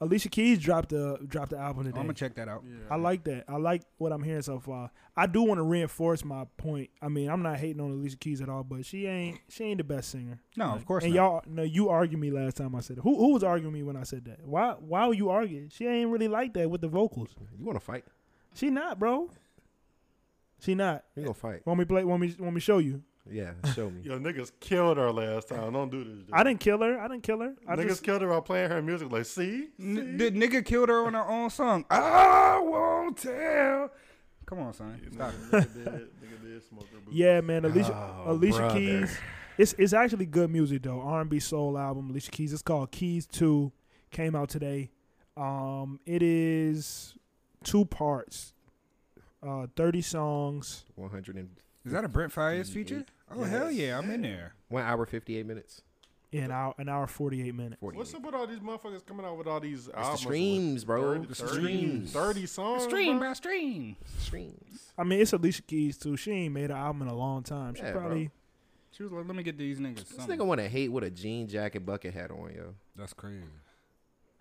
A: Alicia Keys dropped the dropped the album
B: I'm
A: today.
B: gonna Oh, check that out.
D: Yeah.
A: I like that. I like what I'm hearing so far. I do want to reinforce my point. I mean, I'm not hating on Alicia Keys at all, but she ain't she ain't the best singer.
B: No, of course
A: And
B: not.
A: y'all, no, you argued me last time I said it. Who who was arguing me when I said that? Why why were you arguing? She ain't really like that with the vocals.
C: You want to fight?
A: She not, bro. She not.
C: You gonna fight?
A: Want me play? Want me? Want me show you?
C: Yeah, show
D: [LAUGHS]
C: me.
D: Yo, niggas killed her last time. Don't do this.
A: I didn't kill her. I didn't kill her. I
D: niggas
A: just
D: killed her by playing her music. Like, see,
B: N- the nigga killed her on her own song. I won't tell. Come on, son. Stop it.
D: nigga did, nigga did smoke her boots.
A: yeah, man. Alicia
C: Oh,
A: Alicia
C: brother.
A: Keys. It's it's actually good music though. R and B soul album. Alicia Keys. It's called Keys Two. Came out today. Um, it is two parts. Uh, thirty songs.
C: 100 and
B: Is that a Brent Fires feature? Oh hell
C: Yes.
B: yeah, I'm in there.
C: one hour 58 minutes.
A: In an hour, an hour forty-eight minutes.
C: 40.
D: What's up with all these motherfuckers coming out with all these albums? with
C: streams, bro. The streams.
D: 30 songs.
B: Stream,
D: bro.
B: bro, stream.
C: Streams.
A: I mean, it's Alicia Keys too. She ain't made an album in a long time. She
C: Yeah, bro.
A: probably
B: She was like, let me get these niggas.
C: This
B: Something.
C: nigga want to hate with a jean jacket bucket hat on, yo.
B: That's crazy.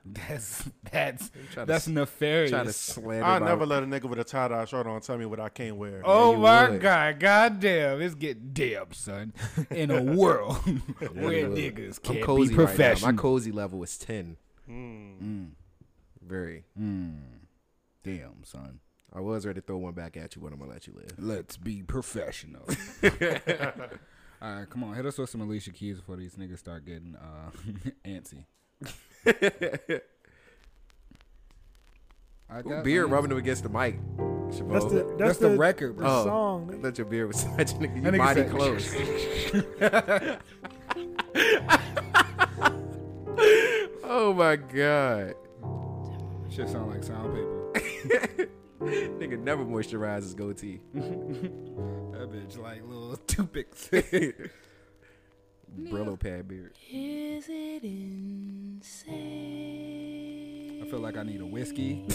B: That's that's
C: trying to
B: that's
C: s-
B: nefarious.
C: Try to slander.
D: I
C: my-
D: never let a nigga with a tie dye shirt on tell me what I can't wear.
B: Oh
C: you
B: my
C: would.
B: god, goddamn, it's getting damn, son. In
C: [LAUGHS]
B: a world where
C: would.
B: niggas
C: I'm
B: can't
C: cozy
B: be
C: right now.
B: professional.
C: My cozy level is 10.
D: Hmm.
C: Mm. Very.
B: damn, son.
C: I was ready to throw one back at you, but I'm gonna let you live.
B: Let's be
C: [LAUGHS]
B: professional. [LAUGHS] All right, come on, hit us with some Alicia Keys before these niggas start getting uh, [LAUGHS] antsy. I
C: Ooh,
B: got
C: beard
B: one.
C: rubbing him against the mic. Chabot.
A: that's the that's,
B: That's the,
A: the,
B: record, bro.
C: oh,
A: song, nigga.
C: That your beard was [LAUGHS] such nigga. You
B: That nigga
C: mighty
B: said-
C: close.
A: [LAUGHS]
C: oh my god.
B: Shit sound like sound paper.
C: Nigga never moisturizes goatee. [LAUGHS]
B: That bitch like little [LAUGHS] toothpicks.
C: Brillo pad beard.
I: Is it insane?
B: I feel like I need a
I: [LAUGHS]
B: whiskey. I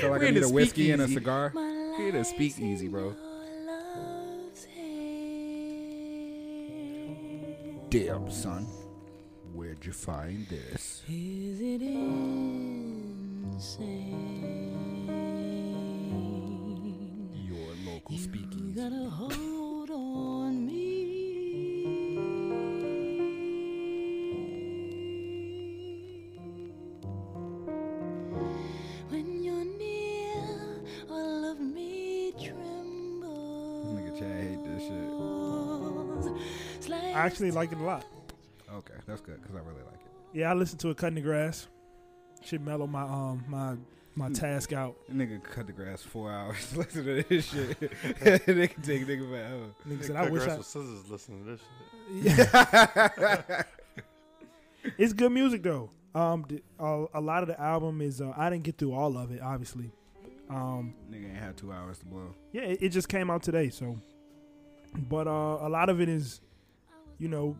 B: feel like
C: We
B: I
C: in
B: need
C: a
B: a whiskey and a
C: speakeasy.
B: cigar. [LAUGHS]
C: He had a speakeasy, bro.
B: Damn, son. Where'd you find this?
I: Is it insane?
B: Your local
I: You
B: speakeasy.
I: gotta hold on me. When you're near, all of me
B: Nigga, Chad hate this shit.
I: trembles.
A: I actually like it a lot.
B: Okay, that's good because I really like it.
A: Yeah, I listened to it cutting the grass. Should mellow my um my
C: Mm.
A: my task out.
B: That nigga cut the grass four hours. [LAUGHS] Listen to this shit. [LAUGHS] nigga take nigga forever. [LAUGHS]
A: Nigga said,
D: Cut
A: I wish
D: grass
A: I. [LAUGHS]
D: with scissors listening to this shit.
A: It's good music though. Um, d- a, a lot of the album is uh, I didn't get through all of it, obviously. Um,
B: Nigga ain't had two hours to blow.
A: yeah, it, it just came out today, so. But uh, a lot of it is, you know,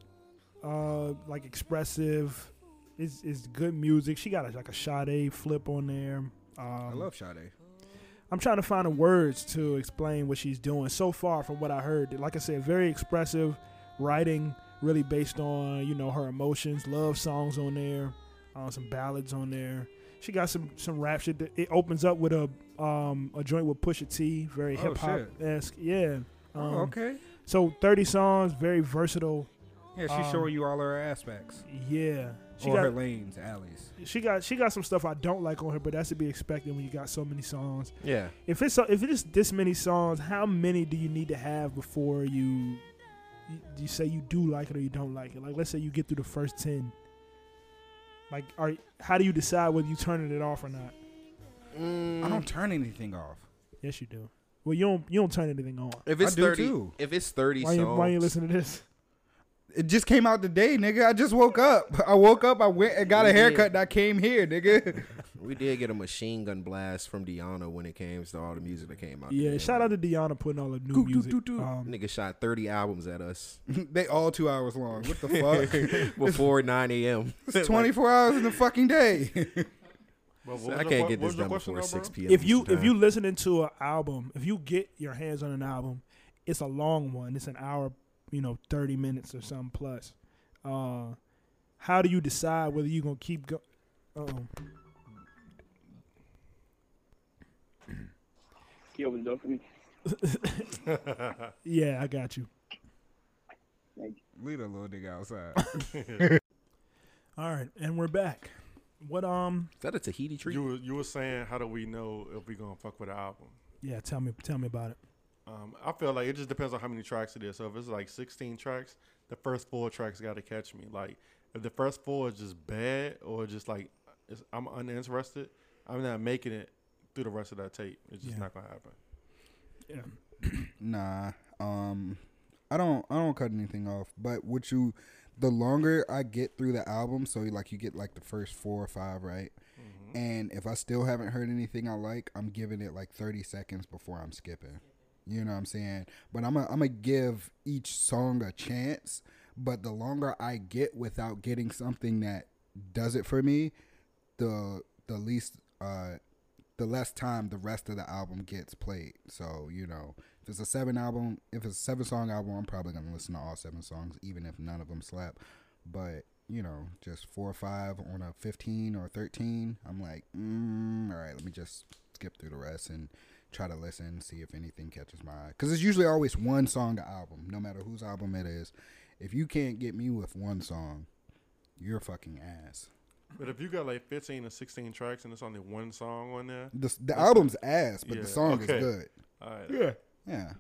A: uh, like expressive. It's, it's good music. She got a, like a Sade flip on there. Um,
B: I love Sade.
A: I'm trying to find the words to explain what she's doing. So far, from what I heard, like I said, very expressive writing, really based on you know her emotions. Love songs on there, uh, some ballads on there. She got some some rap shit. That, it opens up with a um a joint with Pusha T, very
B: Oh,
A: hip hop esque. Yeah. Um,
B: Oh, okay.
A: So 30 songs, very versatile.
B: Yeah, she's
A: um,
B: showing you all her aspects.
A: Yeah. She
B: or her
A: got,
B: lanes, alleys.
A: she got she got some stuff I don't like on her, but that's to be expected when you got so many songs.
B: Yeah.
A: If it's so, if it's this many songs, how many do you need to have before you you- you say you do like it or you don't like it? Like, let's say you get through the first ten. Like, are how do you decide whether you turning it off or not?
B: I
C: Mm,
B: don't turn anything off.
A: Yes, you do. Well, you don't you don't turn anything on.
C: if it's
B: I do
C: thirty,
B: too.
C: if it's thirty
A: Why you,
C: songs,
A: why you listen to this?
B: It just came out today, nigga. I just woke up. [LAUGHS] I woke up. I went and got a
C: Yeah.
B: haircut. And I came here, nigga. [LAUGHS]
C: we did get a machine gun blast from Deanna when it came to all the music that came out.
A: Yeah,
C: today.
A: shout out to Deanna putting all the new
B: Goo, doo,
A: music.
B: doo, doo.
A: Um,
C: nigga shot thirty albums at
D: [LAUGHS]
C: us
B: they all two hours long. What the
A: [LAUGHS]
B: fuck?
C: before nine a.m.
B: it's twenty four hours in the
A: [LAUGHS]
B: fucking day.
D: But what
C: So
D: was
C: I can't
D: your que-
C: get this
D: what was your
C: done
D: question
C: before
D: though, bro?
C: six p.m.
A: if you
C: Eastern
A: if
C: Time.
A: you listening to an album, if you get your hands on an album, it's a long one. It's an hour, you know, thirty minutes or something plus. Uh, how do you decide whether you're gonna keep going? Oh,
K: He opened the door for me.
A: yeah, I got you.
B: Leave a little nigga outside.
A: All right, and we're back. What um?
C: is that a Tahiti tree?
D: You were, you were saying, how do we know if we gonna fuck with an album?
A: Yeah, tell me, tell me about it.
D: Um, I feel like it just depends on how many tracks it is. So if it's like 16 tracks, the first four tracks got to catch me. Like if the first four is just bad or just like it's, I'm uninterested, I'm not making it through the rest of that tape. It's just
A: Yeah.
D: not gonna happen.
A: Yeah.
B: Nah, um, I don't. I don't cut anything off. But what you, the longer I get through the album, so like you get like the first four or five, right? And if I still haven't heard anything I like, I'm giving it like thirty seconds before I'm skipping. You know what I'm saying? But I'm i I'm gonna give each song a chance. But the longer I get without getting something that does it for me, the the least uh the less time the rest of the album gets played. So, you know, if it's a seven album, if it's a seven song album, I'm probably gonna listen to all seven songs, even if none of them slap. But you know, just four or five on a fifteen or thirteen, I'm like, mm, all right, let me just skip through the rest and try to listen, see if anything catches my eye. Because it's usually always one song an album, no matter whose album it is. If you can't get me with one song, you're fucking ass.
D: But if you got like 15 or 16 tracks and it's only one song on there,
B: The, the album's ass, but
D: Yeah,
B: the song
D: okay.
B: is good.
D: all right,
B: Yeah.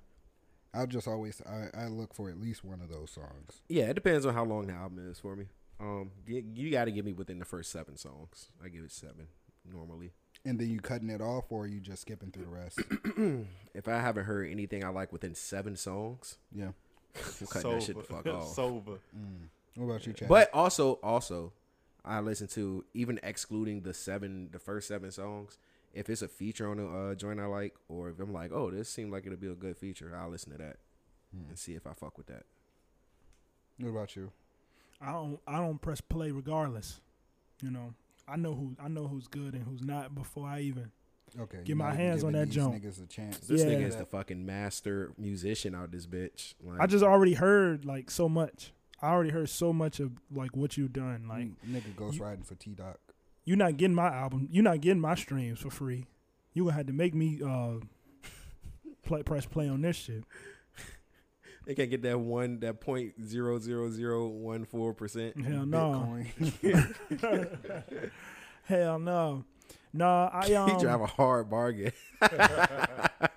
B: I just always I, I look for at least one of those songs.
C: yeah, it depends on how long the album is for me. Um, you, you got to give me within the first seven songs. I give it seven normally.
B: And then you cutting it off or you just skipping through the rest. [COUGHS]
C: If I haven't heard anything I like within seven songs,
B: yeah.
C: I'm cutting that shit the
D: [LAUGHS]
C: fuck [LAUGHS] off.
D: sober.
B: What about you, Chad?
C: But also, also, I listen to even excluding the seven, the first seven songs. If it's a feature on a uh, joint I like, or if I'm like, oh, this seemed like it'll be a good feature, I'll listen to that and see if I fuck with that.
B: what about you?
A: I don't, I don't press play regardless. You know, I know who, I know who's good and who's not before I even.
B: Okay.
A: Get
B: you
A: my
B: know, you
A: hands on
B: giving
A: that
B: these
A: joint.
B: Niggas a chance.
C: This
A: Yeah.
C: nigga is the fucking master musician out this bitch. Like,
A: I just already heard like so much. I already heard so much of like what you've done. Like
B: Mm, nigga ghost riding for
A: [LAUGHS]
B: T Doc.
A: you're not getting my album. You're not getting my streams for free. You gonna have to make me uh play, press play on this
C: [LAUGHS]
A: shit.
C: they can't get that one, that point zero zero zero one four percent.
A: Hell
C: [LAUGHS]
A: no.
B: Bitcoin.
A: Hell no. Nah, I
C: [LAUGHS] He drive
A: um,
C: a hard bargain. [LAUGHS] [LAUGHS]
A: I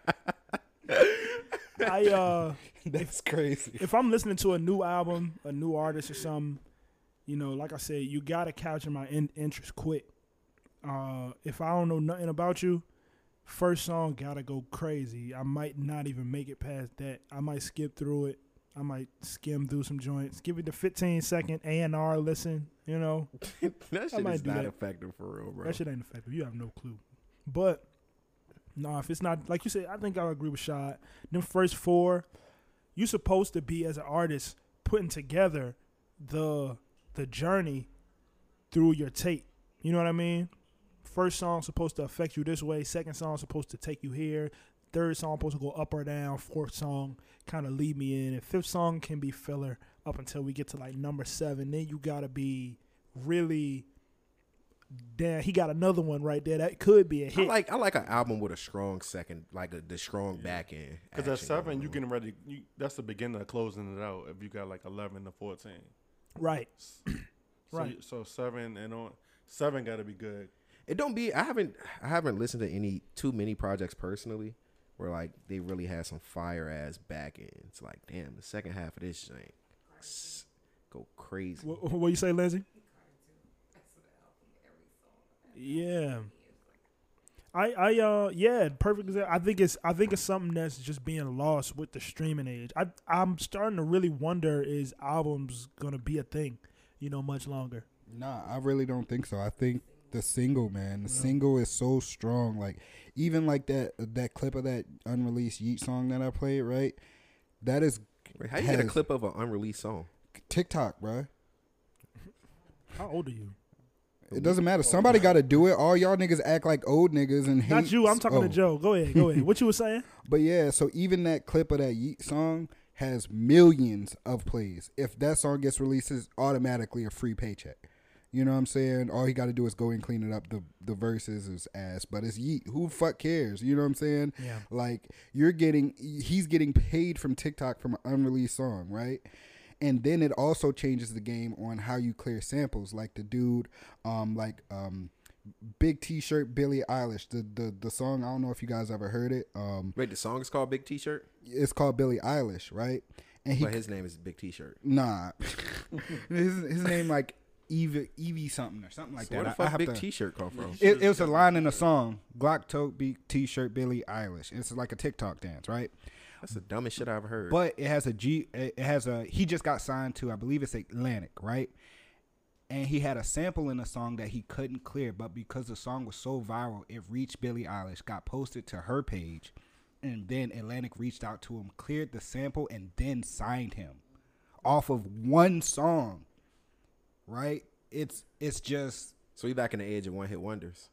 A: uh,
B: That's crazy.
A: if I'm listening to a new album, a new artist or something, You know, like I said, you gotta capture my in- interest quick. Uh, if I don't know nothing about you, first song gotta go crazy. I might not even make it past that. I might skip through it. I might skim through some joints. Give it the 15 second A and R listen. You know,
C: that shit
A: might
C: is
A: do
C: not
A: that.
C: effective for real, bro.
A: that shit ain't effective. You have no clue. But nah, if it's not like you said, I think I agree with Shad. Them first four, you supposed to be as an artist putting together the the journey through your tape. You know what I mean? First song supposed to affect you this way. Second song supposed to take you here. Third song supposed to go up or down. Fourth song kind of lead me in. And fifth song can be filler up until we get to like number seven. Then you gotta be really damn. He got another one right there that could be a
C: I
A: hit.
C: like I like an album with a strong second, like a, the strong back end.
D: Because at
C: action
D: seven,
C: going
D: you
C: on.
D: getting ready. You, that's the beginning of closing it out. If you got like eleven to fourteen,
A: right.
D: so
A: Right.
D: You, so seven and on seven got to be good.
C: It don't be. I haven't. I haven't listened to any too many projects personally where like they really had some fire ass back ends. Like damn, the second half of this thing s- go crazy.
A: What, what you say, Lindsay? Yeah. I I uh yeah, perfect example. I think it's I think it's something that's just being lost with the streaming age. I I'm starting to really wonder is albums gonna be a thing, you know, much longer.
B: Nah, I really don't think so. I think the single, man, the single is so strong. Like even like that that clip of that unreleased Yeet song that I played, right? That is
C: Wait, how you get a
B: has-
C: clip of an unreleased song?
B: TikTok, bruh.
A: How old are you?
B: It doesn't matter. Somebody got to do it. All y'all niggas act like old niggas and hate.
A: Not you. I'm talking
B: oh.
A: to Joe. Go ahead. Go ahead. What you were saying?
B: But yeah, so even that clip of that Yeet song has millions of plays. If that song gets released, it's automatically a free paycheck. You know what I'm saying? All he got to do is go and clean it up. The the verses is ass, but it's Yeet. Who fuck cares? You know what I'm saying?
A: Yeah.
B: Like you're getting, he's getting paid from TikTok from an unreleased song, right? And then it also changes the game on how you clear samples. Like the dude, um, like um, big T-shirt Billie Eilish. The the the song. I don't know if you guys ever heard it. Um,
C: Wait, the song is called Big T-shirt,
B: it's called Billie Eilish, right? And he
C: but his name is Big T-shirt. [LAUGHS]
B: nah, his, his name like Eve Evie something or something like
C: So
B: that.
C: where the
B: I- I
C: fuck
B: have
C: Big
B: to-
C: T-shirt come from?
B: it, it was a line in a song. Glock tote big T-shirt Billie Eilish. It's like a TikTok dance, right?
C: That's the dumbest shit I've heard.
B: But it has a G. It has a. He just got signed to, I believe it's Atlantic, right? And he had a sample in a song that he couldn't clear, but because the song was so viral, it reached Billie Eilish, got posted to her page, and then Atlantic reached out to him, cleared the sample, and then signed him off of one song. Right? It's it's just
C: so we back in the age of one hit wonders.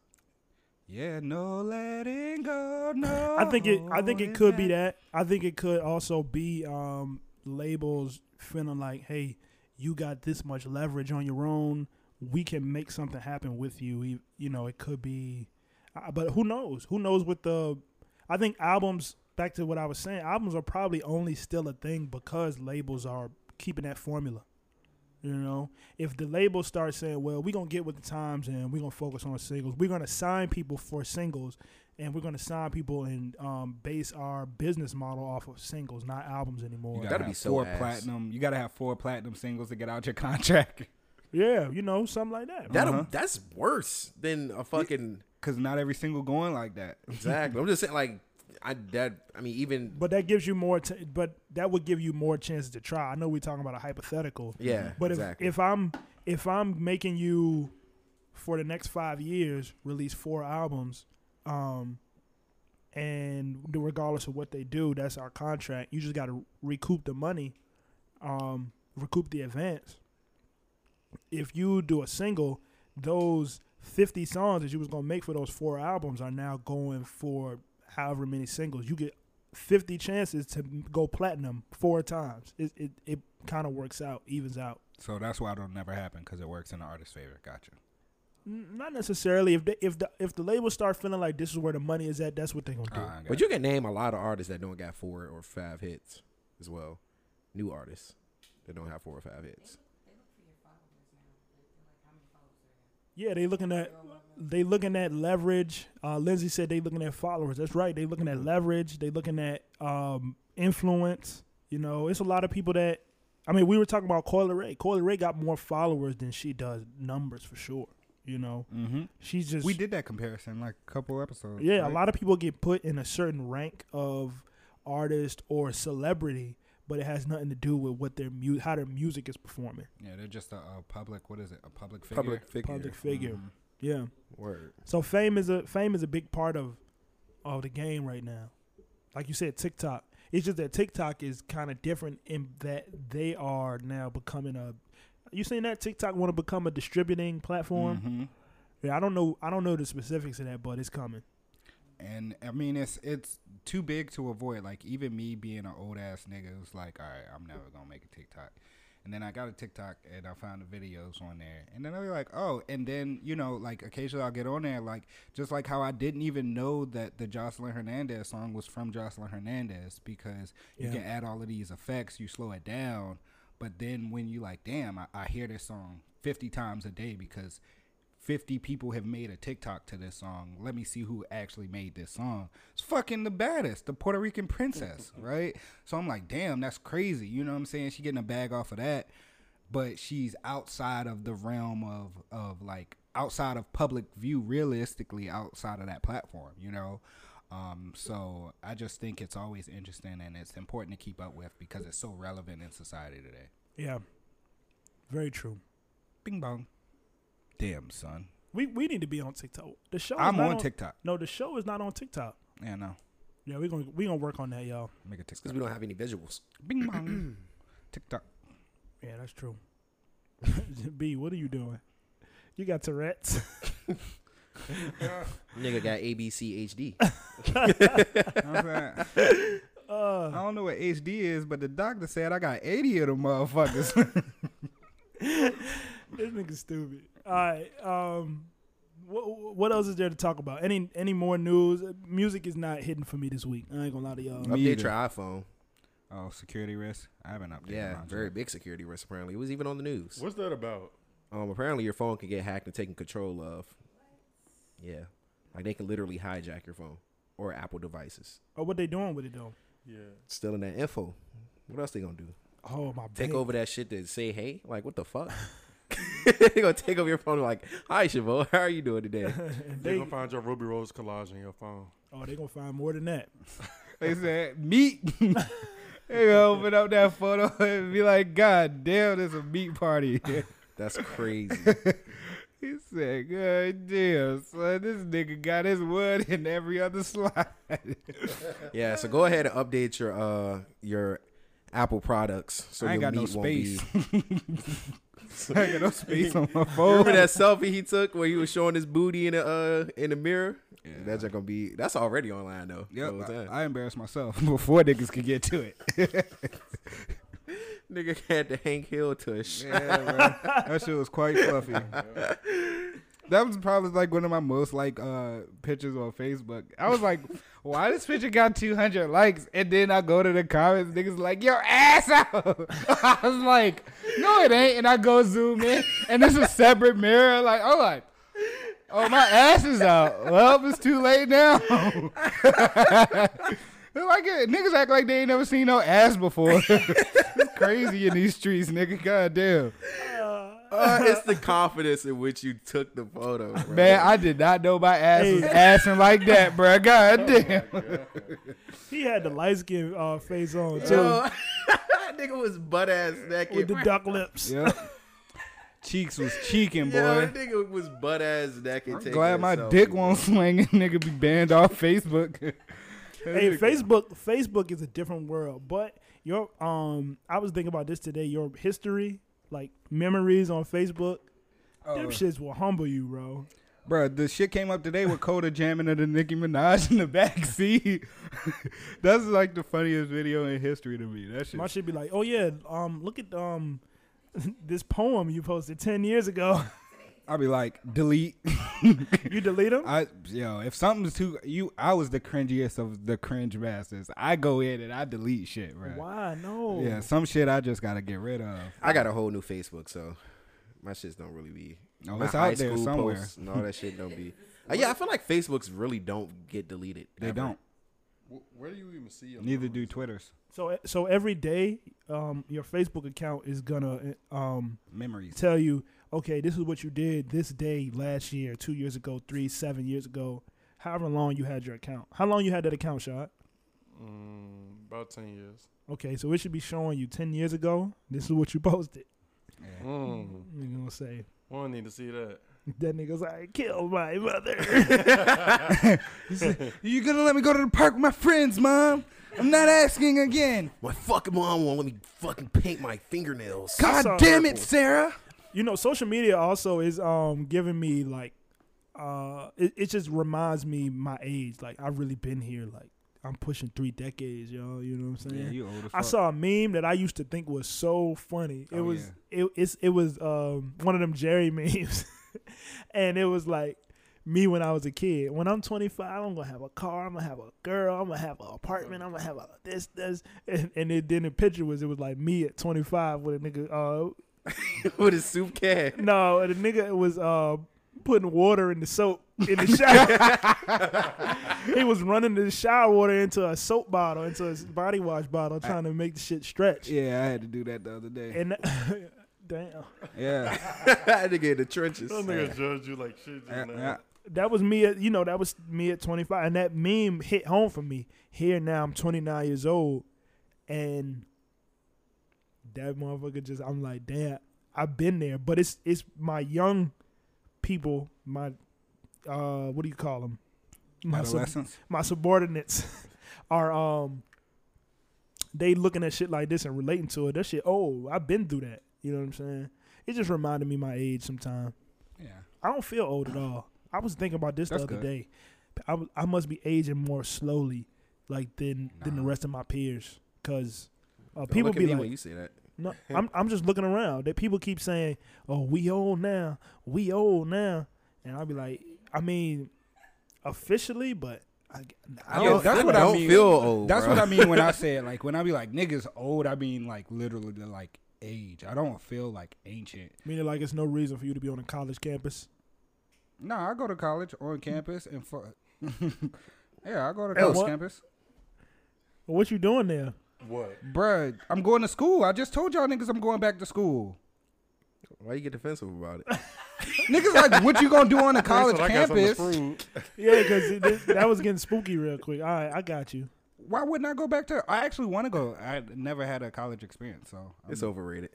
B: yeah, no letting go, no.
A: I think it. I think it could be that. I think it could also be um, labels feeling like, hey, you got this much leverage on your own. We can make something happen with you. You- You know, it could be, uh, but who knows? Who knows what the? I think albums. Back to what I was saying, albums are probably only still a thing because labels are keeping that formula. You know, if the labels start saying, "Well, we're gonna get with the times and we're gonna focus on singles. We're gonna sign people for singles, and we're gonna sign people and um, base our business model off of singles, not albums anymore."
B: You
C: That'd
B: gotta
C: be
B: have
C: so
B: four
C: ass.
B: platinum. You gotta have four platinum singles to get out your [LAUGHS] contract.
A: yeah, you know, something like that.
C: That
B: Uh-huh.
C: that's worse than a fucking.
B: Cause not every single going like that.
C: Exactly. I'm just saying, like, I that. I mean, even
A: but that gives you more. T- but that would give you more chances to try. I know we're talking about a hypothetical.
C: yeah.
A: But
C: exactly.
A: if, if I'm if I'm making you for the next five years release four albums, um, and regardless of what they do, that's our contract. You just got to recoup the money, um, recoup the advance. If you do a single, those fifty songs that you was gonna make for those four albums are now going for however many singles. You get fifty chances to go platinum four times. It it, it kind of works out, evens out.
B: So that's why it'll never happen because it works in the artist's favor. Gotcha.
A: N- Not necessarily. If the if the if the labels start feeling like this is where the money is at, that's what they're gonna do.
B: Uh,
C: But you can name a lot of artists that don't got four or five hits as well. New artists that don't have four or five hits.
A: yeah, they looking at they looking at leverage. Uh, Lindsay said they looking at followers. That's right. They looking
B: Mm-hmm.
A: at leverage. They looking at um, influence. You know, it's a lot of people that I mean, we were talking about Coyle Ray. Coyle Ray got more followers than she does numbers for sure. You know,
B: Mm-hmm.
A: she's just
B: We did that comparison like a couple episodes.
A: yeah, a
B: right?
A: lot of people get put in a certain rank of artist or celebrity, but it has nothing to do with what their mu- how their music is performing.
B: Yeah, they're just a, a public. What is it? A public figure.
C: Public figure.
A: Public figure.
B: Mhm.
A: Yeah.
C: Word.
A: So fame is a fame is a big part of of the game right now. Like you said, TikTok. It's just that TikTok is kind of different in that they are now becoming a. You seen that TikTok want to become a distributing platform?
B: Mhm.
A: Yeah, I don't know. I don't know the specifics of that, but it's coming.
B: And I mean, it's it's too big to avoid. Like even me being an old ass nigga was like, all right, I'm never gonna make a TikTok. And then I got a TikTok and I found the videos on there. And then I was like, oh. And then you know, like occasionally I'll get on there, like just like how I didn't even know that the Jocelyn Hernandez song was from Jocelyn Hernandez because you
A: Yeah.
B: can add all of these effects, you slow it down, but then when you like, damn, I, I hear this song 50 times a day because 50 people have made a TikTok to this song. Let me see who actually made this song. It's fucking the baddest, the Puerto Rican princess, right? So I'm like, damn, that's crazy. You know what I'm saying? She getting a bag off of that, but she's outside of the realm of of like outside of public view, realistically outside of that platform, you know? Um, so I just think it's always interesting and it's important to keep up with because it's so relevant in society today.
A: Yeah, very true.
B: Bing bong. Damn son.
A: We we need to be on TikTok. The show. is
B: I'm
A: not
B: on TikTok.
A: No, the show is not on TikTok.
B: Yeah, no.
A: Yeah, we're gonna we gonna work on that, y'all.
B: Make a
C: Because
B: TikTok.
C: we don't have any visuals.
B: Bing [CLEARS THROAT] bong. TikTok.
A: Yeah, that's true. [LAUGHS] B, what are you doing? You got Tourette's.
C: Nigga got ABC [LAUGHS] HD.
B: You know what I'm saying?
C: [LAUGHS]
B: I don't know what HD is, but the doctor said I got 80 of them motherfuckers. [LAUGHS]
A: this nigga stupid. All right. Um, what what else is there to talk about? Any any more news? Music is not hidden for me this week. I ain't gonna lie to y'all.
B: Me
C: Update
B: either.
C: your iPhone.
B: oh, security risk. I haven't updated.
C: Yeah,
B: mine
C: very
B: yet.
C: big security risk. Apparently, it was even on the news.
D: What's that about?
C: Um, apparently your phone can get hacked and taken control of. Yeah, like they can literally hijack your phone or Apple devices.
A: Oh, what they doing with it though?
D: Yeah.
C: Stealing that info. What else they gonna do?
A: Oh my.
C: Take
A: bad.
C: over that shit that say hey? Like what the fuck? [LAUGHS] they gonna take over your phone. Like hi Chavo, how are you doing
B: [LAUGHS]
C: today?
D: They, are
A: They,
D: gonna find your Ruby Rose collage in your phone.
A: oh, they gonna find more than that.
B: They said meat. [LAUGHS] they gonna open up that photo [LAUGHS] and be like, God damn, there's a meat party. [LAUGHS]
C: That's crazy.
B: he said, God damn, son, this nigga got his wood in every other slide.
C: yeah, so go ahead and update your uh your Apple products so
B: I ain't
C: your
B: got no
C: meat won't be-
B: space. [LAUGHS] I ain't got no space on my phone. [LAUGHS]
C: [LAUGHS] Remember that selfie he took where he was showing his booty in the uh in the mirror? That's just gonna be that's already online though.
B: Yep,
C: The whole time.
B: I, I embarrassed myself [LAUGHS] before niggas could get to it.
C: Nigga [LAUGHS] had the Hank Hill tush.
B: Yeah, bro. that shit was quite fluffy. That was probably like one of my most like uh pictures on Facebook. I was like, why this picture got 200 likes? And then I go to the comments, niggas like, your ass out. [LAUGHS] I was like, no, it ain't. And I go zoom in, and it's a separate mirror. Like, I'm like, oh, my ass is out. Well, it's too late now. [LAUGHS] They're like eh, niggas act like they ain't never seen no ass before. [LAUGHS] it's crazy in these streets, nigga. God damn.
C: Uh, it's the confidence in which you took the photo, bro.
B: Man, I did not know my ass was assing like that, bro. [LAUGHS] God damn.
A: He had the light skin uh, face on too,
C: Yo, [LAUGHS] nigga was butt ass naked.
A: with the duck lips.
B: Yep. Cheeks was cheeking,
C: [LAUGHS] Yo,
B: boy.
C: nigga was butt ass naked.
B: I'm
C: taking
B: glad my
C: that
B: dick
C: selfie,
B: won't swing and nigga be banned off [LAUGHS] Facebook.
A: Hey, Facebook, Facebook is a different world. But your um, I was thinking about this today. Your history, like memories on Facebook, them shits will humble you, bro.
B: Bro, the shit came up today with Coda jamming to the Nicki Minaj in the back seat. [LAUGHS] That's like the funniest video in history to me. That shit.
A: My shit be like, oh yeah, um, look at um, [LAUGHS] this poem you posted ten years ago. [LAUGHS]
B: I'll be like, delete.
A: you delete them?
B: I yo, if something's too you, I was the cringiest of the cringe masters. I go in and I delete shit, bro.
A: Why no?
B: Yeah, some shit I just gotta get rid of.
C: I got a whole new Facebook, so my shits don't really be.
B: No,
C: my
B: Oh, it's
C: high
B: out there
C: school
B: somewhere.
C: [LAUGHS] Posts and all that shit don't be. Uh, yeah, I feel like Facebooks really don't get deleted.
B: They
C: ever.
B: don't.
D: Wh- Where do you even see your
B: Neither do
D: numbers?
B: Twitters.
A: So e, so every day, um, your Facebook account is gonna um
B: Memories.
A: tell you, okay, this is what you did this day last year, two years ago, three, seven years ago, however long you had your account. How long you had that account, shot?
D: Mm, about ten years.
A: Okay, so it should be showing you ten years ago. This is what you posted.
B: Yeah.
D: Mm,
A: You gonna say
D: I don't need to see that.
A: [LAUGHS] that nigga's like kill my mother. [LAUGHS]
B: [LAUGHS] You gonna let me go to the park with my friends, mom? I'm not asking again.
C: My fucking mom won't let me fucking paint my fingernails.
A: God saw damn
B: it, Sarah!
A: you know, social media also is um giving me like, uh, it, it just reminds me my age. Like I've really been here. Like I'm pushing three decades, y'all. You know what I'm saying?
B: Yeah, you old as
A: I
B: fuck.
A: saw a meme that I used to think was so funny. It
B: Oh,
A: was it it's, it was um one of them Jerry [LAUGHS] memes, and it was like me when I was a kid. When I'm 25, I'm gonna have a car. I'm gonna have a girl. I'm gonna have an apartment. I'm gonna have a this this. And, and it, then the picture was it was like me at 25 with a nigga. Uh,
C: [LAUGHS] With a soup can.
A: no, the nigga was uh putting water in the soap in the shower. he was running the shower water into a soap bottle, into a body wash bottle, trying to make the shit stretch.
B: Yeah, I had to do that the other day.
A: And [LAUGHS] damn, [LAUGHS]
B: Yeah.
C: that nigga in the trenches.
D: Those niggas judge you like shit just now.
B: Yeah.
A: that was me. At, you know, that was me at 25, and that meme hit home for me. Here now, I'm 29 years old, and that motherfucker just. I'm like, damn, I've been there, but it's it's my young people, my uh, what do you call them? My sub-
B: Adolescence.
A: my subordinates [LAUGHS] are um they looking at shit like this and relating to it. That shit, oh, I've been through that. You know what I'm saying? It just reminded me my age sometime.
B: Yeah.
A: I don't feel old at all. I was thinking about this
B: That's
A: the other
B: good.
A: day. I, w- I must be aging more slowly, like than than the
B: Nah.
A: rest of my peers, because uh,
C: Don't
A: people
C: look at
A: be
C: me
A: like,
C: when you say that.
A: no, I'm
C: [LAUGHS]
A: I'm just looking around. That people keep saying, "Oh, we old now, we old now," and I'll be like, I mean, officially, but I, I
B: I
A: don't.
B: don't- that's
C: I
B: what I
C: don't
B: mean.
C: feel old.
B: That's
C: bro.
B: what I mean when
C: [LAUGHS]
B: I say it. Like when I be like niggas old, I mean like literally like age. I don't feel like ancient.
A: Meaning, like, it's no reason for you to be on a college campus.
B: Nah, I go to college on campus and fuck. [LAUGHS] yeah, I go to
A: Hey,
B: college
A: what?
B: campus.
A: Well, what you doing there?
D: What?
B: Bruh, I'm going to school. I just told y'all niggas I'm going back to school.
C: Why you get defensive about it?
B: Niggas like, what you gonna do on a
D: [LAUGHS] That's
B: college
D: what I got something to
B: campus?
D: prove.
A: Yeah, because that was getting spooky real quick. All right, I got you.
B: Why wouldn't I go back to? I actually want to go. I never had a college experience, so
C: It's overrated.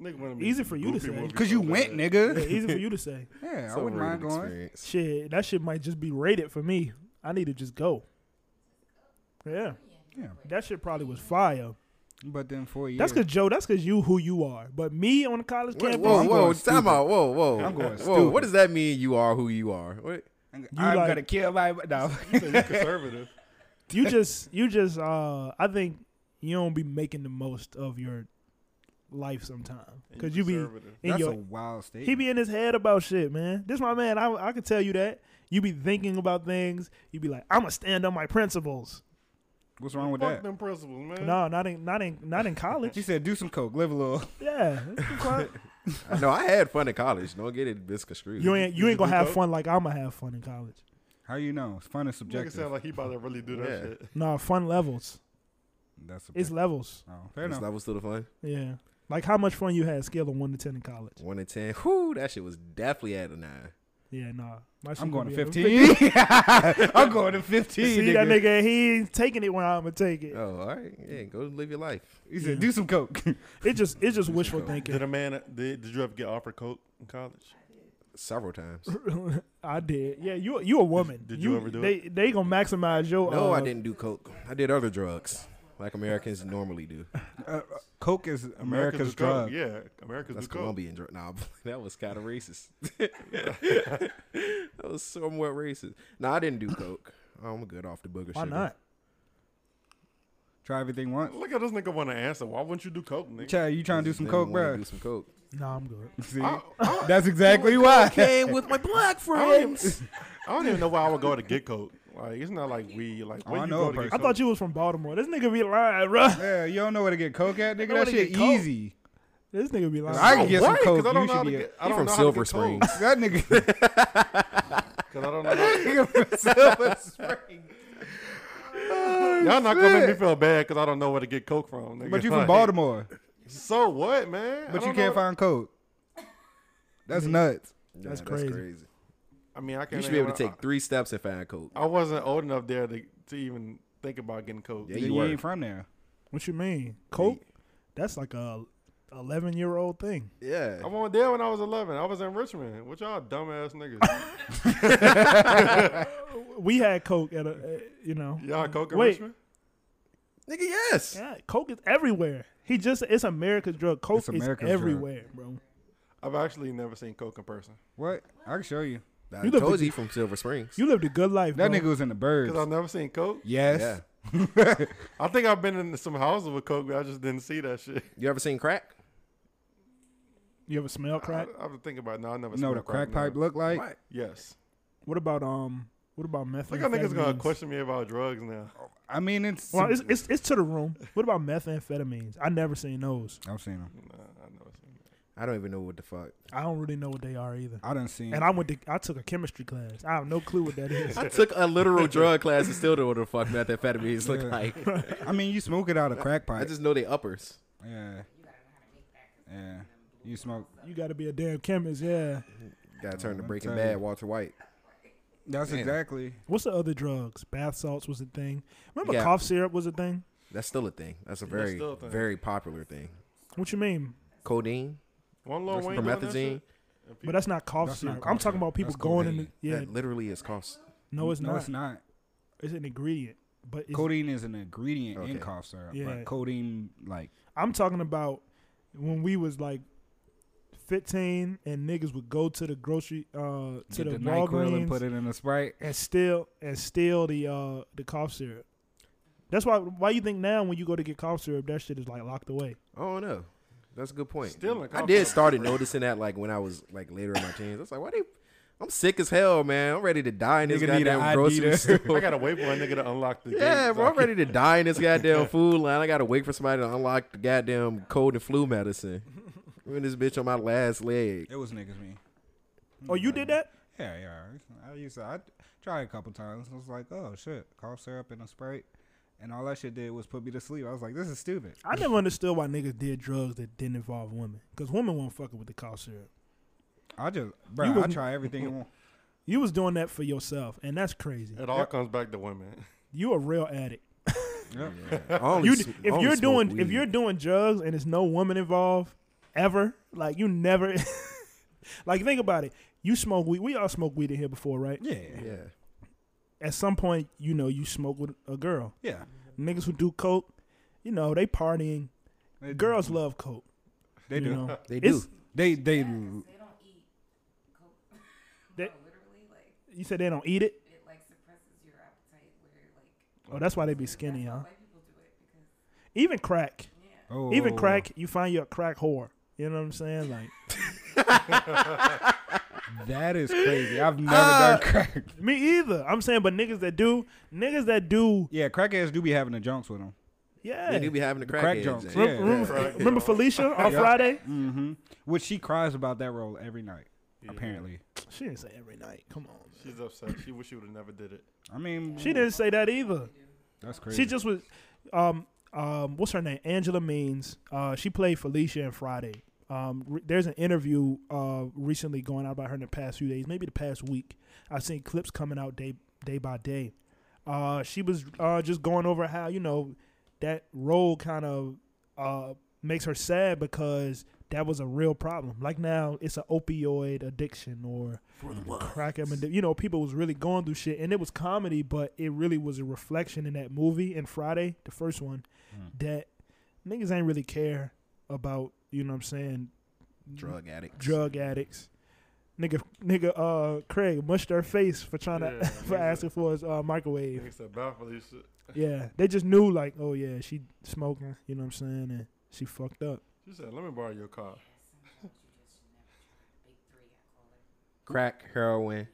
D: Nigga wanna be
A: Easy for you to
D: goofy
A: say.
D: movie
B: because
D: so
B: you
D: bad.
B: went,
D: [LAUGHS]
A: Yeah,
B: nigga.
A: easy for you to say.
B: Yeah,
C: It's
B: I wouldn't mind
C: overrated
B: going.
C: experience.
A: Shit, that shit might just be rated for me. I need to just go. Yeah,
B: Yeah,
A: that shit probably was fire.
B: but then four years.
A: That's because Joe. That's because you who you are. But me on the college
C: Whoa,
A: campus,
C: whoa,
B: I'm
C: whoa!
B: going
C: Time
B: stupid.
C: out! Whoa, whoa!
B: I'm going
C: Whoa!
B: stupid.
C: What does that mean? You are who you are. What?
B: I'm
A: like-
B: gonna kill my [LAUGHS]
A: [LAUGHS]
B: no.
D: You conservative.
A: you just you just uh I think you don't be making the most of your life sometimes because you be
D: conservative.
A: in
B: That's a
A: your
B: wild statement.
A: he be in his head about shit, man. This my man. I I can tell you that you be thinking about things. You be like, I'm gonna stand on my principles.
B: What's wrong with
D: Fuck
B: that?
D: them principles, man.
A: No, not in not in not in college.
B: [LAUGHS] She said, "Do some coke, live a little." [LAUGHS]
A: yeah,
C: no, I had fun in college. Don't get it misconstrued.
A: you ain't you ain't gonna
D: do
A: have
D: coke?
A: fun like I'ma have fun in college.
B: How you know? It's fun and
D: Nigga
B: subjective.
D: sound like he about to really do that
C: Yeah.
A: [LAUGHS]
D: shit.
A: Nah, fun levels.
B: That's
A: It's
B: subjective.
A: levels.
B: oh, fair
C: Is
B: enough.
C: that was still the fun?
A: Yeah, like how much fun you had scale of one to ten in college.
C: One in ten. Whoo! That shit was definitely at a nine.
A: Yeah, nah. My shit
B: I'm going
A: gonna
B: to
A: be a-
B: [LAUGHS] 15. [LAUGHS] I'm going to
A: [LAUGHS]
B: 15.
A: See
B: nigga.
A: that nigga, he ain't taking it when I'ma take it.
C: Oh, all right. Yeah, go live your life.
B: He said, "Do some coke." [LAUGHS]
A: It just it's just wishful
D: Did
A: thinking.
D: a man? Did, did you ever get offered coke in college?
C: Several times.
A: [LAUGHS] I did. Yeah, you you a woman.
D: did you ever do
A: they, They gonna maximize your
C: No,
A: uh,
C: I didn't do coke. I did other drugs, like Americans normally do.
B: Uh, coke is America's
D: do coke.
B: drug.
D: Yeah, America's
C: That's
D: do coke.
C: Colombian drug. Nah, [LAUGHS] that was kind of racist. [LAUGHS] that was somewhat racist. No, I didn't do coke. I'm good off the booger.
A: Why
C: sugar.
A: not?
B: Try everything once.
D: Look at this nigga want to answer. Why wouldn't you do coke, nigga?
B: Chad, you trying to do some
C: Didn't
B: coke,
C: wanna
B: bro?
C: Do some coke.
A: No, I'm good.
B: [LAUGHS] See, that's exactly why.
C: Came with my black friends.
D: I don't even know why I would go to get coke. Like it's not like we like. Where
B: I
D: you
B: know a
D: go to get
B: person.
A: I thought you was from Baltimore. This nigga be lying, bruh.
B: [LAUGHS] Yeah, you don't know where to get coke at, nigga.
A: know where
B: That
A: to
B: shit
A: get coke.
B: easy.
A: This nigga be lying.
B: I can get some
D: Why? 'Cause
B: coke.
D: I don't
B: You
D: know how
B: should
D: to
B: be.
D: get. I
C: He
D: don't
C: from
D: know how to
C: Silver
D: get
C: Spring.
D: coke.
B: That nigga. [LAUGHS]
D: 'Cause I don't know. how-
B: nigga from Silver Spring.
D: Y'all not gonna make me feel bad because I don't know where to get coke from. Nigga.
B: But you
D: Like,
B: from Baltimore,
D: So what, man? I
B: but you
D: don't
B: can't
D: know-
B: find coke. That's nuts.
A: That's crazy.
D: I mean, I can't.
C: You should be able to
D: even-
C: take three steps and find coke.
D: I wasn't old enough there to, to even think about getting coke.
C: Yeah,
B: Then
C: you
B: you
C: were.
B: ain't from there.
A: What you mean? Coke? That's like a eleven year old thing.
D: I
C: Yeah.
D: wasn't there when I was 11. I was in Richmond. What y'all dumbass niggas?
B: [LAUGHS]
A: We had Coke at a uh, you know.
D: y'all coke in
A: Wait.
D: Richmond?
C: Nigga, yes.
A: Yeah, Coke is everywhere. He just it's America's drug. Coke
B: It's America's
A: is
B: drug.
A: everywhere, bro.
D: I've actually never seen coke in person
B: What? I can show you.
C: I
A: You look
C: told
A: the-
C: you he from Silver Springs.
A: You lived a good life,
B: That
A: bro.
B: nigga was in the birds.
D: because I've never seen coke.
B: Yes.
D: I think I've been in some houses with coke, but I just didn't see that shit.
C: You ever seen crack?
A: You ever smell crack?
D: [LAUGHS] I, I was thinking about it. No, I never.
B: You know what a
D: smoked
B: crack
D: no.
B: pipe look like?
C: Right.
D: Yes.
A: What about um? What about meth?
D: Look how niggas gonna question me about drugs now.
B: I mean, it's.
A: Well, it's, it's it's to the room. What about methamphetamines? I never seen those.
B: I've seen them.
D: Nah, I never seen that.
C: I don't even know what the fuck.
A: I don't really know what they are either.
B: I done seen.
A: And I went to I took a chemistry class. I have no clue what that
B: [LAUGHS]
A: is.
C: I took a [LAUGHS] literal drug class and still don't know what the fuck methamphetamines look
B: Yeah.
C: like.
B: I mean, you smoke it out of crack
C: I
B: pipe.
C: just know they uppers.
B: yeah. Yeah. You smoke.
A: You got to be a damn chemist, yeah.
C: Gotta turn to
B: I'm
C: Breaking
B: telling you.
C: Bad, Walter White.
B: That's
C: Damn.
B: exactly.
A: What's the other drugs? Bath salts was a thing. Remember
C: Yeah.
A: cough syrup was a thing.
C: That's still a thing. That's a very,
D: still a thing.
C: very popular thing.
A: What you mean?
C: Codeine,
D: One little Wayne doing that
C: promethazine.
D: shit?
A: But that's not cough
B: That's not
A: syrup.
B: cough
A: I'm talking
B: syrup.
A: about people
B: That's
A: going in. The,
B: codeine.
A: yeah,
C: That literally is cost.
A: no, Oh, it's
B: no,
A: not.
B: it's
A: It's,
B: not.
A: an ingredient. But it's,
B: Codeine is an ingredient
C: Okay.
B: in cough syrup.
A: Yeah.
B: But codeine, like,
A: I'm talking about when we was like 15 and niggas would go to the grocery uh to
B: get
A: the,
B: the, NyQuil
A: Walgreens
B: and put it in a Sprite.
A: and steal and steal the uh the cough syrup. That's why why you think now when you go to get cough syrup that shit is like locked away.
C: I don't know. That's a good point.
D: Still a
C: I
D: cough
C: did
D: syrup.
C: started noticing that like when I was like later in my teens. I was like, why they? I'm sick as hell, man. I'm ready to die in this
B: Nigga need a
C: goddamn
B: ID
C: grocery
A: [LAUGHS]
B: to-
C: [LAUGHS]
D: I
C: store.
D: gotta wait for a nigga to unlock the gate.
C: Yeah,
D: so
C: bro,
D: I
C: I'm ready to die in this goddamn food line. I gotta wait for somebody to unlock the goddamn cold and flu medicine. I'm in this bitch on my last leg.
A: [LAUGHS]
B: It was niggas me. Mm,
A: Oh, you did that?
B: Yeah, yeah. I used to. I tried a couple times. I was like, oh shit, cough syrup and a Sprite, and all that shit did was put me to sleep. I was like, this is stupid.
A: I never understood why niggas did drugs that didn't involve women because women won't fucking with the cough syrup.
B: I just, bro,
A: You
B: I
A: was-
B: try
A: [LAUGHS]
B: everything. at once.
A: You was doing that for yourself, and that's crazy.
D: It all comes back to women.
A: You a real addict.
C: I only
A: You,
C: sm- I
A: if
C: only
A: you're
C: smoke
A: doing if
C: weed.
A: you're doing drugs and there's no woman involved ever, like you never, [LAUGHS] like think about it. You smoke weed. We all smoke weed in here before, right?
B: Yeah,
C: yeah,
A: At some point, you know you smoke with a girl.
B: yeah.
A: Niggas who do coke, you know they partying.
B: They-
A: Girls love coke.
B: They
A: you
B: do.
A: know.
C: [LAUGHS] they do.
A: It's-
B: They they.
A: They, you said they don't eat it. Oh, that's why they be skinny, huh? Even crack,
B: Oh,
A: even crack, you find you a crack whore. You know what I'm saying? Like
B: That is crazy.
A: [LAUGHS]
B: I've never done crack.
A: me either. I'm saying, but niggas that do, niggas that do,
B: Yeah, crackheads do be having the junks with them.
A: yeah.
C: They do be having the crack,
B: crack
C: heads,
B: jokes.
C: eh?
B: Yeah.
A: remember,
D: Crack
A: remember
D: jokes.
A: Felicia on Friday?
B: Mm-hmm. Which she cries about that role every night. Apparently,
A: She didn't say every night. Come on. man.
D: She's upset. She wish she would have never did it.
B: I mean,
A: She didn't say that either.
B: That's crazy.
A: She just was, um, um, what's her name? Angela Means. Uh, she played Felicia in Friday. Um, re- there's an interview uh recently going out about her in the past few days, maybe the past week. I've seen clips coming out day day by day. Uh, she was uh just going over how you know that role kind of uh makes her sad because that was a real problem. Like now it's an opioid addiction or crack addiction. You know, people was really going through shit, and it was comedy, but it really was a reflection in that movie in Friday, the first one, that niggas ain't really care about. You know what I'm saying?
C: Drug addicts.
A: Drug addicts. Nigga, nigga, uh, Craig mushed her face for trying
D: Yeah,
A: to [LAUGHS] for
D: niggas-
A: asking for his uh, microwave.
D: Niggas said bad Felicia.
A: Yeah, they just knew like, oh yeah, she smoking. You know what I'm saying? And she fucked up.
D: She said, "Let me borrow your car."
C: Crack, heroin,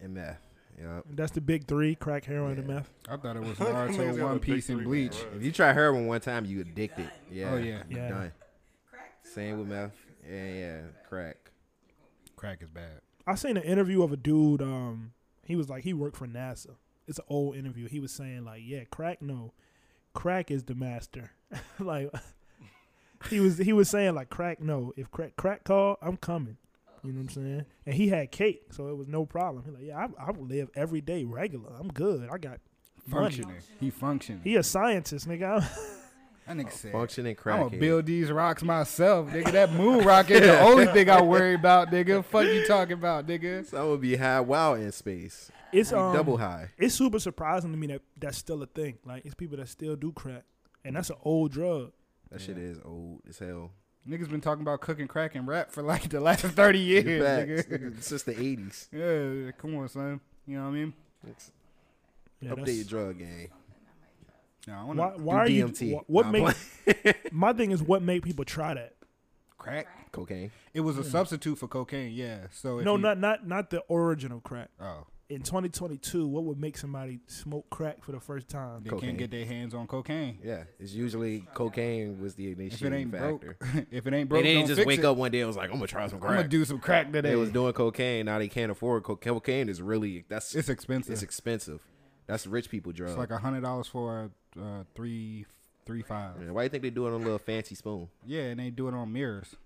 C: and meth. Yep.
A: And that's the big three: crack, heroin, and
C: Yeah.
A: meth.
B: I thought it was
D: Niggas
B: Naruto,
D: got a
B: One
D: big
B: Piece, and
D: three,
B: Bleach.
D: bro.
C: If you try heroin one time, you addicted. Yeah.
B: Oh, yeah.
C: You're
A: Yeah.
C: Done. Same with meth. Yeah, yeah. Crack.
B: Crack is bad.
A: I seen an interview of a dude. Um, he was like he worked for NASA, it's an old interview. He was saying like, yeah, crack no, crack is the master. [LAUGHS] like he was he was saying like crack no, if crack crack call, I'm coming. You know what I'm saying? And he had cake, so it was no problem. He's like, yeah, I, I live every day regular. I'm good. I got money.
B: Functioning. He functioning.
A: He a scientist, nigga. [LAUGHS]
B: That nigga said,
C: Functioning
B: I'm
C: crackhead.
B: gonna build these rocks myself, nigga. That moon rock ain't the only thing I worry about, nigga. Fuck you talking about, nigga.
C: So I would be high wow in space.
A: it's
C: Be
A: um,
C: double high.
A: it's super surprising to me that that's still a thing. Like it's people that still do crack, and that's an old drug.
C: That shit is old as hell.
B: [LAUGHS] Niggas been talking about cooking crack and rap for like the last [LAUGHS] thirty years,
C: Facts.
B: nigga.
C: Since the eighties.
B: Yeah, come on, son. You know what I mean?
A: Yeah,
C: Update your
A: that's-
C: drug game.
B: No, I
A: why
B: wanna
A: why are you?
C: DMT.
A: wh- What
C: Nah,
A: make [LAUGHS] my thing is what make people try that?
B: crack.
C: Cocaine.
B: It was a substitute for cocaine, yeah. So if
A: No,
B: you-
A: not not not the origin of crack.
B: Mm-hmm. oh,
A: In 2022, what would make somebody smoke crack for the first time?
B: they
C: Cocaine.
B: can't get their hands on cocaine.
C: Yeah. It's usually cocaine was the
B: If it
C: initiating
B: ain't
C: factor.
B: broke, [LAUGHS] if it ain't
C: They
B: broke,
C: didn't
B: don't
C: just
B: fix
C: wake
B: it.
C: up one day and was like, I'm gonna try some
B: I'm gonna
C: crack.
B: do some crack today.
C: they was doing cocaine, now they can't afford cocaine. Cocaine is really that's
B: it's expensive.
C: it's expensive. That's rich people drug.
B: It's like a hundred dollars for uh, three three five.
C: Man, why you think they do it on a little fancy spoon?
B: Yeah, and they do it on mirrors.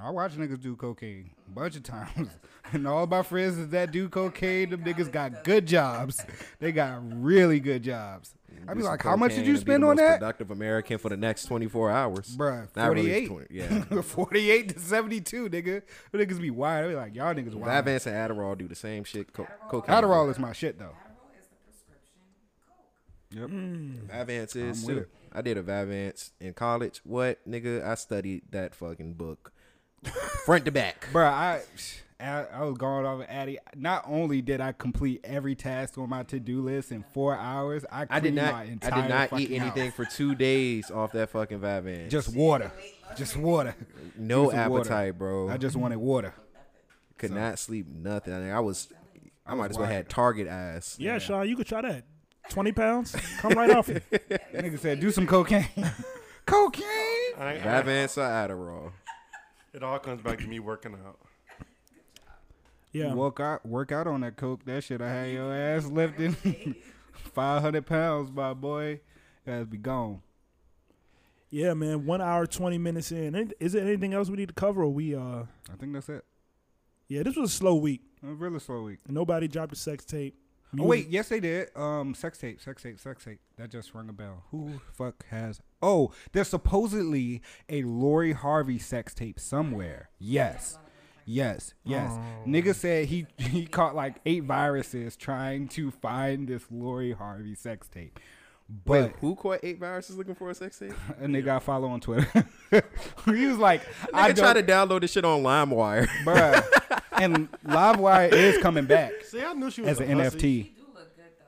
B: I watch niggas do cocaine a bunch of times, [LAUGHS] and all my friends is that do cocaine. Them niggas got good jobs. They got really good jobs. I'd
C: Do
B: be
C: some
B: like, how much did
C: cocaine
B: you
C: and be
B: spend
C: the
B: on
C: most
B: that,
C: Productive American for the next twenty four hours,
B: Bruh,
C: Not really
B: 48.
C: 20 yeah,
B: [LAUGHS] Forty-eight to seventy-two, nigga. Them Niggas be wired. I be like, y'all niggas wired.
C: Vyvanse and Adderall do the same shit. Co- cocaine.
B: Adderall is my shit though.
C: Vyvanse is
B: I'm with
C: too.
B: it.
C: I did a Vyvanse in college. What nigga? I studied that fucking book, front to back.
B: Bruh, I, I I was going off of Addy. Not only did I complete every task on my to do list in four hours, I,
C: I did
B: cleaned
C: not.
B: My
C: I did
B: entire
C: not eat
B: fucking house.
C: anything for two days off that fucking Vyvanse.
B: Just water, just water.
C: no
B: Give me some water.
C: appetite, bro.
B: I just wanted water.
C: could not sleep nothing. I, mean, I was. I might as well
B: wired.
C: had Target eyes.
A: Yeah, Sean, you could try that. 20
B: [LAUGHS]
A: pounds, come right off you.
B: That nigga said, "Do some cocaine." [LAUGHS] cocaine.
D: I ain't- I-
C: Vyvanse or Adderall.
D: it all comes back to me working out.
A: Yeah,
B: Work out, work out on that coke. That shit, I had your ass lifting [LAUGHS] five hundred pounds, my boy. You guys be gone.
A: yeah, man. One hour, 20 minutes in. Any- Is there anything else we need to cover? Or we uh,
B: I think that's it.
A: yeah, this was a slow week.
B: It was a really slow week.
A: Nobody dropped a sex tape.
B: Oh wait, yes they did. Um, sex tape, sex tape, sex tape. That just rung a bell. Who the fuck has? Oh, there's supposedly a Lori Harvey sex tape somewhere. Yes, yes, yes.
D: Oh.
B: Nigga said he [LAUGHS] he caught like eight viruses trying to find this Lori Harvey sex tape, but
C: Wait, who caught eight viruses looking for a sex tape?
B: a nigga I follow on Twitter, [LAUGHS] he was like,
C: I
B: I
C: can try
B: don't,
C: to download this shit on LimeWire. [LAUGHS]
B: bruh. and Livewire is coming
D: [LAUGHS]
B: back
D: See, I knew she was
B: as
D: a
B: an
D: hussy.
B: NFT.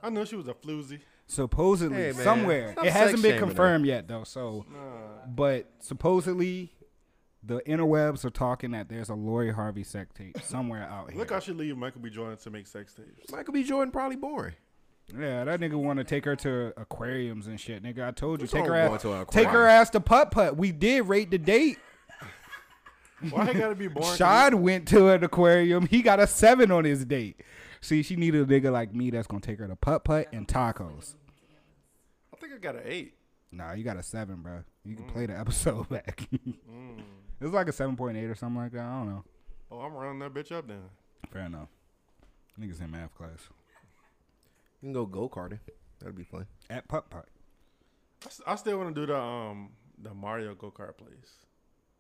D: I knew she was a floozy.
B: supposedly
C: Hey, man.
B: somewhere
C: Stop
B: it hasn't
C: sex
B: been
C: shaming her.
B: confirmed yet though so but supposedly the interwebs are talking that there's a Lori Harvey sex tape somewhere out here.
D: Look, I should leave Michael B. Jordan to make sex tapes.
C: Michael B. Jordan probably boring.
B: yeah, that nigga want to take her to aquariums and shit. Nigga, I told you,
C: What's
B: take
C: wrong
B: her
C: with
B: ass,
C: going to an
B: take her
C: aquarium?
B: ass to putt putt. We did rate the date.
D: Why it gotta be boring?
B: Shad went to an aquarium. He got a seven on his date. See, she needed a nigga like me that's gonna take her to putt putt and tacos.
D: I think I got an eight.
B: Nah, you got a seven, bro. You can
D: Mm.
B: play the episode [LAUGHS] back. It's like a seven point eight or something like that. I don't know.
D: Oh, I'm running that bitch up then.
B: Fair enough. Niggas in math class.
C: You can go go karting. That'd be fun.
B: At putt putt.
D: I, s- I still want to do the um the Mario go kart place.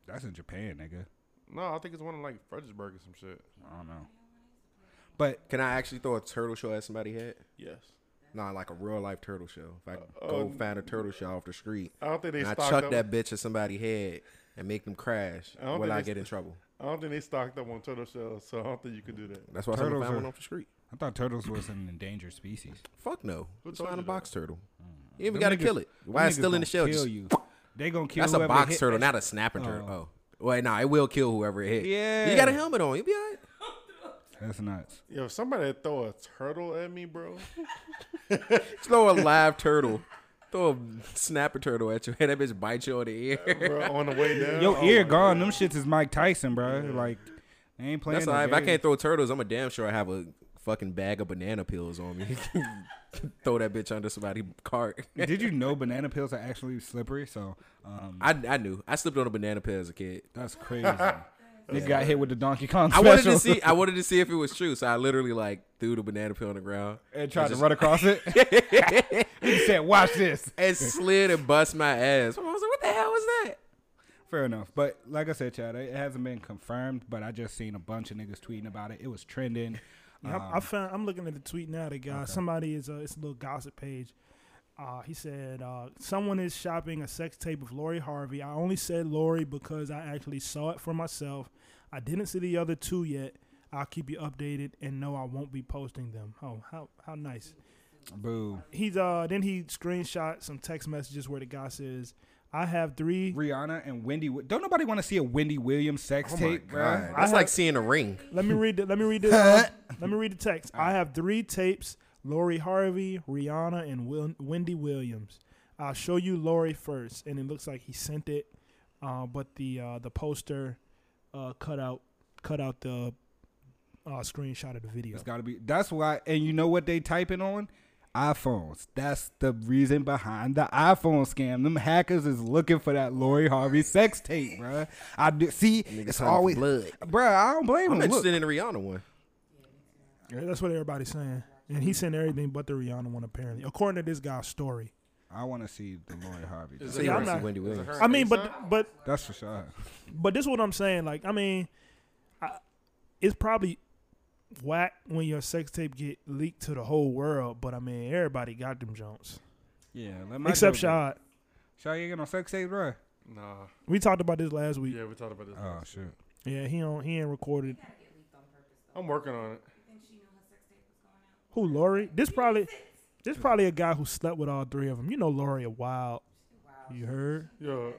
B: That's in Japan, nigga.
D: No, I think it's one in like Fredericksburg or some shit.
B: I don't know. But
C: Can I actually throw a turtle shell at somebody's head?
D: Yes.
C: Nah, like a real life turtle shell. If I go find a turtle shell off the street,
D: Uh, um, I don't think they
C: and I
D: stocked
C: chuck
D: up.
C: that bitch at somebody's head and make them crash,
D: I don't
C: will
D: think
C: I
D: they-
C: get in trouble?
D: I don't think they stocked up on turtle shells, so I don't think you could do that.
C: That's why someone
B: Turtles
C: found
B: are-
C: one off the street.
B: I thought turtles was an endangered species.
C: Fuck no. Just
D: told
C: find a
D: you that?
C: box turtle. You even
B: Them
C: gotta
B: niggas-
C: kill it.
B: them
C: Why it's
B: niggas
C: still in the
B: gonna
C: shell?
B: kill
C: Just
B: you. They gonna kill
C: That's a
B: whoever
C: box
B: hit-
C: turtle, not a snapping turtle. Oh. Well, nah, it will kill whoever it hit.
B: Yeah.
C: You got a helmet on. You'll be all right.
B: That's nuts.
D: Yo, if somebody throw a turtle at me, bro.
C: Throw a live turtle. Throw a snapper turtle at your head. That bitch bite you [LAUGHS] on the ear.
D: bro on the way down.
B: Yo,
D: oh
B: ear
D: my
B: gone. Them shits is Mike Tyson, bro. Like they ain't playing.
C: That's
B: no
C: all right. If I
B: games.
C: can't throw turtles, I'm a damn sure I have a fucking bag of banana pills on me. [LAUGHS] Throw that bitch under somebody's cart.
B: Did you know banana pills are actually slippery? So um,
C: I, I knew. I slipped on a banana pill as a kid.
D: [LAUGHS]
B: that's crazy. Nigga got hit with the Donkey Kong
C: I
B: special.
C: wanted to see. I wanted to see if it was true. So I literally like threw the banana peel on the ground
B: and tried to run across it.
C: [LAUGHS]
B: he said, "Watch this."
C: and slid and bust my ass. I was like, "What the hell was that?"
B: Fair enough, but like I said, Chad, it hasn't been confirmed. But I just seen a bunch of niggas tweeting about it. It was trending.
A: Yeah, I, I found. I'm looking at the tweet now. The guy, somebody is. Uh, it's a little gossip page. Uh, he said, uh, "Someone is shopping a sex tape of Lori Harvey. I only said Lori because I actually saw it for myself. I didn't see the other two yet. I'll keep you updated, and no, I won't be posting them. Oh, how how nice."
B: Boo.
A: He's uh. Then he screenshot some text messages where the guy says, "I have three.
B: Rihanna and Wendy. Wi- Don't nobody want to see a Wendy Williams sex
C: Oh
B: tape, bruh?
C: That's like seeing a ring.
A: Let me read. The, let me read the. uh, let me read the text. I have three tapes: Lori Harvey, Rihanna, and Wil- Wendy Williams. I'll show you Lori first, and it looks like he sent it, uh, but the uh, the poster uh, cut out cut out the uh, screenshot of the video.
B: It's got to be. That's why. And you know what they typing on? iPhones. That's the reason behind the iPhone scam. Them hackers is looking for that Lori Harvey sex tape, bruh. I do, see. it's
C: hunting for
B: always
C: blood.
B: bruh. I don't blame
C: I'm
B: them. Look,
C: interested in the Rihanna one.
A: Yeah, That's what everybody's saying, and he sent everything but the Rihanna one apparently, according to this guy's story.
B: I want to see the Lori Harvey. tape.
C: So
A: I'm
C: you want to
A: not-
C: see Wendy Williams?
A: I mean, but but
B: That's for sure.
A: But this is what I'm saying. Like, I mean, I, it's probably whack when your sex tape get leaked to the whole world. But I mean, everybody got them Jones,
B: Yeah. Let my
A: except
B: girl
A: Shad.
B: do- Shaw, you get no sex tape, bruh?
D: Nah.
A: We talked about this last week.
D: Yeah, we talked about this.
B: Oh shit.
A: Yeah, he on he ain't recorded.
D: I'm working on it.
A: Who Lori? This probably this probably a guy who slept with all three of them. You know Lori a wild. You heard?
D: Yo,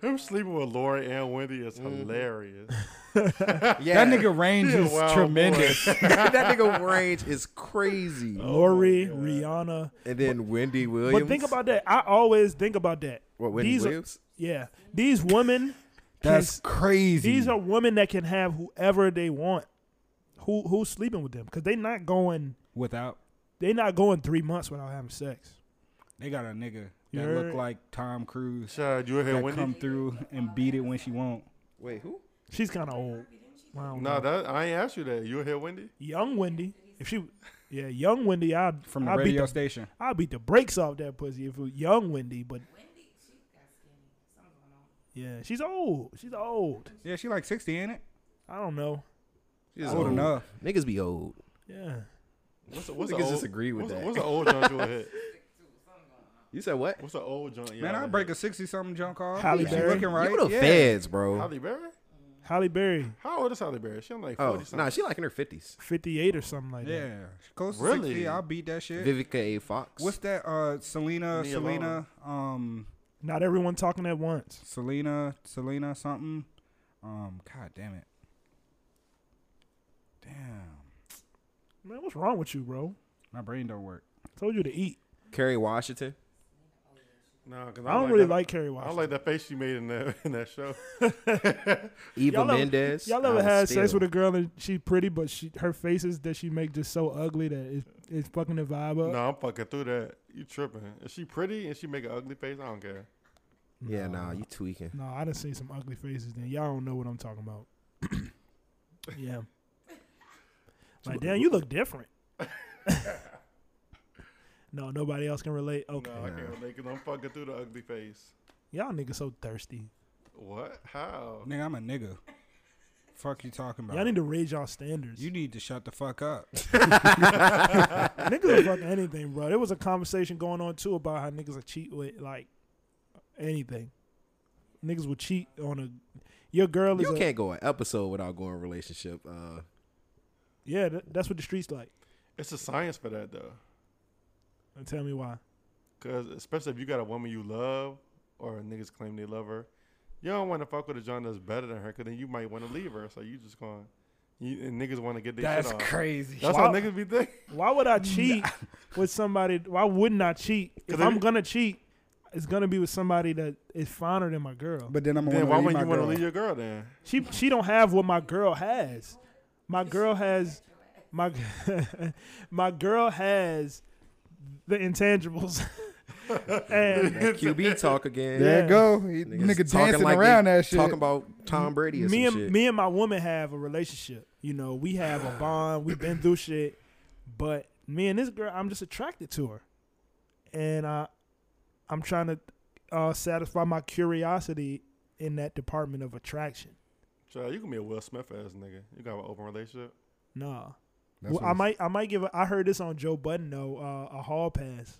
D: him sleeping with Lori and Wendy is hilarious.
C: Yeah,
B: That [LAUGHS] nigga range
D: a
B: is
D: wild boy.
B: tremendous.
C: that nigga range is crazy.
A: Lori, Rihanna.
C: And then Wendy Oh, Williams.
A: But think about that. I always think about that.
C: what Wendy
A: These are-
C: Williams.
A: yeah, these women.
B: That's
A: can-
B: crazy.
A: These are women that can have whoever they want. Who who's sleeping with them? Because they not going.
B: without
A: They not going three months without having sex.
B: They got a nigga
A: You
B: that
A: heard?
B: look like Tom Cruise
D: [LAUGHS] Chad, you hear
B: that
D: Wendy?
B: come through and beat it when she won't.
C: Wait, who?
A: She's kind of old. Wow.
D: Nah, that I ain't asked you that. You hear Wendy?
A: young Wendy. If she, yeah, young Wendy, I'd
B: From the
A: I'd beat
B: radio
A: the,
B: station.
A: I'd beat the brakes off that pussy if it was young Wendy. But yeah, she's old. She's old.
B: Yeah, she like 60, ain't it?
A: I don't know.
C: She's
B: Old enough.
C: Niggas be old.
A: Yeah.
D: What's a, what's
C: Niggas
D: a old,
C: disagree with
D: what's,
C: that.
D: What's an old John to a hit?
C: You said what?
D: What's an old John? Yeah,
B: Man,
D: I
B: I'll break a 60 something junk off.
A: Halle
B: she
A: Berry.
B: looking right.
C: You the
B: yeah.
C: feds, bro.
D: Halle Berry?
A: Halle Berry,
D: How old is Halle Berry? She only like 40
C: Oh,
D: something.
C: nah, she like in her fifties.
A: fifty-eight or something like that.
B: Yeah. She Close to
D: Really?
B: 60. I'll beat that shit.
C: Vivica A. Fox.
B: What's that? Uh, Selena,
D: Leave me
B: Selena, um,
A: Not everyone talking at once.
B: Selena, Selena something. Um, God damn it. Damn.
A: Man, what's wrong with you, bro?
B: My brain don't work.
A: Told you to eat.
C: Carrie Washington?
D: Nah, 'cause
A: I don't really
D: that-
A: like Carrie
D: I don't
A: Washington.
D: like that face she made in that in that show.
C: Eva
A: Y'all ever-
C: Mendes.
A: Y'all
C: I
A: ever
C: would
A: had sex
C: steal.
A: with a girl and she's pretty, but she her faces that she make just so ugly that it's, it's fucking the vibe up.
D: no, I'm fucking through that. You tripping? Is she pretty and she make an ugly face? I don't care.
C: Yeah, nah, you tweaking.
A: No, I done seen some ugly faces. Then y'all don't know what I'm talking
C: [COUGHS]
A: about. yeah. Like, damn, you look different. [LAUGHS] no, nobody else can relate. Okay,
D: No, I can't make it. I'm fucking through the ugly face.
A: y'all niggas so thirsty.
D: What? How?
B: Nigga, I'm a nigga. Fuck you talking about?
A: Y'all need to raise y'all standards.
B: you need to shut the fuck up.
A: niggas will fuck anything, bro. There was a conversation going on too about how niggas will cheat with like anything. Niggas will cheat on a your girl is
C: You
A: a,
C: can't go an episode without going relationship. Uh,
A: yeah. Th- that's what the streets like.
D: It's a science for that though.
A: And tell me why.
D: Cause especially if you got a woman you love or niggas claim they love her, you don't want to fuck with a John that's better than her. Cause then you might want to leave her. So you just going, you and niggas want to get their
B: That's
D: shit off.
B: crazy.
D: That's
A: Wow.
D: how niggas be thinking.
A: Why would I cheat with somebody? Why wouldn't I cheat? If
D: Cause
A: I'm
D: if-
A: gonna cheat, it's gonna be with somebody that is finer than my girl. But
B: But then I'm
D: Then
B: gonna
D: why
B: leave
D: wouldn't
B: my
D: you want to
B: girl.
D: leave your girl then?
A: she she don't have what my girl has. My girl has my [LAUGHS] my girl has the intangibles. [LAUGHS] and
C: That QB talk again.
A: Yeah.
B: There you go. He,
C: Niggas
B: nigga
C: talking
B: dancing
C: like they
B: around that shit.
C: Talking about Tom Brady or
A: me
C: some
A: and
C: shit.
A: me and my woman have a relationship. You know, we have a bond. We've been through shit, but me and this girl, I'm just attracted to her, and I, I'm trying to uh, satisfy my curiosity in that department of attraction.
D: Child, you can be a Will Smith ass nigga. You got an open relationship.
A: No,
B: That's
A: well,
B: what
A: I
B: it's-
A: might I might give. A, I heard this on Joe Budden though. Uh, a hall pass.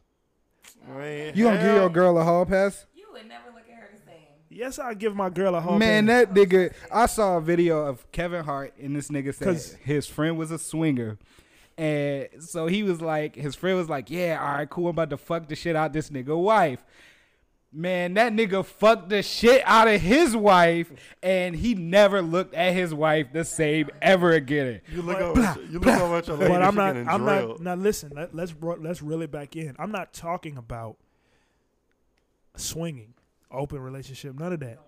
D: Man,
B: You gonna give your
D: hell-
B: girl a hall pass?
L: You would never look at her the same.
A: Yes, I give my girl a hall
B: Man,
A: pass.
B: that nigga. I saw a video of Kevin Hart, and this nigga
A: 'Cause-
B: said his friend was a swinger. And so he was like, his friend was like, yeah, all right, cool. I'm about to fuck the shit out this nigga wife. Man, that nigga fucked the shit out of his wife, and he never looked at his wife the same ever again.
D: You look over. at- You look over at your
A: [LAUGHS]
D: lady.
A: but I'm
D: she
A: not.
D: getting
A: I'm not.
D: drilled.
A: Now listen. Let, let's ro- let's reel it back in. I'm not talking about swinging, open relationship, none of that.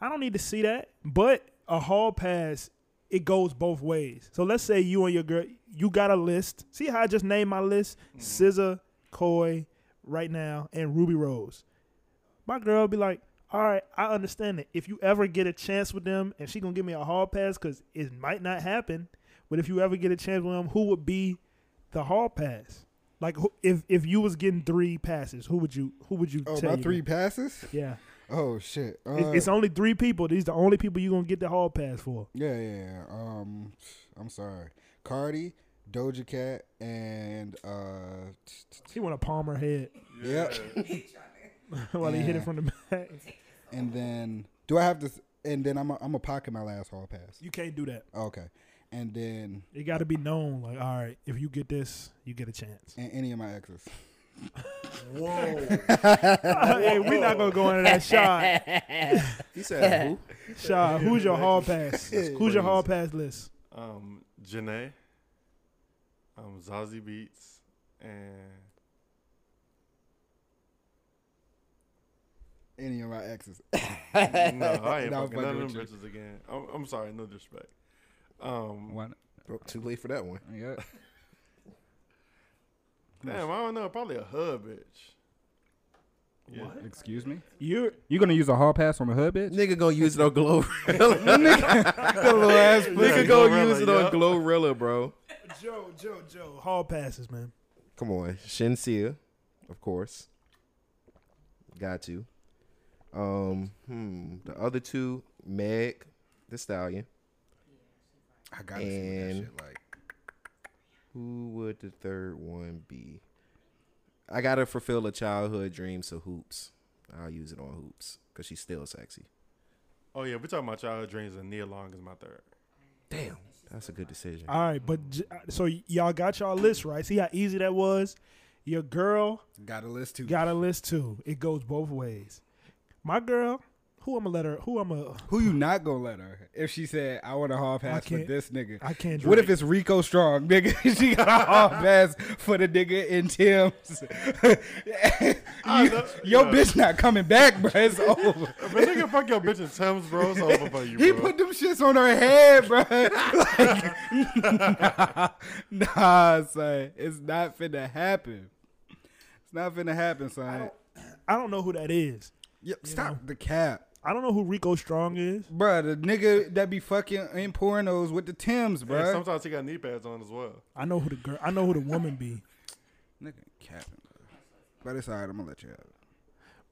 A: I don't need to see that. But a hall pass, it goes both ways. So let's say you and your girl, you got a list. See how I just named my list: SZA, Coy, right now, and Ruby Rose. My girl be like. All right, I understand it. If you ever get a chance with them, and she gonna give me a hall pass because it might not happen, but if you ever get a chance with him, who would be the hall pass? Like who, if if you was getting three passes, who would you who would you?
B: Oh,
A: tell
B: my
A: you?
B: three passes?
A: Yeah,
B: Oh shit. Uh,
A: It- it's only three people. These the only people you gonna get the hall pass for.
B: Yeah, yeah. yeah. Um, I'm sorry. Cardi, Doja Cat, and uh, t- t-
A: He want a Palmer head [LAUGHS]
B: yep.
A: while he hit it
B: Yeah.
A: from the back.
B: And then do I have to? And then I'm a, I'm a pocket my last hall pass.
A: You can't do that.
B: Okay. And then
A: It got to be known. Like all right, if you get this, you get a chance.
B: and any of my exes.
A: hey, we not gonna go into that shot.
C: [LAUGHS] He said who?
A: Shot. Who's your
C: [LAUGHS]
A: hall pass? Who's your hall pass list?
D: Um, Janae, um, Zazie Beats,
B: [LAUGHS]
D: and
B: Any of my exes.
D: no, I ain't
B: Nah, I'm
D: fucking none of
B: fucking
D: them
B: with
D: bitches again. I'm, I'm sorry, no disrespect. Um,
M: What?
C: Oh, too late for that one.
M: Yeah.
D: damn, I don't know. Probably a hub bitch. Yeah.
B: Excuse me.
A: You
B: You gonna use a hall pass on a hood bitch?
C: Nigga gonna use it on Glorilla. [LAUGHS] Nigga
D: Glorilla,
C: gonna use it
D: yeah.
C: on Glorilla, bro.
A: Joe Joe Joe hall passes, man.
C: Come on, Shinsia, of course. Got you. Um, hmm, the other two, Meg, the Stallion.
B: I gotta see what that
C: And-
B: shit like.
C: Who would the third one be? I gotta fulfill a childhood dream, so hoops. I'll use it on hoops because she's still sexy.
D: Oh yeah, we talking about childhood dreams, and Nia Long is my third.
C: Damn, that's a good decision.
A: All right, but j- so y- y'all got y'all list right. See how easy that was. Your girl
B: Got a list too.
A: got a list too. It goes both ways. My girl, who I'ma let her? Who I'ma?
B: Who you not gonna let her? If she said I want a hall pass for
A: can't-
B: this nigga.
A: I can't.
B: What if it's Rico Strong, nigga? [LAUGHS] she got a hall pass for the nigga in Tim's.
D: I
B: [LAUGHS] You-
D: love-
B: [LAUGHS] your
D: yeah.
B: bitch not coming back, bro. It's over.
D: If a nigga fuck your bitch in Tim's, bro, it's over for you, bro.
B: [LAUGHS] He put them shits on her head, bro. like, [LAUGHS] nah, nah, son, it's not finna happen. It's not finna happen, son.
A: I don't know who that is.
B: Yep, stop the cap,
A: I don't know who Rico Strong is.
B: bro. The nigga that be fucking in pornos with the Tims,
D: And
B: bro.
D: sometimes he got knee pads on as well.
A: I know who the girl. I know who the woman be.
B: Nigga capping, bro. But it's alright. I'm gonna let you have it.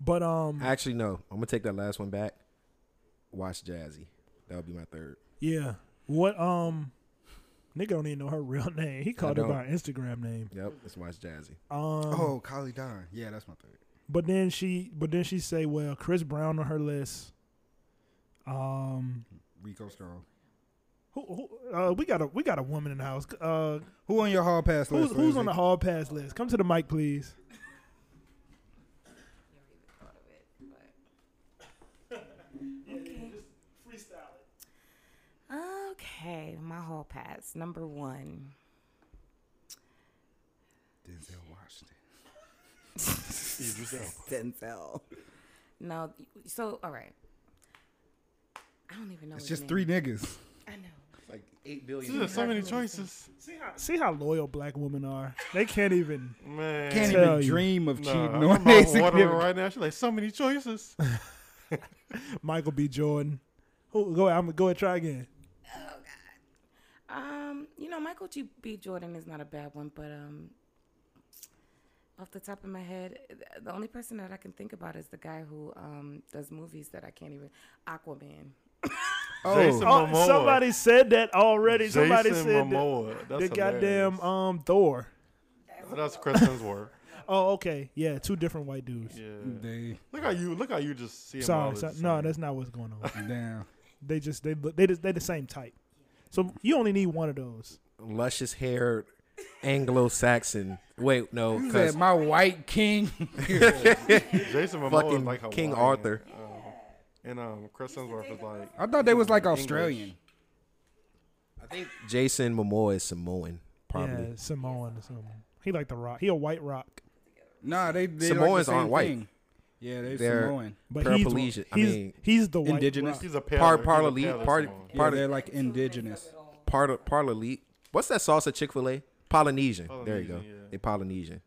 A: But um,
C: Actually, no, I'm gonna take that last one back. Watch Jazzy. That'll be my third.
A: yeah. What um, nigga don't even know her [LAUGHS] real name. He called her by her
C: don't.
A: Instagram name.
C: Yep, let's watch Jazzy.
A: Um,
B: Oh, Kylie Don. Yeah, that's my third.
A: But then she, but then she say, well, Chris Brown on her list. Um,
B: Rico Strong.
A: who, who uh, we got a we got a woman in the house. Uh,
B: Who on your hall pass
A: who's
B: list?
A: who's on
B: Lindsay?
A: the hall pass list? Come to the mic, please.
L: Okay, my hall pass. Number one.
B: Denzel Washington.
L: [LAUGHS] Denzel. No, so all right. I don't even know.
B: It's
L: his
B: just
C: Oh,
B: three
L: name.
B: niggas.
L: I know.
C: like eight billion.
D: There's so many
C: black women.
D: choices.
A: See how, see how loyal black women are. They can't even
D: Man.
B: Can't
A: tell
B: even
A: you.
B: dream of
D: Nah,
B: cheating [LAUGHS]
D: I'm
B: on their
D: out watering
B: significant-
D: right now. She's like, so many choices.
A: Michael B. Jordan. Oh, go ahead. I'm go ahead. Try again.
L: Um, you know, Michael G. B. Jordan is not a bad one, but um, off the top of my head, th- the only person that I can think about is the guy who um does movies that I can't even Aquaman.
B: Oh.
D: Jason Momoa.
A: Oh, somebody said that already.
D: Jason
A: somebody said
D: Momoa.
A: that.
D: That's
A: the goddamn
D: hilarious.
A: um Thor.
D: Oh, That's Chris Hemsworth.
A: Oh, okay. Yeah, two different white dudes.
D: Yeah.
N: They
D: Look how you look how you just see him. all
A: Sorry,
D: the
A: sorry.
D: same.
A: no, that's not what's going on.
N: damn.
A: they just they look- they just, they're the same type. So you only need one of those.
C: Luscious haired Anglo-Saxon. Wait, no,
B: He
C: because
B: said, my white king.
D: Jason Momoa
C: Fucking
D: is like
C: King
D: Hawaiian,
C: Arthur.
D: um, and um, Chris Hemsworth is like.
B: [LAUGHS] I thought they was like
D: English.
B: Australian.
C: Jason Momoa is Samoan, probably.
A: Yeah, Samoan or something. He like the rock. He a white rock.
B: Nah, they, they
C: Samoans
B: like the same
C: aren't white.
B: Thing. Yeah, they
C: They're
B: Samoan.
A: But he's-
C: Paraplegic. I
A: he's-
C: mean,
A: he's the white
B: indigenous.
A: rock.
D: He's a
C: part
D: paler. he's a
C: part
D: paler
C: elite, part
D: Samoan.
B: Yeah,
C: part
B: they're like
C: [LAUGHS]
B: indigenous.
C: part of- part elite. What's that sauce at Chick Fil A? Polynesian. There you go.
D: Polynesian, yeah.
C: They Polynesian.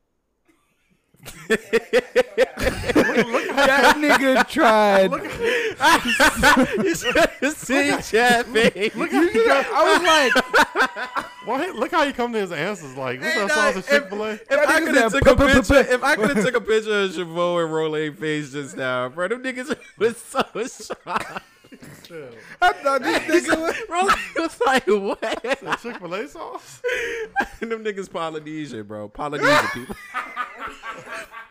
B: that [LAUGHS] nigga tried.
C: you should [LAUGHS] see Chad face.
B: I
C: [LAUGHS]
B: was like,
D: Why? Look how he come to his answers. Like, what's
C: Ain't
D: that sauce
C: like-
D: at Chick Fil A?
C: If I could have
B: nigga
C: took a
B: said,
C: picture, if I could have took a picture of Chabot and Rolay face just now, bro, them niggas [LAUGHS] was so shocked.
B: I thought
C: [LAUGHS]
B: this nigga was.
C: Rolay was like, what?
D: Chick Fil A sauce?
C: And them niggas Polynesian, bro. Polynesian
D: [LAUGHS]
C: people.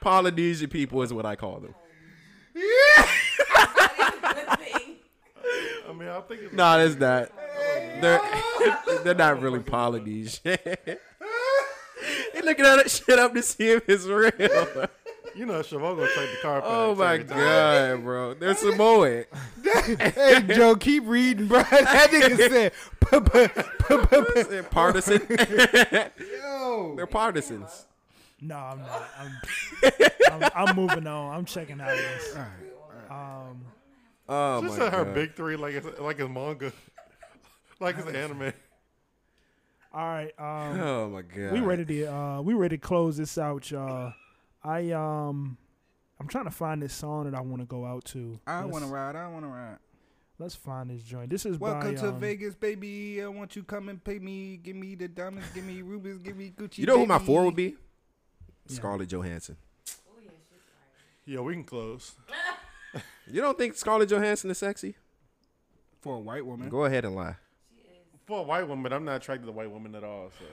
C: Polynesian people is what I call them.
D: I mean, I think it's
C: No, that's not. They're [LAUGHS] they're not really Polynesian. they looking at that shit up to see if it's real.
D: you know Siobhan gonna check the carpet.
C: Oh my god, bro. They're Samoan.
B: Hey, Joe, keep reading, bro. [LAUGHS] That nigga said, [LAUGHS] "P- p- p- p- p-"
C: They're
D: [LAUGHS]
C: partisan.
B: yo.
C: They're partisans.
A: No, I'm not. I'm, I'm, I'm moving on. I'm checking out of this. Um,
C: Oh
D: She
C: my
D: said her
C: god.
D: big three like it's like it's manga, [LAUGHS] like it's anime.
A: all right. Um,
C: Oh my god.
A: we ready to uh, we ready to close this out, y'all. I um, I'm trying to find this song that I want to go out to.
B: I
A: Let's-
B: want to ride. I want to ride.
A: Let's find this joint. This is
B: Welcome
A: by,
B: to
A: um,
B: Vegas, baby. I want you come and pay me. Give me the diamonds. Give me rubies. Give me Gucci.
C: You know who my
B: baby.
C: four would be? Scarlett Johansson.
D: Yeah, we can close.
C: You don't think Scarlett Johansson is sexy?
B: For a white woman.
C: [LAUGHS] Go ahead and lie.
D: For a white woman, I'm not attracted to white women at all. So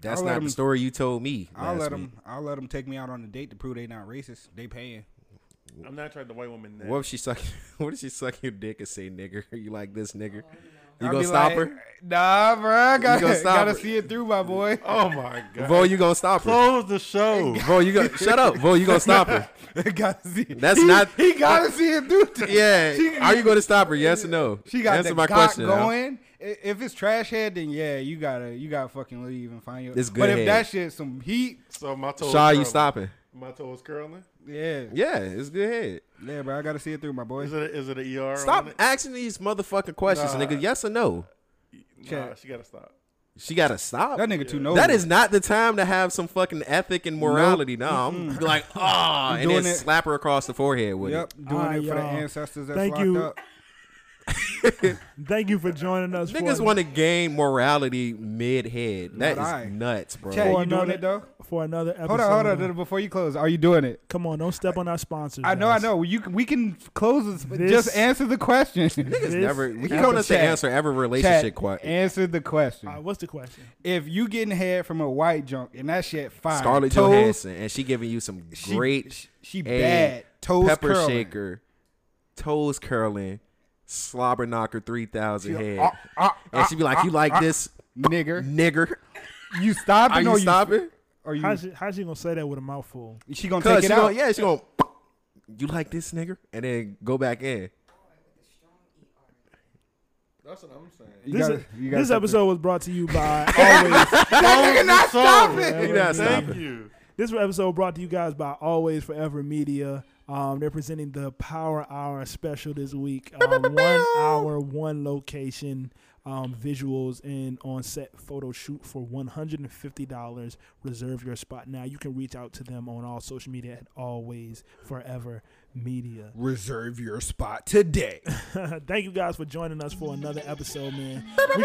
C: That's
B: I'll let
C: not the
B: him-
C: story you told me.
B: I'll
C: last
B: let
C: week.
B: [LAUGHS] them. I'll let them take me out on a date to prove they not racist. They paying.
D: I'm not attracted to white women. Now.
C: What if she suck? [LAUGHS] What if she suck your dick and say nigger? [LAUGHS] You like this nigger? You
B: I'll
C: gonna
B: be
C: stop
B: like,
C: her?
B: Nah, bro. I gotta,
C: gonna stop
B: gotta
C: her.
B: see it through, my
C: [LAUGHS]
B: boy. [LAUGHS]
D: Oh [LAUGHS] my god.
C: Vo, you gonna stop her?
D: close the show.
C: Vo,
B: [LAUGHS]
C: you gonna shut up? Vo, you gonna stop her?
B: gotta see. it.
C: That's
B: he,
C: not-
B: He gotta see it through. to-
C: [LAUGHS] Yeah.
B: She-
C: Are you gonna stop her? Yes or no?
B: She got
C: Answer
B: the
C: my
B: my
C: question. Al.
B: going. I- If it's trash head, then yeah, you gotta you gotta fucking leave and find your.
C: It's good
B: But if
C: head.
B: that shit some heat,
D: So my toes.
C: Shaw, you
D: curling.
C: stopping?
D: My toes curling.
B: yeah,
C: Yeah, it's good head.
B: yeah, bro. I gotta see it through, my boy.
D: Is it a, is it an ER?
C: Stop
D: on it?
C: asking these motherfucking questions,
D: Nah.
C: nigga. Yes or no?
D: Nah, she gotta stop.
C: She gotta stop.
B: That nigga too nosy.
C: That is not the time to have some fucking ethic and morality. No, I'm like,
B: [LAUGHS]
C: ah, and
B: doing
C: then
B: it-
C: slap her across the forehead with
B: Yep, doing
A: Alright,
B: it for the
A: y'all.
B: ancestors that's
A: Thank
B: locked
A: you.
B: up.
A: Thank you for joining us.
C: it. Niggas
A: for,
C: want to gain morality mid head. That is
B: Right.
C: nuts, bro.
B: Chad,
A: for
B: you doing
A: another-
B: it, though?
A: for another episode.
B: Hold on, hold on. Before you close, are you doing it?
A: Come on, don't step on our sponsors.
B: I know, I
A: guys.
B: know. You can, we can f- close this, but
A: This-
B: just answer the question.
A: [LAUGHS]
C: Niggas
A: This
C: never. We
B: happened-
C: don't have to
B: Chad.
C: answer every
B: Chat,
C: relationship question.
B: answer the question.
A: All right, what's the question?
B: If you getting head from a white junk and that shit fire,
C: Scarlett
B: toes,
C: Johansson, and she giving you some
B: She-
C: great
B: sh- she
C: ass,
B: bad. Toes
C: pepper
B: curling.
C: shaker, toes curling, slobber knocker three thousand head,
B: ah, ah,
C: and she be like, "You like this,
B: nigger,
C: nigger?
B: you stopping
C: Are
B: or
C: you
B: you
C: stopping?"
B: Or you?
A: How's she, how's she gonna say that with a mouthful?
B: she gonna take
C: Cause she
B: it
C: gonna,
B: out?
C: yeah, she gonna. [LAUGHS] You like this nigger, and then go back in.
D: That's what I'm saying.
B: You
A: This,
B: gotta- you gotta
A: this
B: stop it.
A: episode was brought to you
B: [LAUGHS]
A: by always.
D: That nigga not stopping.
C: You not
D: Thank
C: stopping.
D: you.
A: This episode brought to you guys by Always Forever Media, Um, they're presenting the Power Hour special this week. Um, one hour, one location, um, visuals, and on set photo shoot for $150. Reserve your spot now. You can reach out to them on all social media at Always Forever Media.
B: Reserve your spot today.
A: [LAUGHS] Thank you guys for joining us for another episode, man. We,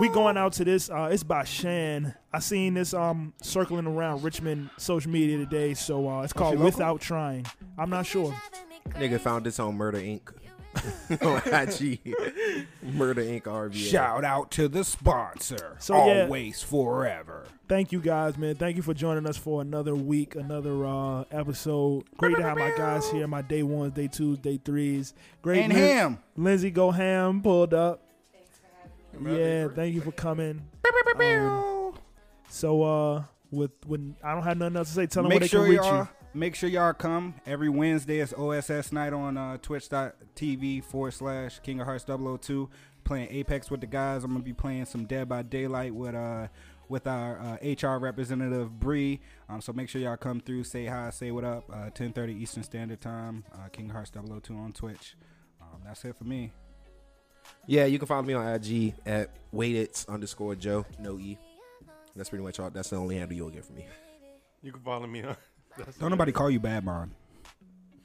A: we going out to this. Uh, it's by Shan. I seen this um circling around Richmond social media today, so uh, it's called
C: local?
A: Without Trying. I'm not sure.
C: Nigga found this on Murder Inc. [LAUGHS] on IG. Murder Inc. RBA.
B: Shout out to the sponsor.
A: So, yeah.
B: Always forever.
A: Thank you guys, man. Thank you for joining us for another week, another uh, episode. Great to have my guys here, my day ones, day twos, day threes. Great
B: And
A: Lin-
B: Ham.
A: Lindsay Go Ham pulled up. Yeah, thank you for coming. Um, so uh with when I don't have nothing else to say, tell them where
B: make
A: they
B: sure
A: can reach
B: y'all,
A: you.
B: Make sure y'all come every Wednesday. It's OSS night on uh, twitch.tv forward slash King of Hearts 002. Playing Apex with the guys. I'm gonna be playing some Dead by Daylight with uh with our uh, HR representative Bree. Um, so make sure y'all come through, say hi, say what up. Uh, 10:30 Eastern Standard Time. Uh, King of Hearts 002 on Twitch. Um, that's it for me.
C: Yeah, you can follow me on IG at waitits underscore Joe, no E. That's pretty much all. That's the only handle you'll get from me.
D: You can follow me on. [LAUGHS] that's
B: Don't
D: it.
B: nobody call you Bad Mom.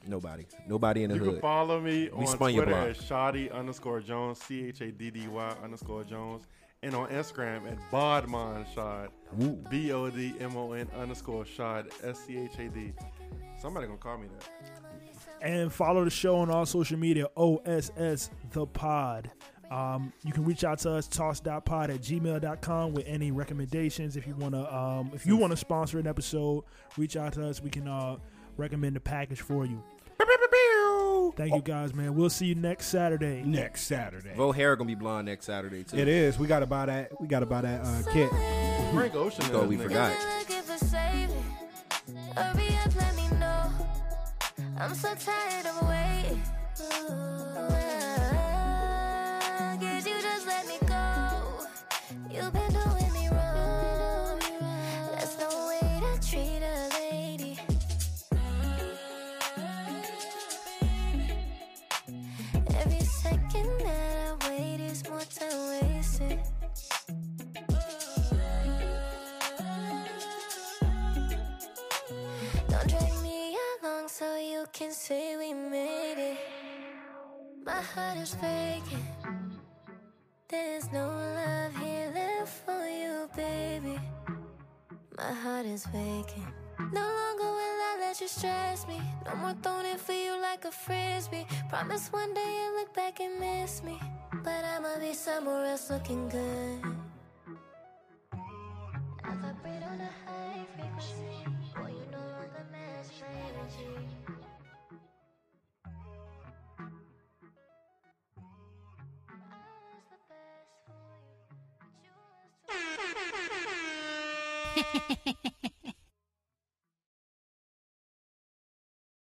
C: Nobody. Nobody in the
D: You
C: hood.
D: can follow me
C: We
D: on
C: spun your
D: Twitter
C: block.
D: at shoddy underscore Jones, C H A D D Y underscore Jones, and on Instagram at Bodmon Shod,
B: Ooh.
D: B O D M O N underscore Shod, S C H A D. Somebody gonna call me that.
A: and follow the show on all social media oss the pod um, you can reach out to us toss.pod at gmail.com with any recommendations if you want to um, if you want to sponsor an episode reach out to us we can uh, recommend a package for you thank you guys man we'll see you next saturday
B: next saturday
C: Vote hair gonna be blonde next Saturday too.
B: It is. We gotta buy that. We gotta buy that uh, kit.
D: Frank Ocean.
C: Oh, we forgot.
I: looking for saving. Hurry up, let me know. I'm so tired of waiting. Ooh, could you just let me go? You've been doing me wrong. That's no way to treat a lady. Every second that I wait is more time wasted. Don't drag me along so you can say we made it. My heart is breaking. There's no love here left for you, baby. My heart is waking. No longer will I let you stress me. No more throwing it for you like a frisbee. Promise one day you'll look back and miss me. But I'ma be somewhere else looking good. I vibrate on a high frequency. Boy, you know I'm the match for energy.